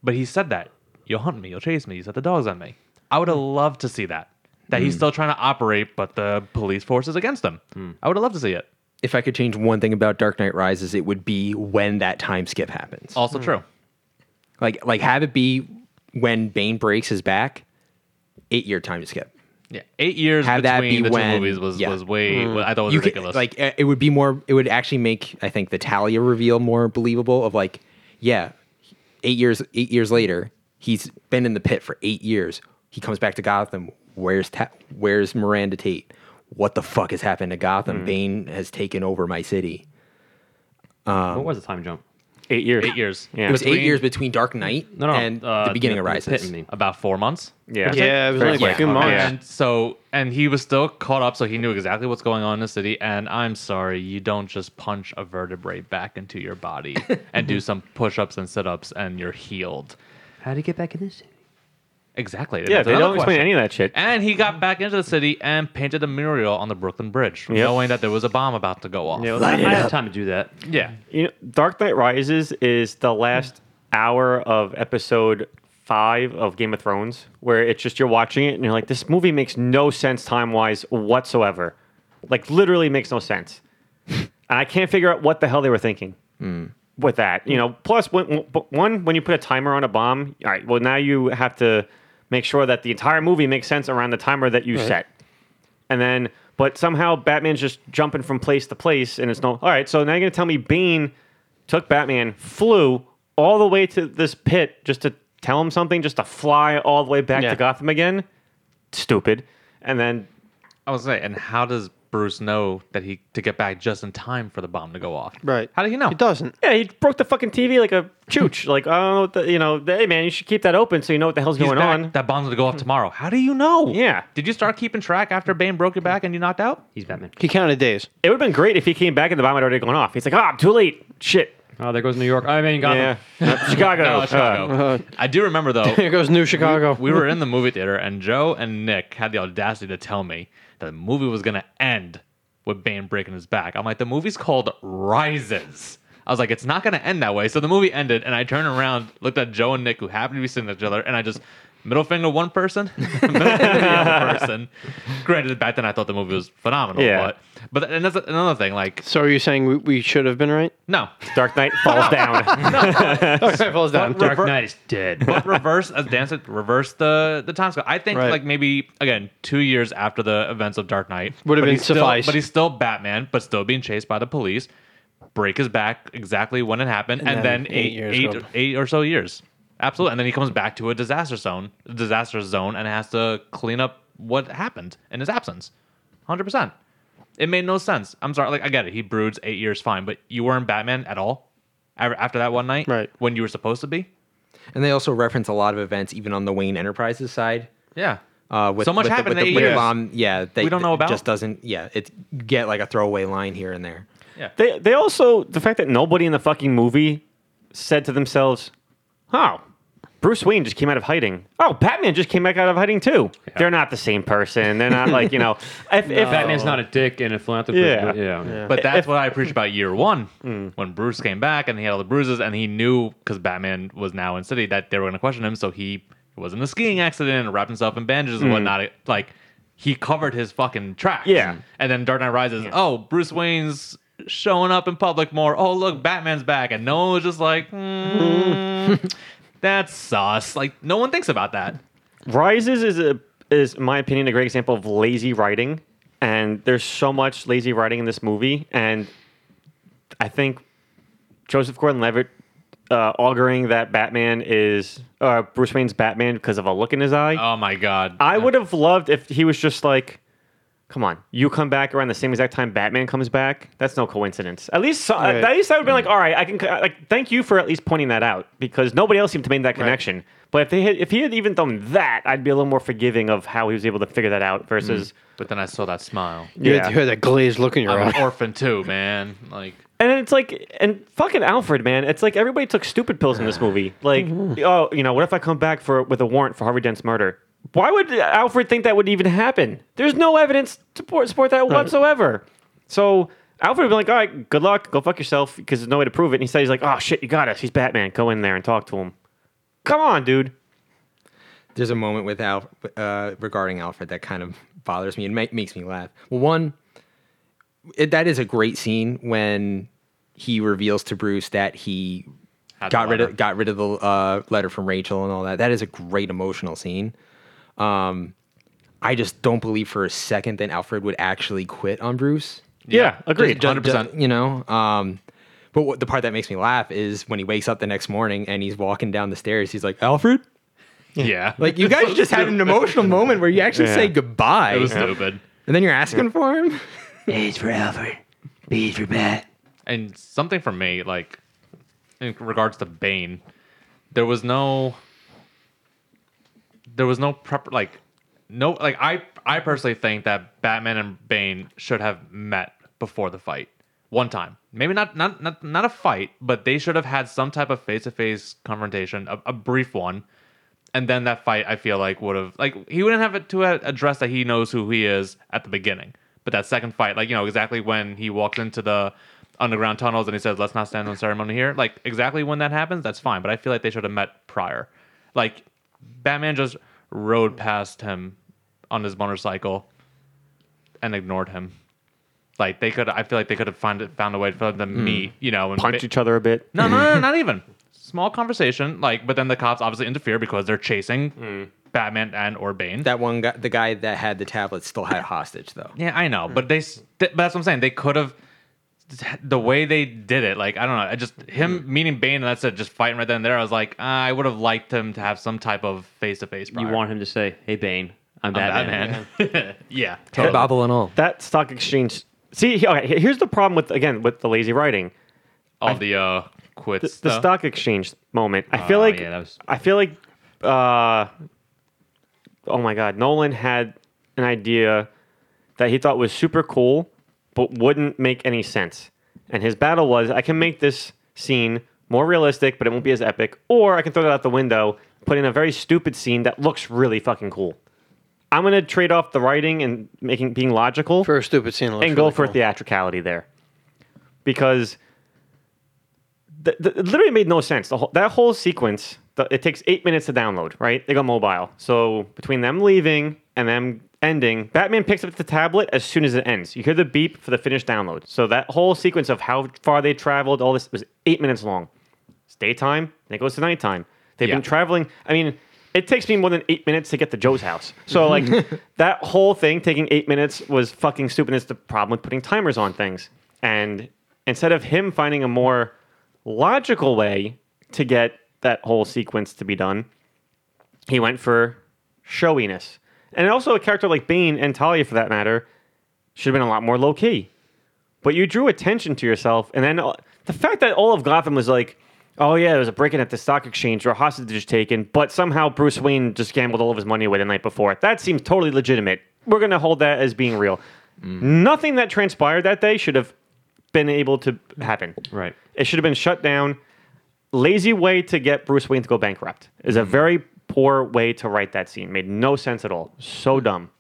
But he said that you'll hunt me, you'll chase me, you set the dogs on me. I would have loved to see that. That
Hmm.
he's still trying to operate, but the police force is against him. I would have loved to see it.
If I could change one thing about Dark Knight Rises, it would be when that time skip happens.
Also true.
Like like have it be when Bane breaks his back, eight year time skip.
Yeah, eight years
Have that
between
be
the two
when-
movies was
yeah. Hmm.
was way. I thought it was
you could-
ridiculous.
like uh, it would be more. It would actually make I think the Talia reveal more believable. Of like, yeah, eight years eight years later, he's been in the pit for eight years. He comes back to Gotham. Where's ta- Where's Miranda Tate? What the fuck has happened to Gotham?
Mm-hmm.
Bane has taken over my city.
what was the time jump?
Eight years.
Eight years.
Yeah.
It was eight
Between-
years between Dark Knight
No, no,
and
uh,
the beginning of
the- the pit
Rises.
and me.
About four months.
Yeah.
Yeah, it was only
Very
a few
quick.
months.
Yeah.
And so, and he was still caught up, so he knew exactly what's going on in the city. And I'm sorry, you don't just punch a vertebrae back into your body and do some push ups and sit ups and you're healed.
How did he get back in this? city?
Exactly.
Yeah,
That's
they
another
don't explain
question.
any of that shit.
And he got back into the city and painted a mural on the Brooklyn Bridge, knowing that there was a bomb about to go off.
Yeah, well,
Light
I
it
had
up.
time to do that.
Yeah.
You know, Dark Knight Rises is the last hour of episode five of Game of Thrones, where it's just you're watching it and you're like, this movie makes no sense time wise whatsoever. Like, literally makes no sense. and I can't figure out what the hell they were thinking with that. You know, plus, when, w- but one, when you put a timer on a bomb, all right, well, now you have to make sure that the entire movie makes sense around the timer that you set and then but somehow Batman's just jumping from place to place, and it's no. All right, so now you're gonna tell me Bane took Batman, flew all the way to this pit just to tell him something, just to fly all the way back
Yeah.
to Gotham again? Stupid. And then
I was saying, and how does Bruce know that he to get back just in time for the bomb to go off?
Right.
How do you know?
It doesn't.
yeah, he broke the fucking TV like a chooch. like I don't know, what the, you know, hey man, you should keep that open so you know what the hell's
He's
going
back.
on.
That bomb's gonna go off tomorrow. How do you know?
Yeah.
Did you start keeping track after Bane broke your back and you knocked out?
He's Batman.
He counted days.
it would have been great if he came back and the bomb had already gone off. He's like, ah, I'm too late. Shit.
Oh, there goes New York. I mean, Gotham.
Yeah, Uh, Chicago.
No,
Uh,
Oh, Chicago. I do remember though.
Here goes New Chicago.
we were in the movie theater and Joe and Nick had the audacity to tell me that the movie was going to end with Bane breaking his back. I'm like, the movie's called Rises. I was like, it's not going to end that way. So the movie ended, and I turned around, looked at Joe and Nick, who happened to be sitting at each other, and I just middle finger one person, middle finger the other person. Granted, back then I thought the movie was phenomenal,
Yeah.
but but and that's another thing. Like,
So are you saying we, we should have been right?
no,
Dark Knight falls down.
okay, falls down.
Dark
Rever-
Knight is dead.
but reverse as Dan said, reverse the the time scale. I think
Right.
like maybe again two years after the events of Dark Knight
Would have
but
been
he's still-
suffice.
but he's still Batman, but still being chased by the police. Break his back exactly when it happened, and, then,
eight
eight
years
eight,
go.
eight or so years, absolutely. And then he comes back to a disaster zone, disaster zone, and has to clean up what happened in his absence. Hundred percent. It made no sense. I'm sorry. Like I get it. He broods eight years, fine, but you weren't Batman at all af- after that one night,
Right.
When you were supposed to be.
And they also reference a lot of events, even on the Wayne Enterprises side.
Yeah.
Uh, with,
so much
with the-
happened
with the,
in eight
with the
years.
bomb. Yeah, they,
We don't know
it
about.
Just doesn't. Yeah, it get like a throwaway line here and there.
They they also the fact that nobody in the fucking movie said to themselves, "Oh, Bruce Wayne just came out of hiding. Oh, Batman just came back out of hiding too. They're not the same person. They're not like you know. If, if
Batman's not a dick and a philanthropist.
Yeah.
but- yeah. yeah.
But that's
If-
what I appreciate about year one when Bruce came back and he had all the bruises and he knew because Batman was now in city that they were going to question him. So he was in a skiing accident and wrapped himself in bandages
Mm.
and whatnot. It- Like he covered his fucking tracks.
Yeah.
And then Dark Knight Rises. Oh, Bruce Wayne's showing up in public more. Oh, look, Batman's back. And no one was just like, "Hmm, that's sus. Like no one thinks about that.
Rises is a is in my opinion a great example of lazy writing, and there's so much lazy writing in this movie, and I think Joseph Gordon-Levitt uh, auguring that Batman is uh, Bruce Wayne's Batman because of a look in his eye.
Oh my God.
I would have loved if he was just like, "Come on, you come back around the same exact time Batman comes back. That's no coincidence." At least, so,
Right. Mm.
at least I would have been like, "All right, I can." uh, Like, thank you for at least pointing that out because nobody else seemed to make that connection. But if they had, if he had even done that, I'd be a little more forgiving of how he was able to figure that out versus.
But then I saw that smile.
Mm. You
Yeah.
had, you had that glazed look in your
I'm an
eye.
orphan too, man. Like
And it's like, and fucking Alfred, man, it's like everybody took stupid pills in this movie. Like, oh, you know, what if I come back for with a warrant for Harvey Dent's murder? Why would Alfred think that would even happen? There's no evidence to support, support that whatsoever. So Alfred would be like, all right, good luck, go fuck yourself, because there's no way to prove it. And he said, he's like, oh shit, you got us. He's Batman. Go in there and talk to him. Come on, dude.
there's a moment with Al uh, regarding Alfred that kind of bothers me and ma- makes me laugh. Well, one, it, that is a great scene when he reveals to Bruce that he
Had the
got rid
letter.
of got rid of the uh, letter from Rachel and all that. That is a great emotional scene. Um, I just don't believe for a second that Alfred would actually quit on Bruce.
Yeah, agreed.
Ju- ju-
100%.
You know, um, but what, the part that makes me laugh is when he wakes up the next morning and he's walking down the stairs. He's like, Alfred,
Yeah.
Like you guys just had an emotional moment where you actually
Yeah.
say goodbye,
It was stupid.
and then you're asking for him.
A's for Alfred. B's for Bat.
and something for me, like in regards to Bane, there was no, there was no prep, like no, like I, I personally think that Batman and Bane should have met before the fight one time. Maybe not, not, not, not a fight, but they should have had some type of face to face confrontation, a, a brief one. And then that fight, I feel like would have like he wouldn't have to a- address that he knows who he is at the beginning. But that second fight, like you know exactly when he walks into the underground tunnels and he says, "Let's not stand on ceremony here." Like exactly when that happens, that's fine. But I feel like they should have met prior. Like Batman just rode past him on his motorcycle and ignored him. Like they could, I feel like they could have found found a way for them to meet, you know, and
Hmm. Punch each other a bit.
no, no, no, not even. Small conversation, like, but then the cops obviously interfere because they're chasing Batman and or Bane.
That one guy, the guy that had the tablet, still had a hostage though.
yeah, I know, but they, s- th- but that's what I'm saying. They could have, the way they did it, like, I don't know, I just him meeting Bane and that's it, just fighting right then and there. I was like, uh, I would have liked him to have some type of face to face.
You want him to say, "Hey, Bane, I'm,
Batman? yeah,
Ted
totally.
Bobble and all.
That stock exchange. See, he- okay, here's the problem with again with the lazy writing.
All the uh,
The,
quits.
the
stuff.
stock exchange moment. I feel
Oh,
like
yeah, that was-
I feel like uh, oh my god, Nolan had an idea that he thought was super cool, but wouldn't make any sense. And his battle was, I can make this scene more realistic, but it won't be as epic, or I can throw that out the window, put in a very stupid scene that looks really fucking cool. I'm gonna trade off the writing and making being logical
For a stupid scene. it looks
and go
really
for
cool.
theatricality there because th- th- it literally made no sense the whole, that whole sequence the, it takes eight minutes to download right they go mobile so between them leaving and them ending batman picks up the tablet as soon as it ends you hear the beep for the finished download so that whole sequence of how far they traveled all this was eight minutes long it's daytime and it goes to nighttime they've
Yeah.
been traveling i mean it takes me more than eight minutes to get to joe's house so like that whole thing taking eight minutes was fucking stupid it's the problem with putting timers on things and instead of him finding a more logical way to get that whole sequence to be done he went for showiness and also a character like bane and talia for that matter should have been a lot more low key. But you drew attention to yourself, and then uh, the fact that all of Gotham was like, "Oh yeah, there was a break-in at the stock exchange, or a hostage was taken," but somehow Bruce Wayne just gambled all of his money away the night before. That seems totally legitimate. We're gonna hold that as being real. Nothing that transpired that day should have been able to happen.
Right.
It should have been shut down. Lazy way to get Bruce Wayne to go bankrupt is a very poor way to write that scene. Made no sense at all. So dumb.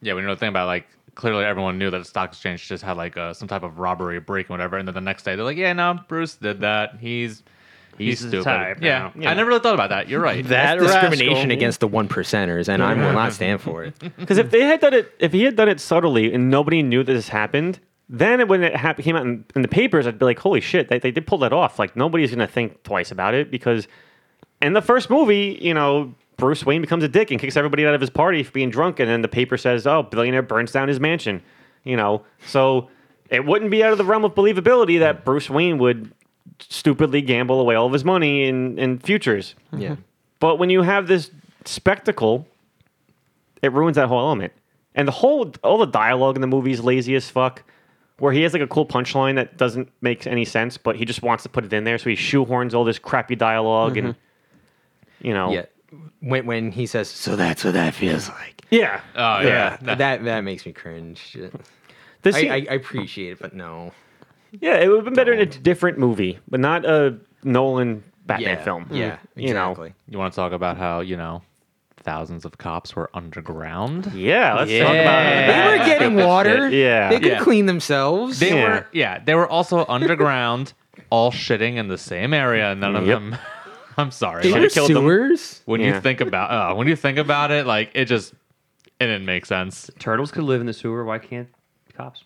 Yeah, when you know the thing about like clearly everyone knew that the stock exchange just had like uh, some type of robbery, break, and whatever. And then the next day they're like, yeah, no, Bruce did that. He's
He's
he's,
the
stupid.
type
yeah.
now.
I never really thought about that. You're right.
That
That's
rascal.
discrimination against the one percenters, and I will not stand for it.
Because if they had done it, if he had done it subtly and nobody knew that this happened, then when it hap- came out in, in the papers, I'd be like, "Holy shit, they, they did pull that off!" Like nobody's gonna think twice about it because in the first movie, you know, Bruce Wayne becomes a dick and kicks everybody out of his party for being drunk, and then the paper says, "Oh, billionaire burns down his mansion," you know. So it wouldn't be out of the realm of believability that Bruce Wayne would stupidly gamble away all of his money in, in futures.
Yeah.
But when you have this spectacle, it ruins that whole element. And the whole, all the dialogue in the movie is lazy as fuck. Where he has like a cool punchline that doesn't make any sense, but he just wants to put it in there, so he shoehorns all this crappy dialog and you know,
Yeah. When when he says, "So that's what that feels like,"
yeah.
Oh yeah. Nah.
that that makes me cringe.
This,
I, I, I appreciate it, but no.
yeah, it would have been better in a different movie, but not a Nolan Batman
yeah.
film.
Yeah.
you know.
Exactly.
You want to talk about how you know thousands of cops were underground?
Yeah, let's talk
They
about that.
were getting water.
Yeah.
They could
Yeah.
clean themselves.
They
Yeah.
were. Yeah, they were also underground, all shitting in the same area. None of
Yep.
them. I'm sorry.
They
Like,
were
killed them.
sewers.
when
Yeah.
you think about uh, when you think about it, like it just it didn't make sense.
Turtles could live in the sewer. Why can't cops?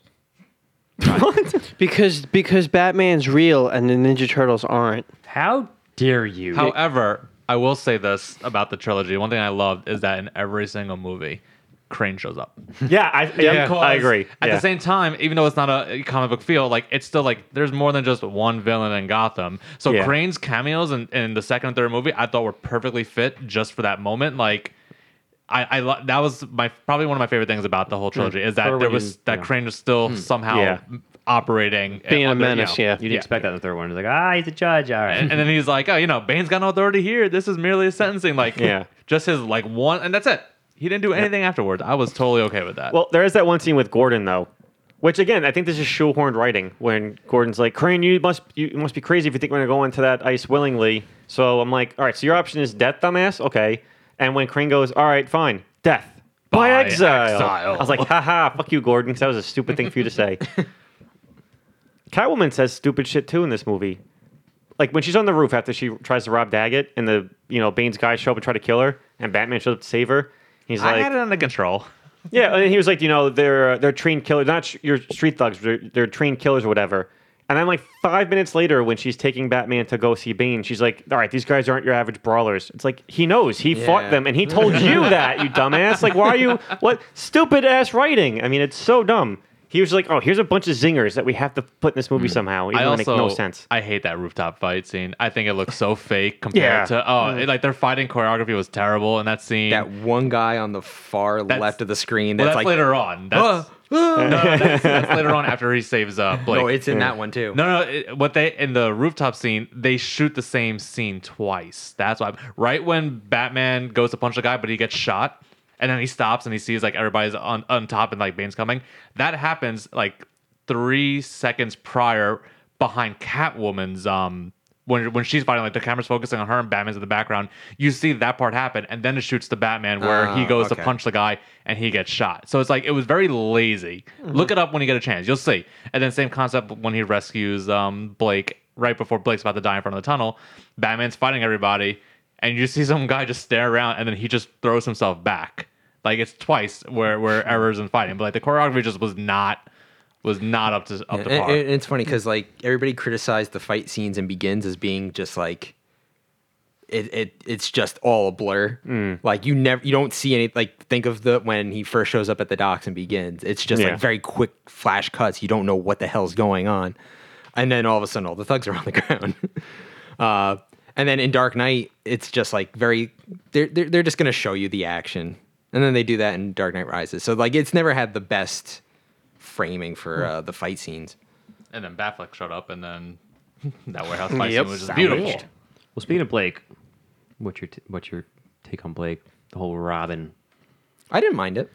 Because because Batman's real and the Ninja Turtles aren't.
How dare you?
However, I will say this about the trilogy. One thing I loved is that in every single movie, Crane shows up.
Yeah, I, yeah, I agree.
At
yeah.
the same time, even though it's not a comic book feel, like it's still like there's more than just one villain in Gotham. So
Yeah.
Crane's cameos in, in the second and third movie, I thought were perfectly fit just for that moment. Like, I, I lo- that was my probably one of my favorite things about the whole trilogy is that
Or
there
when
was
you-
that
yeah.
Crane was still somehow
Hmm. Yeah.
operating,
Being a
under- you
menace,
know,
yeah.
You didn't expect that in the third one. It's like, ah, he's a judge. All right.
and then he's like, "Oh, you know, Bane's got no authority here. This is merely a sentencing. Like,
Yeah.
just his like one, and that's it. He didn't do anything afterwards. I was totally okay with that.
Well, there is that one scene with Gordon though, which again I think this is shoehorned writing when Gordon's like, "Crane, you must you must be crazy if you think we're gonna go into that ice willingly." So I'm like, "All right, so your option is death, dumbass." Okay, and when Crane goes, "All right, fine, death." By,
By
exile.
exile.
I was like, haha, fuck you, Gordon, because that was a stupid thing for you to say. Catwoman says stupid shit too in this movie. Like when she's on the roof after she tries to rob Daggett and the, you know, Bane's guys show up and try to kill her and Batman shows up to save her. He's
I
like,
had it under control.
yeah, and he was like, you know, they're uh, they're trained killers, not sh- your street thugs. They're, they're trained killers or whatever. And then like five minutes later, when she's taking Batman to go see Bane, she's like, "All right, these guys aren't your average brawlers." It's like he knows he fought
Yeah.
them, and he told you that, you dumbass. Like, why are you what stupid ass writing? I mean, it's so dumb. He was like, "Oh, here's a bunch of zingers that we have to put in this movie somehow." Even
Mm. I
though it
also
make no sense.
I hate that rooftop fight scene. I think it looks so fake compared
Yeah.
to oh, it- like their fighting choreography was terrible, and that scene
That one guy on the far
That's-
left of the screen.
well,
That's,
that's
like
later on. That's,
"Ah, ah."
no, no, that's, that's later on after he saves uh, Blake.
no, it's in that one too.
No, no. It, what they in the rooftop scene, they shoot the same scene twice. That's why. Right when Batman goes to punch the guy, but he gets shot, and then he stops and he sees like everybody's on on top and like Bane's coming. That happens like three seconds prior behind Catwoman's um. When, when she's fighting, like the camera's focusing on her and Batman's in the background, you see that part happen, and then it shoots the Batman where he
Ah,
goes to
okay.
punch the guy and he gets shot. So it's like it was very lazy.
Mm-hmm.
Look it up when you get a chance. You'll see. And then same concept when he rescues um, Blake right before Blake's about to die in front of the tunnel. Batman's fighting everybody, and you see some guy just stare around, and then he just throws himself back. Like it's twice where where errors in fighting, but like the choreography just was not was not up to up to
And-
par.
and it's funny because like everybody criticized the fight scenes and begins as being just like it, it it's just all a blur.
Mm.
Like you never you don't see any like think of the when he first shows up at the docks and begins. It's just
Yeah.
like very quick flash cuts. You don't know what the hell's going on. And then all of a sudden all the thugs are on the ground. uh and then in Dark Knight, it's just like very they're they're, they're just gonna show you the action. And then they do that in Dark Knight Rises. So like it's never had the best framing for
Hmm.
uh, the fight scenes.
and then Batfleck showed up, and then that warehouse fight
Yep.
scene was just beautiful.
Sandwiched. Well, speaking of Blake, what's your t- what's your take on Blake? The whole Robin.
I didn't mind it.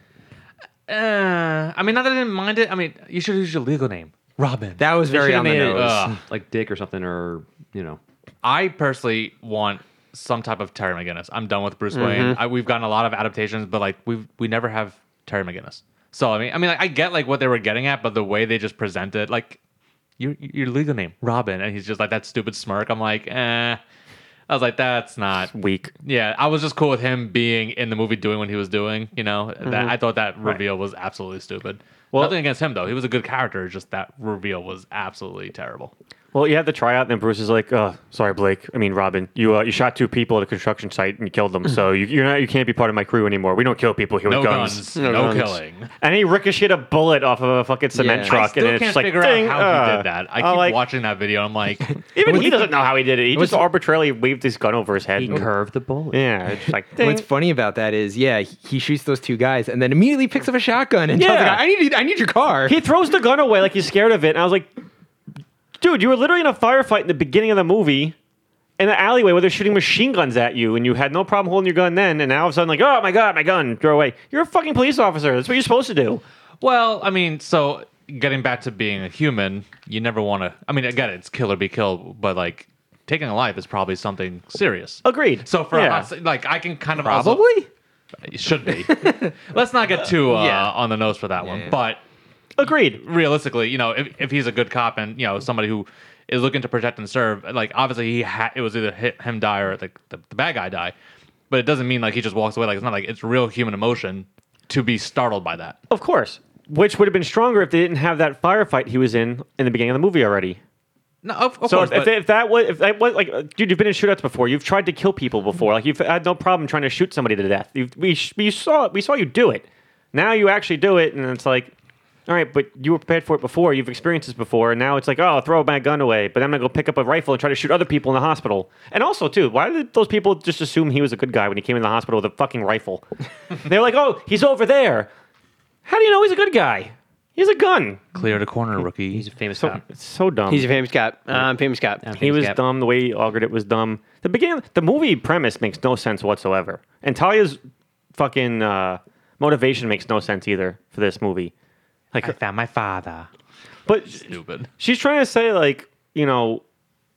Uh, I mean, not that I didn't mind it. I mean, you should use your legal name, Robin.
That was
They
very
should've
on the
made it,
nose.
uh, like Dick or something, or you know,
I personally want some type of Terry McGinnis. I'm done with Bruce Wayne. I, we've gotten a lot of adaptations, but like we've we never have Terry McGinnis. So I mean, I mean, like, I get like what they were getting at, but the way they just present it, like your your legal name, Robin, and he's just like that stupid smirk. I'm like, eh. I was like, that's not.
Weak.
Yeah, I was just cool with him being in the movie doing what he was doing. You know, that, I thought that reveal was absolutely stupid. Nothing against him though; he was a good character. it's Just that reveal was absolutely terrible.
Well, you had the tryout, and then Bruce is like, "Oh, sorry, Blake. I mean, Robin. You uh, you shot two people at a construction site and you killed them. So you, you're not you can't be part of my crew anymore. We don't kill people here
No
with guns.
guns,
No
no
guns.
killing.
And he ricocheted a bullet off of a fucking cement
Yeah.
truck,
I still
and it's
can't
just like,
figure
ding,
out how he
uh.
did that. I
I'm
keep
like,
watching that video. I'm like,
Even he doesn't know how he did it. He
was-
just arbitrarily waved his gun over his head.
he
and-
curved the bullet.
yeah, it's like
What's
ding.
funny about that is, yeah, he- he shoots those two guys and then immediately picks up a shotgun and tells the
Yeah.
guy, "I need, I need your car."
he throws the gun away like he's scared of it. And I was like, dude, you were literally in a firefight in the beginning of the movie. In the alleyway where they're shooting machine guns at you, and you had no problem holding your gun then, and now all of a sudden, like, oh my god, my gun, throw away. You're a fucking police officer. That's what you're supposed to do.
well, I mean, so getting back to being a human, you never want to. I mean, I get it, it's kill or be killed, but like taking a life is probably something serious.
Agreed.
So for
Yeah.
us, like, I can kind of also-
Probably.
it should be. Let's not get too uh, on the nose for that one,
yeah.
but
Agreed.
realistically, you know, if, if he's a good cop and you know somebody who is looking to protect and serve, like obviously he ha- it was either hit him die or like the, the bad guy die, but it doesn't mean like he just walks away. Like it's not like it's real human emotion to be startled by that.
Of course. Which would have been stronger if they didn't have that firefight he was in in the beginning of the movie already.
No, of, of
So
course.
if, if,
but-
if that was if that was like, uh, dude, you've been in shootouts before. You've tried to kill people before. Like you've had no problem trying to shoot somebody to death. You've, we sh- we saw we saw you do it. Now you actually do it, and it's like, all right, but you were prepared for it before. You've experienced this before. And now it's like, oh, I'll throw my gun away, but I'm gonna go pick up a rifle and try to shoot other people in the hospital. And also, too, why did those people just assume he was a good guy when he came in the hospital with a fucking rifle? they were like, oh, he's over there. How do you know he's a good guy? He has a gun.
Cleared a corner, rookie.
He's a famous
So,
cop.
it's so dumb.
He's a famous cop. I'm famous cop.
He was
Gap.
dumb. The way he augured it was dumb. The beginning, the movie premise makes no sense whatsoever, and Talia's fucking uh, motivation makes no sense either for this movie. Like,
I found my father.
but
Stupid.
she's trying to say like, you know,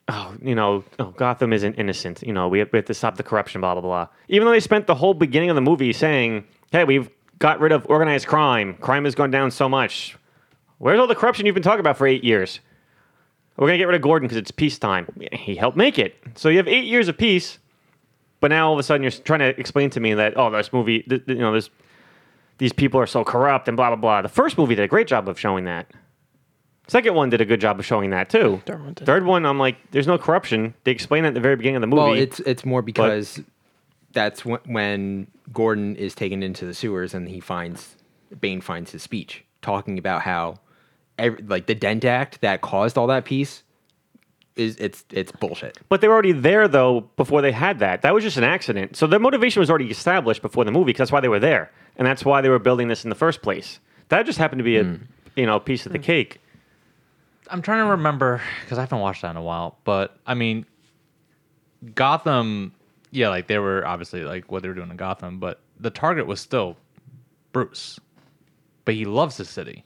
oh, you know, oh, Gotham isn't innocent. You know, we have, we have to stop the corruption. Blah blah blah. Even though they spent the whole beginning of the movie saying, hey, we've got rid of organized crime. Crime has gone down so much. Where's all the corruption you've been talking about for eight years? We're gonna get rid of Gordon because it's peacetime. He helped make it. So you have eight years of peace, but now all of a sudden you're trying to explain to me that oh, this movie, th- th- you know, this these people are so corrupt and blah blah blah. The first movie did a great job of showing that. Second one did a good job of showing that too.
Third one did.
Third one, I'm like, there's no corruption. They explain it at the very beginning of the movie.
Well, it's it's more because that's when, when Gordon is taken into the sewers and he finds Bane finds his speech talking about how ev like the Dent Act that caused all that peace is it's it's bullshit.
But they were already there though before they had that. That was just an accident. So their motivation was already established before the movie because that's why they were there, and that's why they were building this in the first place. That just happened to be a you know piece of the cake.
I'm trying to remember because I haven't watched that in a while. But I mean, Gotham, yeah, like they were obviously like what they were doing in Gotham, but the target was still Bruce. But he loves the city,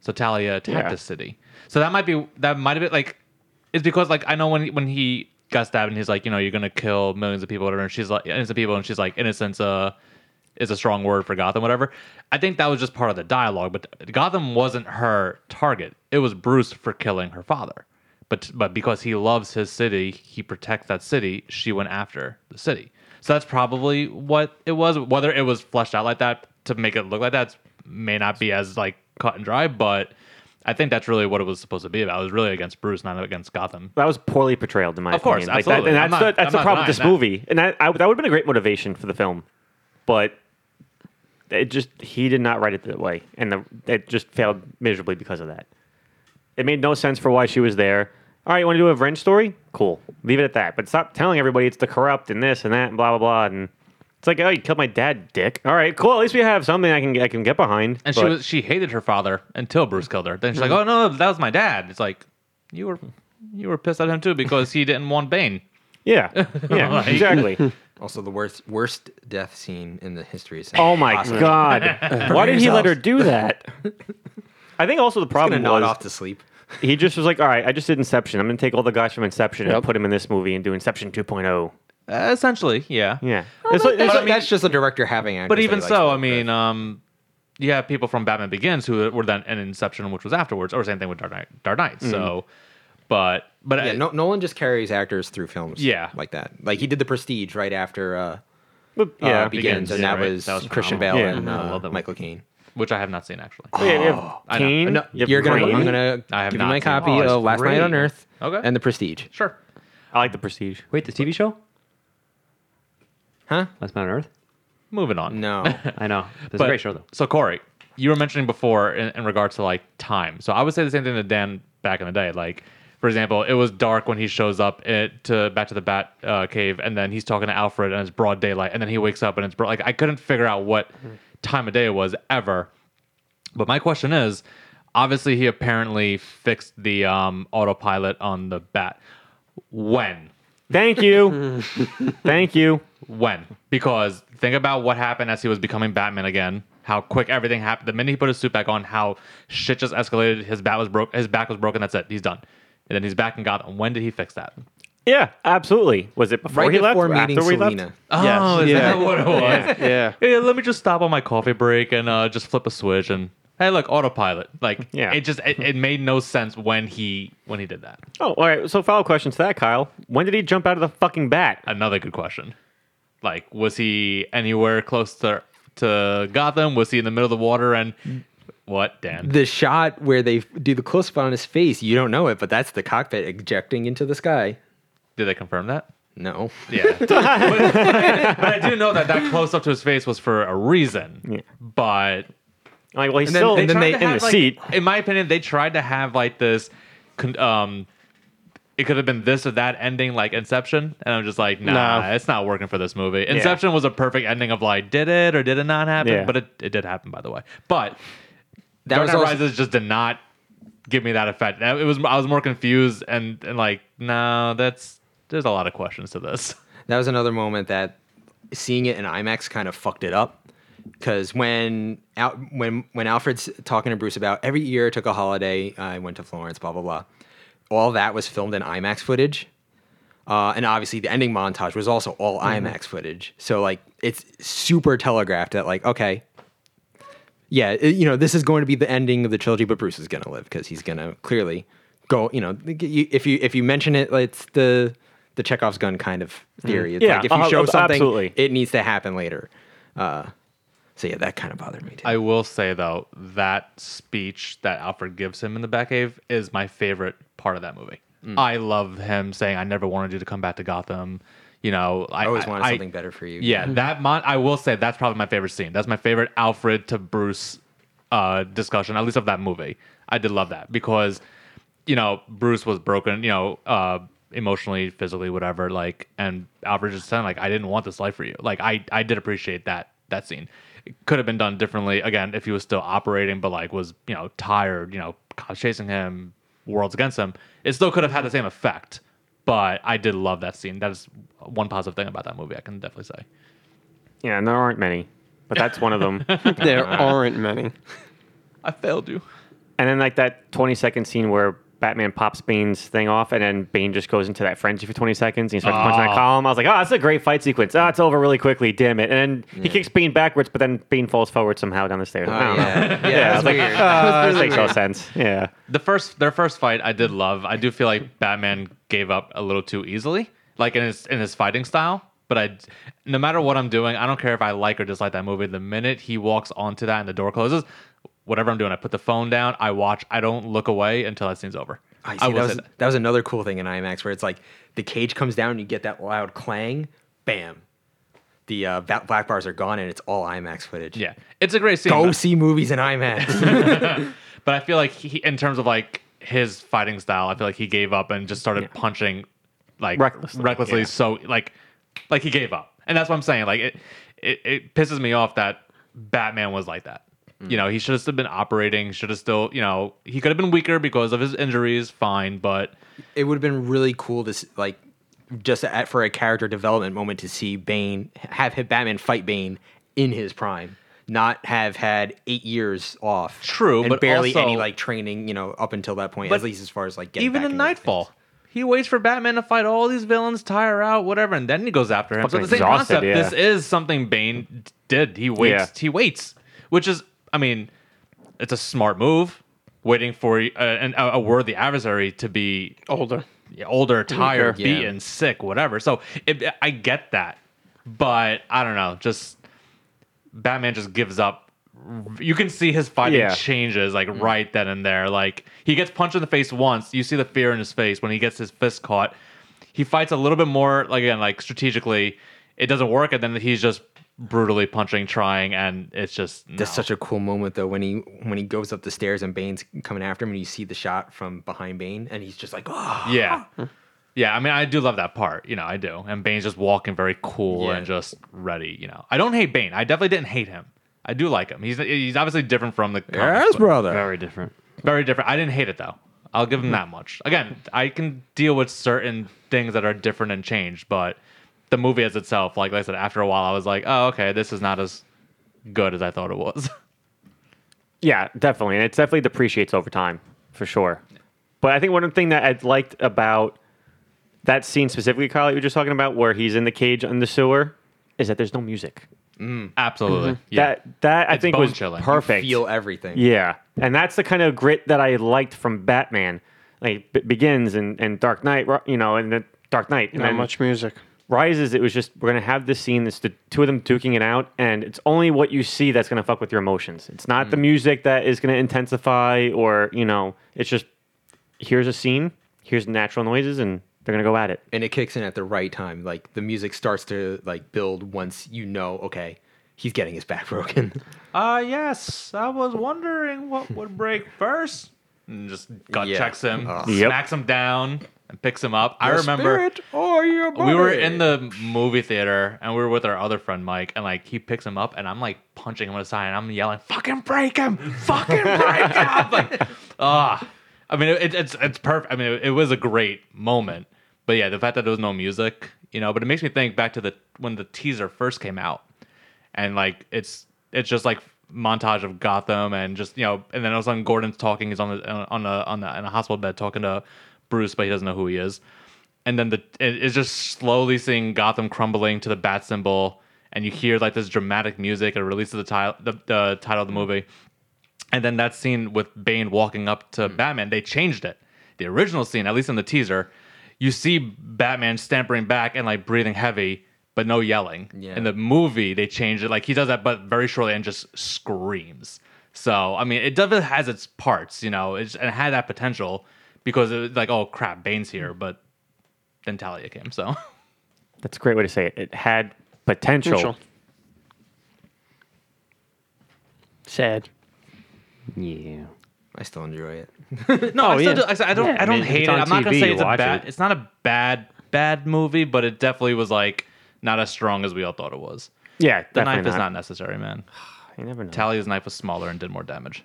so Talia attacked
Yeah.
the city. So that might be that might have been like it's because like I know when when he got stabbed and he's like you know you're gonna kill millions of people whatever and she's like innocent people and she's like innocence uh is a strong word for Gotham whatever. I think that was just part of the dialogue, but Gotham wasn't her target. It was Bruce for killing her father. But but because he loves his city, he protects that city. She went after the city. So that's probably what it was. Whether it was fleshed out like that to make it look like that may not be as like cut and dry, but I think that's really what it was supposed to be about. It was really against Bruce, not against Gotham.
That was poorly portrayed in my
Of course,
opinion. Like, that-
absolutely. I'm
and that's
not-
the, that's
I'm
the
not
problem with this
denying that.
movie, and that I, that would have been a great motivation for the film, but it just he did not write it that way, and the, it just failed miserably because of that. It made no sense for why she was there. All right, you want to do a revenge story? Cool, leave it at that. But stop telling everybody it's the corrupt and this and that and blah blah blah. And it's like, oh, you killed my dad, dick. All right, cool. At least we have something I can I can get behind.
And she
But-
was she hated her father until Bruce killed her. Then she's like, "Oh no, that was my dad." It's like you were you were pissed at him too because he didn't want Bane.
yeah, yeah,
Like-
exactly.
Also, the worst worst death scene in the history of
Oh my god! Why did he let her do that? I think also the
gonna
problem
nod
was
off to sleep.
he just was like, "All right, I just did Inception. I'm gonna take all the guys from Inception and put them in this movie and do Inception 2.0."
Uh, essentially, yeah.
Yeah, It's like-
That's,
it's like-
that's just the director having.
But even so, I mean, um, you have people from Batman Begins who were then in Inception, which was afterwards, or same thing with Dark Knight. Dark Knight. So, but but uh,
yeah,
I-
no, Nolan just carries actors through films.
Yeah.
like that. Like he did The Prestige right after uh,
but-
yeah,
yeah,
begins,
Begins,
and
yeah,
that,
right.
was
That was
Christian Bale
phenomenal.
Yeah.
and
I
uh,
love that
Michael Caine.
which I have not seen actually.
Oh, yeah, you have
I know, I
Kane.
know.
you have
You're gonna.
Crane.
I'm gonna
I have
give you
not
my
seen
copy
it. Oh, it's
of Last Night on
great.
Earth
Okay.
and The Prestige.
Sure.
I like the Prestige.
Wait, the TV show?
Huh?
Last Man on Earth?
Moving on.
No.
I know. It's a
But-
great show, though.
So Corey, you were mentioning before in, in regards to like time. So I would say the same thing to Dan back in the day. Like, for example, it was dark when he shows up at, to back to the Bat uh, Cave, and then he's talking to Alfred, and it's broad daylight, and then he wakes up, and it's bro- like I couldn't figure out what time of day it was ever. But my question is, obviously he apparently fixed the um, autopilot on the Bat. When?
Thank you, thank you.
when because think about what happened as he was becoming batman again how quick everything happened the minute he put his suit back on how shit just escalated his bat was broke his back was broken that's it he's done and then he's back in gotham when did he fix that
Yeah, absolutely. Was it before
right
he left?
before
or
meeting
after we left?
Selena.
oh is
Yeah.
that what it was
Yeah.
Hey, let me just stop on my coffee break and uh, just flip a switch and hey look autopilot like
Yeah.
it just it, it made no sense when he when he did that
Oh, all right. So follow up question to that, Kyle. When did he jump out of the fucking bat?
another good question like was he anywhere close to to gotham was he in the middle of the water and what dan
The shot where they do the close up on his face, you don't know it, but that's the cockpit ejecting into the sky.
Did they confirm that?
No.
Yeah. but, but I do know that that close up to his face was for a reason. But
I'm like, well, he's
And then,
still
and then they
in the
had, like-
seat.
In my opinion, they tried to have like this. con- Um, it could have been this or that ending, like Inception, and I'm just like, nah,
No.
it's not working for this movie. Inception was a perfect ending of like, did it or did it not happen?
Yeah.
But it, it did happen, by the way. But
That
Dark
was
Knight
also-
Rises just did not give me that effect. It was I was more confused and and like, no, that's there's a lot of questions to this.
that was another moment that seeing it in IMAX kind of fucked it up. Because when Al- when when Alfred's talking to Bruce about every year I took a holiday, I went to Florence, blah blah blah. All that was filmed in IMAX footage, uh, and obviously the ending montage was also all
Mm-hmm.
IMAX footage. So like it's super telegraphed that like okay, yeah, it- you know this is going to be the ending of the trilogy, but Bruce is gonna live because he's gonna clearly go. You know you- if you if you mention it, like, it's the the Chekhov's gun kind of theory. It's
Yeah,
like if you
uh,
show something,
absolutely.
it needs to happen later. Uh, so yeah, that kind of bothered me too.
I will say though, that speech that Alfred gives him in the Batcave is my favorite part of that movie.
Mm.
I love him saying, "I never wanted you to come back to Gotham." You know, I
I always
I-
wanted
I-
something better for you.
Yeah, that mon- I will say that's probably my favorite scene. That's my favorite Alfred to Bruce uh, discussion, at least of that movie. I did love that because you know Bruce was broken, you know, uh, emotionally, physically, whatever. Like, and Alfred just saying like, "I didn't want this life for you." Like, I I did appreciate that that scene. It could have been done differently again if he was still operating, but like was you know tired, you know, cops chasing him, worlds against him. It still could have had the same effect. But I did love that scene. That is one positive thing about that movie. I can definitely say.
Yeah, and there aren't many, but that's one of them.
There aren't many.
I failed you.
And then like that 20 second scene where Batman pops Bane's thing off, and then Bane just goes into that frenzy for 20 seconds. And he starts punching that column. I was like, oh, that's a great fight sequence. Ah, it's over really quickly. Damn it! And then he kicks Bane backwards, but then Bane falls forward somehow down the stairs. I don't know.
Oh, yeah, yeah,
I
that's
was like,
weird.
ah, that makes no sense. Yeah.
The first, their first fight, I did love. I do feel like Batman gave up a little too easily, like in his in his fighting style. But I, no matter what I'm doing, I don't care if I like or dislike that movie. The minute he walks onto that and the door closes, whatever I'm doing, I put the phone down, I watch, I don't look away until that scene's over.
I
I,
see, that,
will
was,
say-
that was another cool thing in IMAX where it's like the cage comes down and you get that loud clang, bam. The uh, ba- black bars are gone and it's all IMAX footage.
yeah, it's a great scene.
Go
but-
see movies in IMAX.
But I feel like he, in terms of like his fighting style, I feel like he gave up and just started punching like
Recklessly.
recklessly.
Yeah.
So like, like he gave up, and that's what I'm saying. Like it, it, it pisses me off that Batman was like that. You know, he should have still been operating. Should have still, you know, he could have been weaker because of his injuries. Fine, but
it would have been really cool to, s- like, just at, for a character development moment to see Bane, have him, Batman fight Bane in his prime, not have had eight years off.
True,
and
but
barely any,
also-
like, training, you know, up until that point,
But
at least as far as, like, getting
even
back
in
into the things.
Nightfall, he waits for Batman to fight all these villains, tire out, whatever, and then he goes after him. So
Fucking
the same
exhausted,
concept.
yeah.
This is something Bane d- did. He waits.
Yeah.
He waits, which is, I mean, it's a smart move. Waiting for uh, an, a a worthy adversary to be
Older.
yeah, older, tired,
yeah.
beaten, sick, whatever. So it, I get that, but I don't know. Just Batman just gives up. You can see his fighting
Yeah.
changes like
Mm-hmm.
right then and there. Like he gets punched in the face once. You see the fear in his face when he gets his fist caught. He fights a little bit more like again like strategically. It doesn't work, and then he's just brutally punching, trying, and it's just no.
That's such a cool moment though when he when he goes up the stairs and Bane's coming after him and you see the shot from behind Bane and he's just like, oh,
Yeah. Yeah, I mean, I do love that part. You know, I do. And Bane's just walking very cool
Yeah.
and just ready. You know, I don't hate Bane. I definitely didn't hate him. I do like him. He's he's obviously different from the comics, but
brother.
Very different.
Very different. I didn't hate it though. I'll give him that much. Again, I can deal with certain things that are different and changed, but the movie as itself, like, I said, after a while, I was like, oh, okay, this is not as good as I thought it was.
Yeah, definitely. And it definitely depreciates over time, for sure. But I think one thing that I liked about that scene specifically, Kyle, that you were just talking about, where he's in the cage on the sewer, is that there's no music.
Absolutely. Yeah.
That that I
It's
think was
bone-chilling. You
perfect.
Feel everything.
Yeah, and that's the kind of grit that I liked from Batman. Like it begins and and Dark Knight, ri- you know, and then Dark Knight, and
Not
then
much music.
rises. It was just we're gonna have this scene. It's the two of them duking it out, and it's only what you see that's gonna fuck with your emotions. It's not
Mm.
the music that is gonna intensify, or you know, it's just here's a scene, here's natural noises, and they're gonna go at it.
And it kicks in at the right time. Like the music starts to like build once you know, okay, he's getting his back broken.
Uh, yes, I was wondering what would break first. And just gut
Yeah.
checks him,
Yep.
smacks him down, and picks him up. I remember we were in the movie theater and we were with our other friend Mike, and like he picks him up, and I'm like punching him on the side, and I'm yelling, "Fucking break him! Fucking break him!" Like, ah, I mean, it, it's it's perfect. I mean, it, was a great moment, but yeah, the fact that there was no music, you know, but it makes me think back to the when the teaser first came out, and like it's it's just like montage of Gotham and just you know, and then all of a sudden Gordon's talking, he's on the on the on the, on a hospital bed talking to Bruce, but he doesn't know who he is and then the it- it's just slowly seeing Gotham crumbling to the bat symbol, and you hear like this dramatic music. It releases the title, the, the title of the movie, and then that scene with Bane walking up to Batman. They changed it. The original scene, at least in the teaser, you see Batman stampering back and like breathing heavy, but no yelling.
Yeah.
In the movie, they changed it. Like he does that, but very shortly and just screams. So I mean, it definitely has its parts, you know, it's, and it had that potential because it was like, oh crap, Bane's here, but then Talia came. So
That's a great way to say it. It had potential.
Potential. Sad.
Yeah.
I still enjoy it.
no, I, still
yeah.
do, I, said- I don't,
Oh, Yeah,
I don't
I mean, if
hate
it's
it.
on
I'm not gonna
TV,
say
you
it's a
watch
bad.
it.
It's not a bad bad movie, but it definitely was like not as strong as we all thought it was.
Yeah,
The
definitely
knife is not necessary, man.
You never know.
Talia's knife was smaller and did more damage.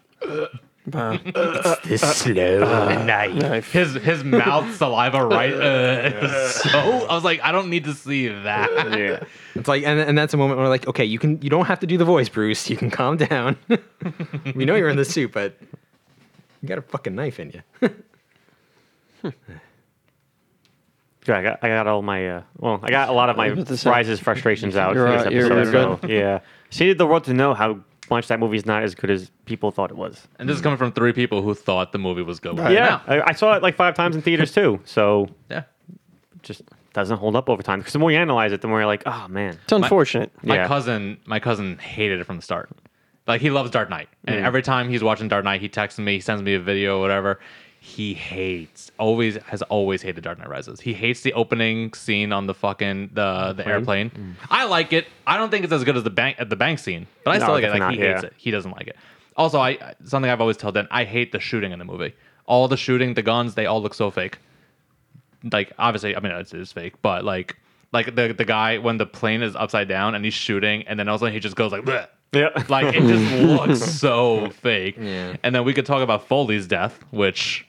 This slow.
His his mouth saliva right. Uh, so I was like, I don't need to see that.
yeah.
It's like, and, and that's a moment where like, okay, you can, you don't have to do the voice, Bruce. You can calm down. we know you're in the suit, but you got a fucking knife in you.
Good, I got I got all my uh, well, I got a lot of my
about to say-
rises frustrations out
You're
in this
out- you're-
episode.
you're
so, yeah, she needed the world to know how much that movie's not as good as people thought it was.
And this is coming from three people who thought the movie was good.
Yeah, I, I saw it like five times in theaters too. So
yeah.
it just doesn't hold up over time because the more you analyze it, the more you're like, oh man,
It's unfortunate.
My
Yeah.
cousin, my cousin hated it from the start. Like he loves Dark Knight, and
Mm.
every time he's watching Dark Knight, he texts me, he sends me a video, whatever. He hates, always has always hated Dark Knight Rises. He hates the opening scene on the fucking the the airplane.
Mm.
I like it. I don't think it's as good as the bank at the bank scene, but I
No,
still like it. Like
definitely
he
not,
hates
yeah.
it. He doesn't like it. Also, I something I've always told Dan, I hate the shooting in the movie. All the shooting, the guns, they all look so fake like obviously I mean it's, it's fake, but like like the the guy when the plane is upside down and he's shooting and then all of a sudden he just goes like Bleh.
yeah,
like it just looks so fake.
Yeah.
And then we could talk about Foley's death, which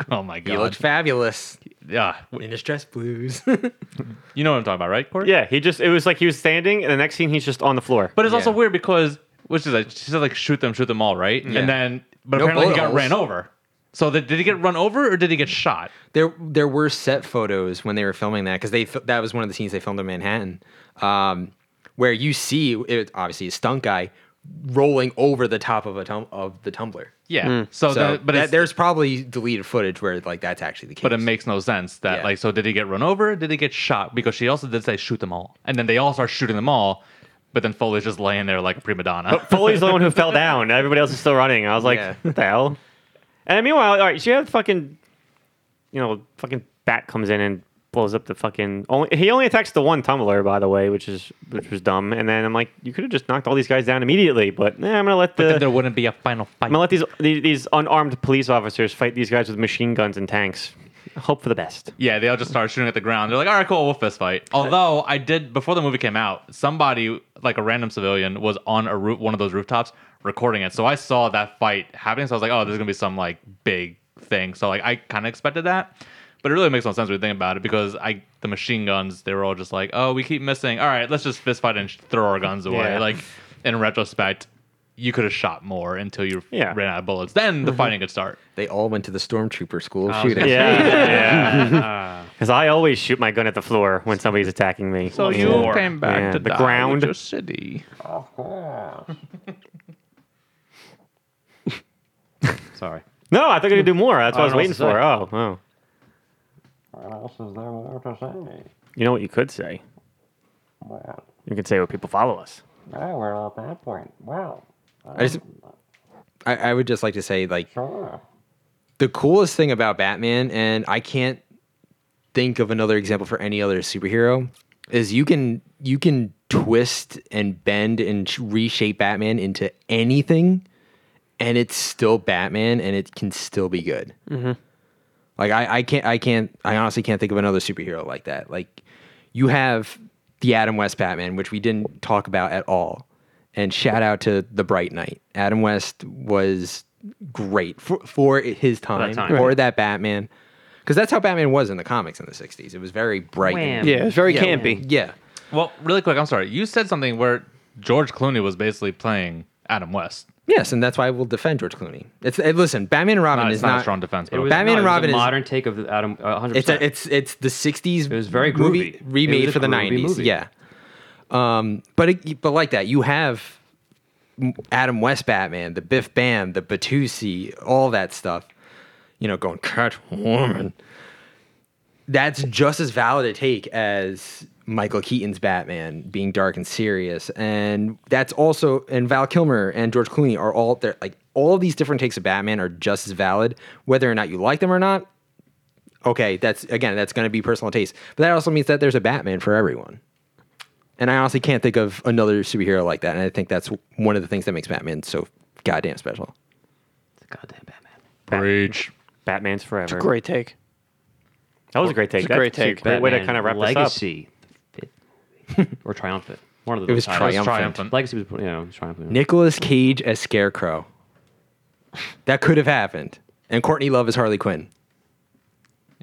oh my
He looked
god.
fabulous
Yeah.
in his dress blues.
You know what I'm talking about, right, Corey?
yeah. He just it was like he was standing, and the next scene he's just on the floor.
But it's also
Yeah.
weird because which is like she said like shoot them, shoot them all, right? And then but
No
apparently he
bullet
got
holes.
ran over. So th- did he get run over or did he get shot?
there, there were set photos when they were filming that because they fi- that was one of the scenes they filmed in Manhattan, um, where you see it obviously a stunt guy rolling over the top of a tum- of the tumbler.
Yeah. So,
So,
then-
that-
but it's-
there's probably deleted footage where like that's actually the case.
But it makes no sense that
Yeah.
like so did he get run over? Did he get shot? Because she also did say shoot them all, and then they all start shooting them all, but then Foley's just laying there like a prima donna.
Foley's the one who fell down. Everybody else is still running. I was like,
Yeah.
what the hell? And meanwhile, all right, so you have fucking, you know, fucking bat comes in and blows up the fucking. Only he only attacks the one tumbler, by the way, which is which was dumb. And then I'm like, you could have just knocked all these guys down immediately, but nah, I'm gonna let the.
then there wouldn't be a final fight.
I'm gonna let these, these these unarmed police officers fight these guys with machine guns and tanks. Hope for the best.
Yeah, they all just start shooting at the ground. They're like, all right, cool, we'll fist fight. Although I did before the movie came out, somebody like a random civilian was on a roof, one of those rooftops, recording it. So I saw that fight happening. So I was like, oh, there's gonna be some like big thing. So like I kind of expected that, but it really makes no sense when you think about it because I the machine guns they were all just like, oh, we keep missing. All right, let's just fist fight and sh- throw our guns away.
Yeah.
Like in retrospect. You could have shot more until you
Yeah. Mm-hmm.
ran out of bullets. Then the fighting could start.
they all went to the stormtrooper school
Oh,
of shooting.
Yeah, Because I always shoot my gun at the floor when somebody's attacking me. So
came
back Yeah, to the die with ground. your
city.
Sorry.
No, I thought I could do more. That's what I,
I
was
don't
waiting
know
for. Oh, oh. You know what you could say? You could say what people follow us.
Oh, we're all at that point. Wow.
I just, I, I would just like to say like
Sure.
the coolest thing about Batman, and I can't think of another example for any other superhero, is you can you can twist and bend and sh- reshape Batman into anything, and it's still Batman, and it can still be good.
Mm-hmm.
Like I, I can't, I can't, I honestly can't think of another superhero like that. Like you have the Adam West Batman, which we didn't talk about at all. And shout out to the Bright Knight. Adam West was great for, for his time,
time.
for that Batman, because that's how Batman was in the comics in the '60s. It was very bright.
Wham.
and-
Yeah, it's very
Yeah.
campy.
Yeah.
Well, really quick, I'm sorry. You said something where George Clooney was basically playing Adam West.
Yes, and that's why I will defend George Clooney. It's eh, listen, Batman and Robin
No,
is
Uh, it's not,
not
a strong defense, but
It was,
okay.
Batman
no,
and
it was
Robin
a
is-
modern take of the Adam. uh, 100%.
It's a, it's it's the '60s. It
was very groovy.
movie
It was
remade
a
for the
groovy
'90s.
movie.
Yeah, um, but it, but like that, you have m- Adam West Batman, the Biff Bam, the Batusi, all that stuff. You know, going Catwoman. That's just as valid a take as Michael Keaton's Batman being dark and serious, and that's also and Val Kilmer and George Clooney are all there. Like all these different takes of Batman are just as valid, whether or not you like them or not okay, that's again, that's going to be personal taste. But that also means that there's a Batman for everyone. And I honestly can't think of another superhero like that. And I think that's one of the things that makes Batman so goddamn special.
It's a goddamn Batman.
Preach.
Batman's forever.
Great take.
That was a great take.
a great
That's a
take.
Great way to
Batman,
kind of wrap this
Legacy, this Legacy, or triumphant. One of the
It was
titles.
That was
Triumphant.
triumphant.
Legacy was, you know, triumphant.
Nicolas Cage as Scarecrow. That could have happened. And Courtney Love as Harley Quinn.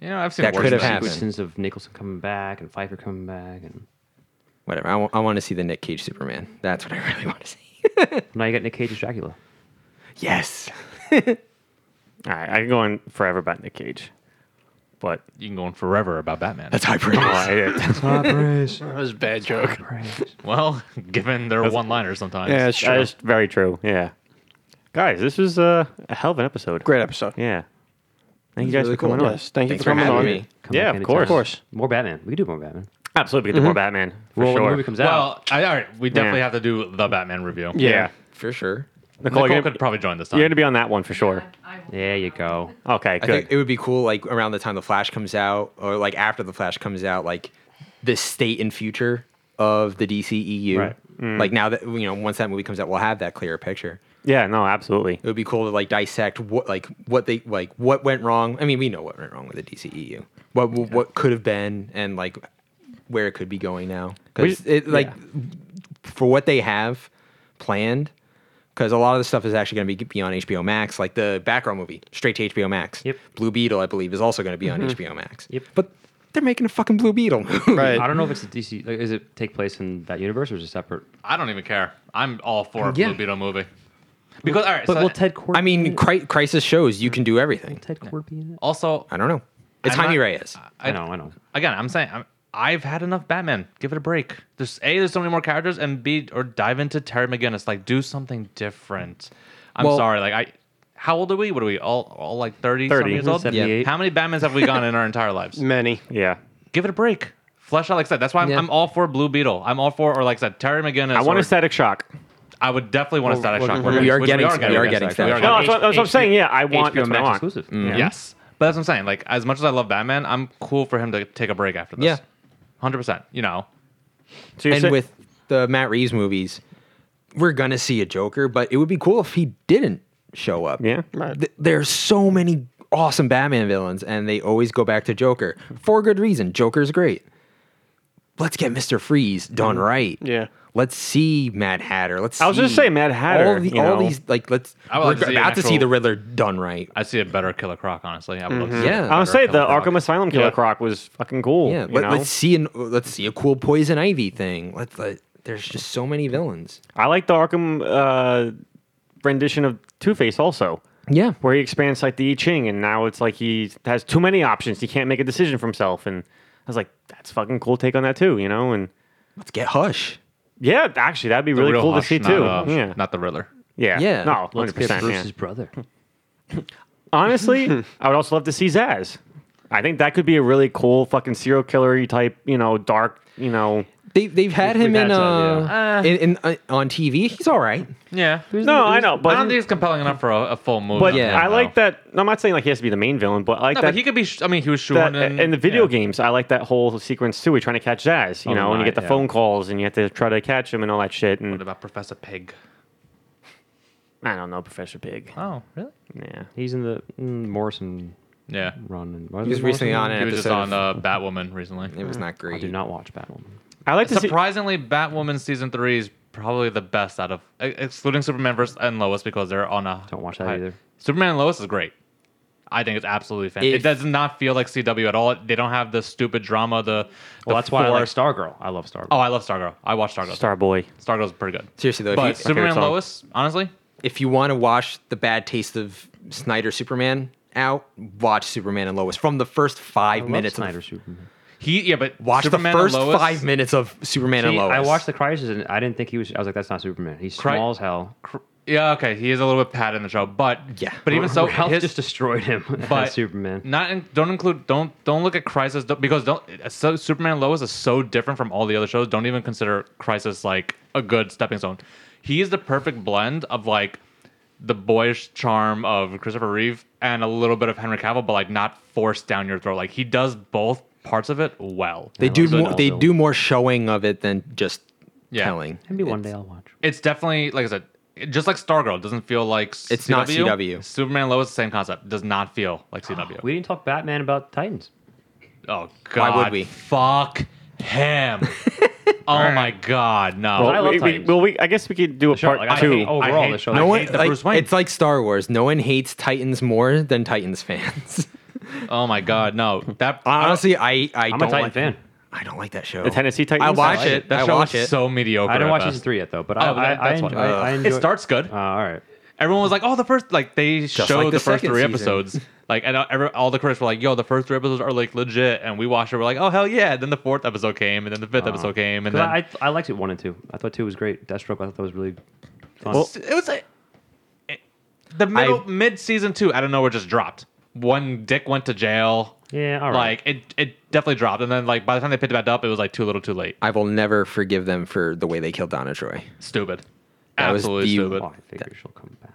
You know, I've seen
That
worse
could
than
have happened.
Sequences of Nicholson coming back and Pfeiffer coming back, and
Whatever. I want to see the Nick Cage Superman. That's what I really want to see.
now you got Nick Cage as Dracula.
Yes.
up. All right, I can go on forever about Nick Cage, but
You can go on forever about Batman.
That's high praise.
Oh, I-
That was a bad joke.
well, given their one liners sometimes.
Yeah, it's
that
true.
is very true. Yeah, guys, this was uh, a hell of an episode.
Great episode.
Yeah, thank you guys
really
for coming
cool.
on.
Yes, thank you for
Thanks for
coming
having
on.
me.
Come
Yeah,
back
of
anytime.
course. Of
course.
More Batman. We can do more Batman.
Absolutely, we can do more Batman for
well,
sure.
when the movie comes out,
Well, I, all right, we definitely
Yeah.
have to do the Batman review.
yeah.
For sure.
Nicole,
Nicole,
you're gonna,
could probably join this time.
you're gonna be on that one for sure.
I, I
there you go.
Okay,
I
good.
think it would be cool, like around the time the Flash comes out, or like after the Flash comes out, like the state and future of the DCEU.
Right.
Like now that you know, once that movie comes out, we'll have that clearer picture.
yeah, no, absolutely.
It would be cool to like dissect what, like what they like, what went wrong. I mean, we know what went wrong with the DCEU. What what could have been, and like where it could be going now.
We-
Because it like for what they have planned. Because a lot of the stuff is actually going to be, be on HBO Max, like the background movie, straight to HBO Max.
Yep.
Blue Beetle, I believe, is also going to be on HBO Max.
Yep.
But they're making a fucking Blue Beetle. movie.
Right.
I don't know if it's a DC. Like, is it take place in that universe or is it separate?
I don't even care. I'm all for a
Yeah.
Blue Beetle movie. Because all right,
But
so
will Ted Cord?
I
be
mean,
in it?
cri- Crisis shows you can do everything.
Ted Cord be in it?
also
I don't know. It's
I'm
Jaime
not-
Reyes.
I know, I know.
Again, I'm saying I'm, I've had enough Batman. Give it a break. There's a there's so many more characters, and b or dive into Terry McGinnis. Like do something different. I'm
Well-
sorry. Like I, how old are we? What are we all all like 30,
30.
some years old?
78.
How many Batmans have we gone in our entire lives?
Many.
Yeah.
Give it a break. Flesh out like I said. That's why I'm,
Mm. Yeah.
I'm all for Blue Beetle. I'm all for or like I said Terry McGinnis.
I want
or-
a static shock.
I would definitely want a static shock.
we are getting- we are getting Mm.
We are
Static
No,
getting-
that's what, that's what I'm saying. Yeah, I want.
HBO
That's what I
Max
want.
exclusive.
Mm. Yes. But that's what I'm saying. Like, as much as I love Batman, I'm cool for him to take a break after this.
Yeah.
100%. You know,
So you're
and
saying-
with the Matt Reeves movies, we're gonna see a Joker, but it would be cool if he didn't show up.
Yeah.
Right. Th- there's so many awesome Batman villains, and they always go back to Joker for good reason. Joker's great. Let's get Mister Freeze done right.
Yeah.
Let's see Mad Hatter. Let's.
Mm-hmm. I was
see
just saying Mad Hatter,
All, the,
you
all
know.
these like let's.
I would
we're
like to see an
about to see
actual-
the Riddler done right.
I see a better Killer Croc, honestly. I would love to see
Yeah.
a
I
I'll
better
say the
Killer Croc.
Arkham Asylum Killer
Yeah.
Croc was fucking cool.
Yeah.
you
Let,
know?
Let's see an let's see a cool Poison Ivy thing. Let's let. There's just so many villains.
I like the Arkham uh, rendition of Two Face also,
Yeah.
where he expands like the I Ching, and now it's like he has too many options. He can't make a decision for himself, and I was like, that's fucking cool take on that too, you know. And
Let's get Hush.
yeah, actually, that'd be
The
really
real
cool
Hush,
to see
not,
too.
uh,
yeah,
Not the Riddler.
yeah,
Yeah.
No,
Let's
hundred
get
percent.
Bruce's
Yeah.
brother.
Honestly, I would also love to see Zaz. I think that could be a really cool fucking serial killer type, you know, dark, you know,
They, they've had
We've
him in,
had some,
uh,
yeah.
in, in uh, on TV. He's all right.
Yeah.
No, I know,
I
but
don't think it's compelling enough for a, a full movie.
but
Yeah.
I like
that.
that. I'm not saying like he has to be the main villain, but I like
No,
that.
but he could be. sh- I mean, he was
that,
shoehorned in,
in the video
yeah.
games, I like that whole sequence too. We're trying to catch Zaz, you
Oh,
know, and you
right,
get the
yeah.
phone calls and you have to try to catch him and all that shit. And
What about Professor Pig?
I don't know, Professor Pig.
Uh,
Oh, really?
Yeah.
He's in the mm, Morrison
Yeah.
run. And, what is
He was
it,
recently on
Morrison?
an
He was just
episode.
on
of-
uh, Batwoman recently.
it was not
I
great.
do not watch Batwoman.
I like to see.
Surprisingly, Batwoman season three is probably the best out of, ex- excluding Superman versus and Lois because they're on a.
Don't watch that either.
Superman and Lois is great. I think it's absolutely fantastic.
If-
it does not feel like CW at all. They don't have the stupid drama. The, the
Well, that's why I like
forced-
Stargirl. I love Stargirl.
Oh, I love Stargirl. I watch Stargirl.
Starboy.
Stargirl's pretty good.
Seriously, though, if
but
you-
Superman
Okay,
and
so-
Lois, honestly,
if you want to wash the bad taste of Snyder Superman out, watch Superman and Lois from the first
I
five
love
minutes.
Snyder
of,
Superman.
he yeah, but
watch
Superman
the first
and Lois,
five minutes of Superman and
See,
Lois.
I watched the Crisis and I didn't think he was. I was like, that's not Superman. He's
Cri-
small as hell.
Cr- Yeah, okay, he is a little bit pat in the show, but
Yeah.
but even so,
Ralph
his,
just destroyed him.
but
as Superman.
Not in, don't include don't don't look at Crisis don't- because don't it's so, Superman and Lois is so different from all the other shows. Don't even consider Crisis like a good stepping stone. He is the perfect blend of like the boyish charm of Christopher Reeve and a little bit of Henry Cavill, but like not forced down your throat. Like he does both parts of it well.
they do
So
more,
no.
they do more showing of it than just
Yeah.
telling.
Maybe one
It's-
day I'll watch.
it's definitely like I said, it- just like Stargirl it doesn't feel like
It's not CW.
Superman and Lois the same concept does not feel like CW.
We didn't talk Batman about Titans.
oh
Why
god,
would we?
Fuck him. oh my god, no.
I
Well,
love
we, we,
Titans.
well, we, I guess we could do a
show,
part
like, I
two.
hate- oh, overall,
I hate,
the show-
I
No one,
hate the
like,
Bruce Wayne.
It's like Star Wars. No one hates Titans more than Titans fans.
oh my god, no. That
Honestly, I I
I'm
don't
a Titan
like,
fan.
I don't like that show.
The Tennessee Titans?
I watch
I
that
like
it.
That
I
show
watch
is
it.
so mediocre.
I didn't
at
watch
best.
season three yet though, but
Oh,
I,
that-
I, I,
that's
enjoy,
why.
I, I enjoy.
It starts good.
Uh, all right.
Everyone was like, "Oh, the first like they showed
like the
the, first
second
three
season.
episodes." Like, and uh, every, all the critics were like, "Yo, the first three episodes are like legit," and we watched it. We're like, "Oh hell yeah!" Then the fourth episode came, and then the fifth episode came, and
Uh, 'Cause
then
I, I I liked it one and two. I thought two was great. Deathstroke. I thought that was really fun.
Well,
it was like the middle mid season two. I don't know. Where just dropped. One dick went to jail.
yeah, all right.
Like it, it definitely dropped, and then like by the time they picked it back up, it was like too little, too late.
I will never forgive them for the way they killed Donna Troy.
Stupid,
That was
absolutely
the-
stupid.
oh, I figure she'll come back.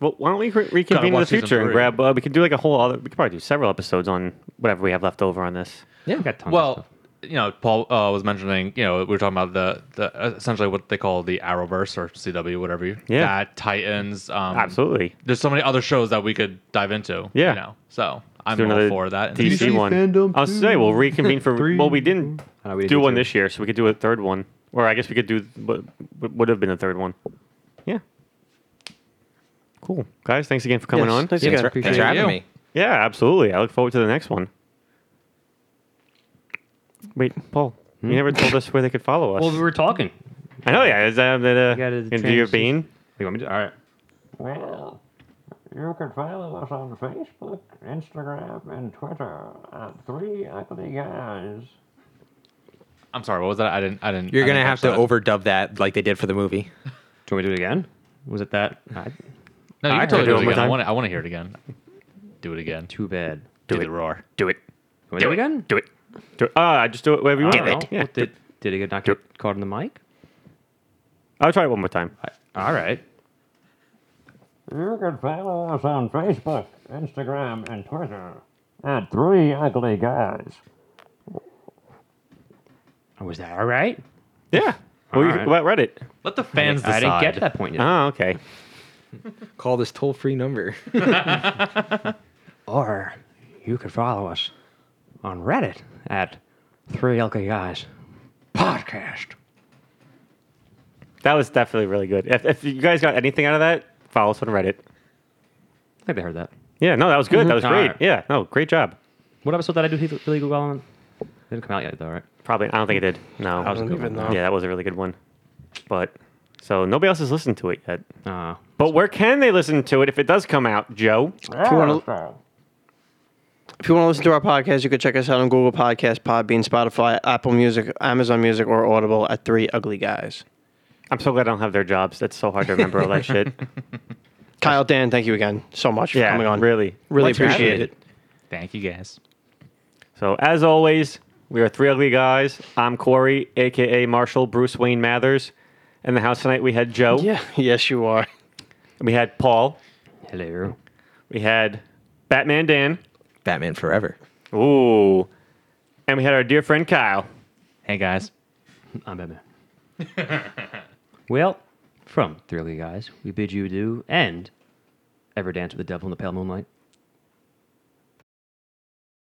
Well, why don't we re- reconvene in
watch
the
season
future and
three.
grab? Uh, we could do like a whole other. We could probably do several episodes on whatever we have left over on this.
We got tons of
Well,
stuff.
you know, Paul uh, was mentioning, you know, we were talking about the, the essentially what they call the Arrowverse or CW, whatever. You,
Yeah.
That Titans. Um,
Absolutely.
There's so many other shows that we could dive into.
Yeah.
You know, so I'm
do
all
another
for that.
DC one. I'll say we'll reconvene for. well, we didn't
I know, we
do
did
one
two.
this year, so we could do a third one, or I guess we could do what what would have been a third one. Yeah. Cool, guys. Thanks again for coming
Yes,
on.
thanks
Thanks
again.
for, thanks for having
you.
me.
Yeah, absolutely. I look forward to the next one. Wait, Paul, you never told us where they could follow us.
Well, we were talking.
I know, yeah. Is that uh, gonna
gotta
do your
transition.
bean?
You want me to? All right.
Well, you can follow us on Facebook, Instagram, and Twitter at Three Ugly Guys.
I'm sorry, what was that? I didn't. I didn't.
You're
I
gonna
didn't
have
catch
to
that.
overdub that like they did for the movie.
Do you want me to do it again? Was it that? I,
No, you
I
can
heard
totally
it one
do it
more
again. I
time.
want. I want to hear it again. Do it again.
too bad.
Do, the roar.
Do it.
You want me to do it again?
Do it. Do it. Ah, just do it wherever you
I
want.
don't know.
Yeah.
Well, did, did it get not get caught in the mic?
I'll try it one more time.
I, all right.
You can follow us on Facebook,
Um,
Instagram, and Twitter at Three Ugly Guys.
Oh, was that all right?
Yeah. Well, you,
Alright.
What Reddit?
Let the fans
I didn't get to
decide.
that point yet.
Oh, okay.
Call this toll free number.
Or you could follow us on Reddit at Three Elka Guys Podcast.
That was definitely really good. If, if you guys got anything out of that, follow us on Reddit.
I think they heard that.
Yeah. No, that was good. That was great.
Alright.
Yeah. No, great job.
What episode did I do Heath- Billy Goodwill on? Didn't come out yet, though, right?
Probably. I don't think it did. No.
I don't even know.
Yeah, that was a really good one. But so nobody else has listened to it yet.
Uh,
But where can they listen to it if it does come out, Joe?
wanna-
Arrowverse.
If you want to listen to our podcast, you can check us out on Google Podcasts, Podbean, Spotify, Apple Music, Amazon Music, or Audible at Three Ugly Guys.
I'm so glad I don't have their jobs. That's so hard to remember all that shit.
Kyle, Dan, thank you again so much for
Yeah.
coming on.
Really.
really
Thanks for having
appreciate
me.
it.
Thank you guys.
So as always, We are three ugly guys. I'm Corey, aka Marshall Bruce Wayne Mathers. In the house tonight, we had Joe.
Yeah. Yes, you are.
We had Paul.
Hello.
We had Batman Dan.
Batman Forever.
Ooh. And we had our dear friend Kyle.
Hey guys.
I'm Batman. well, from Three Ugly Guys, we bid you adieu and ever dance with the devil in the pale moonlight.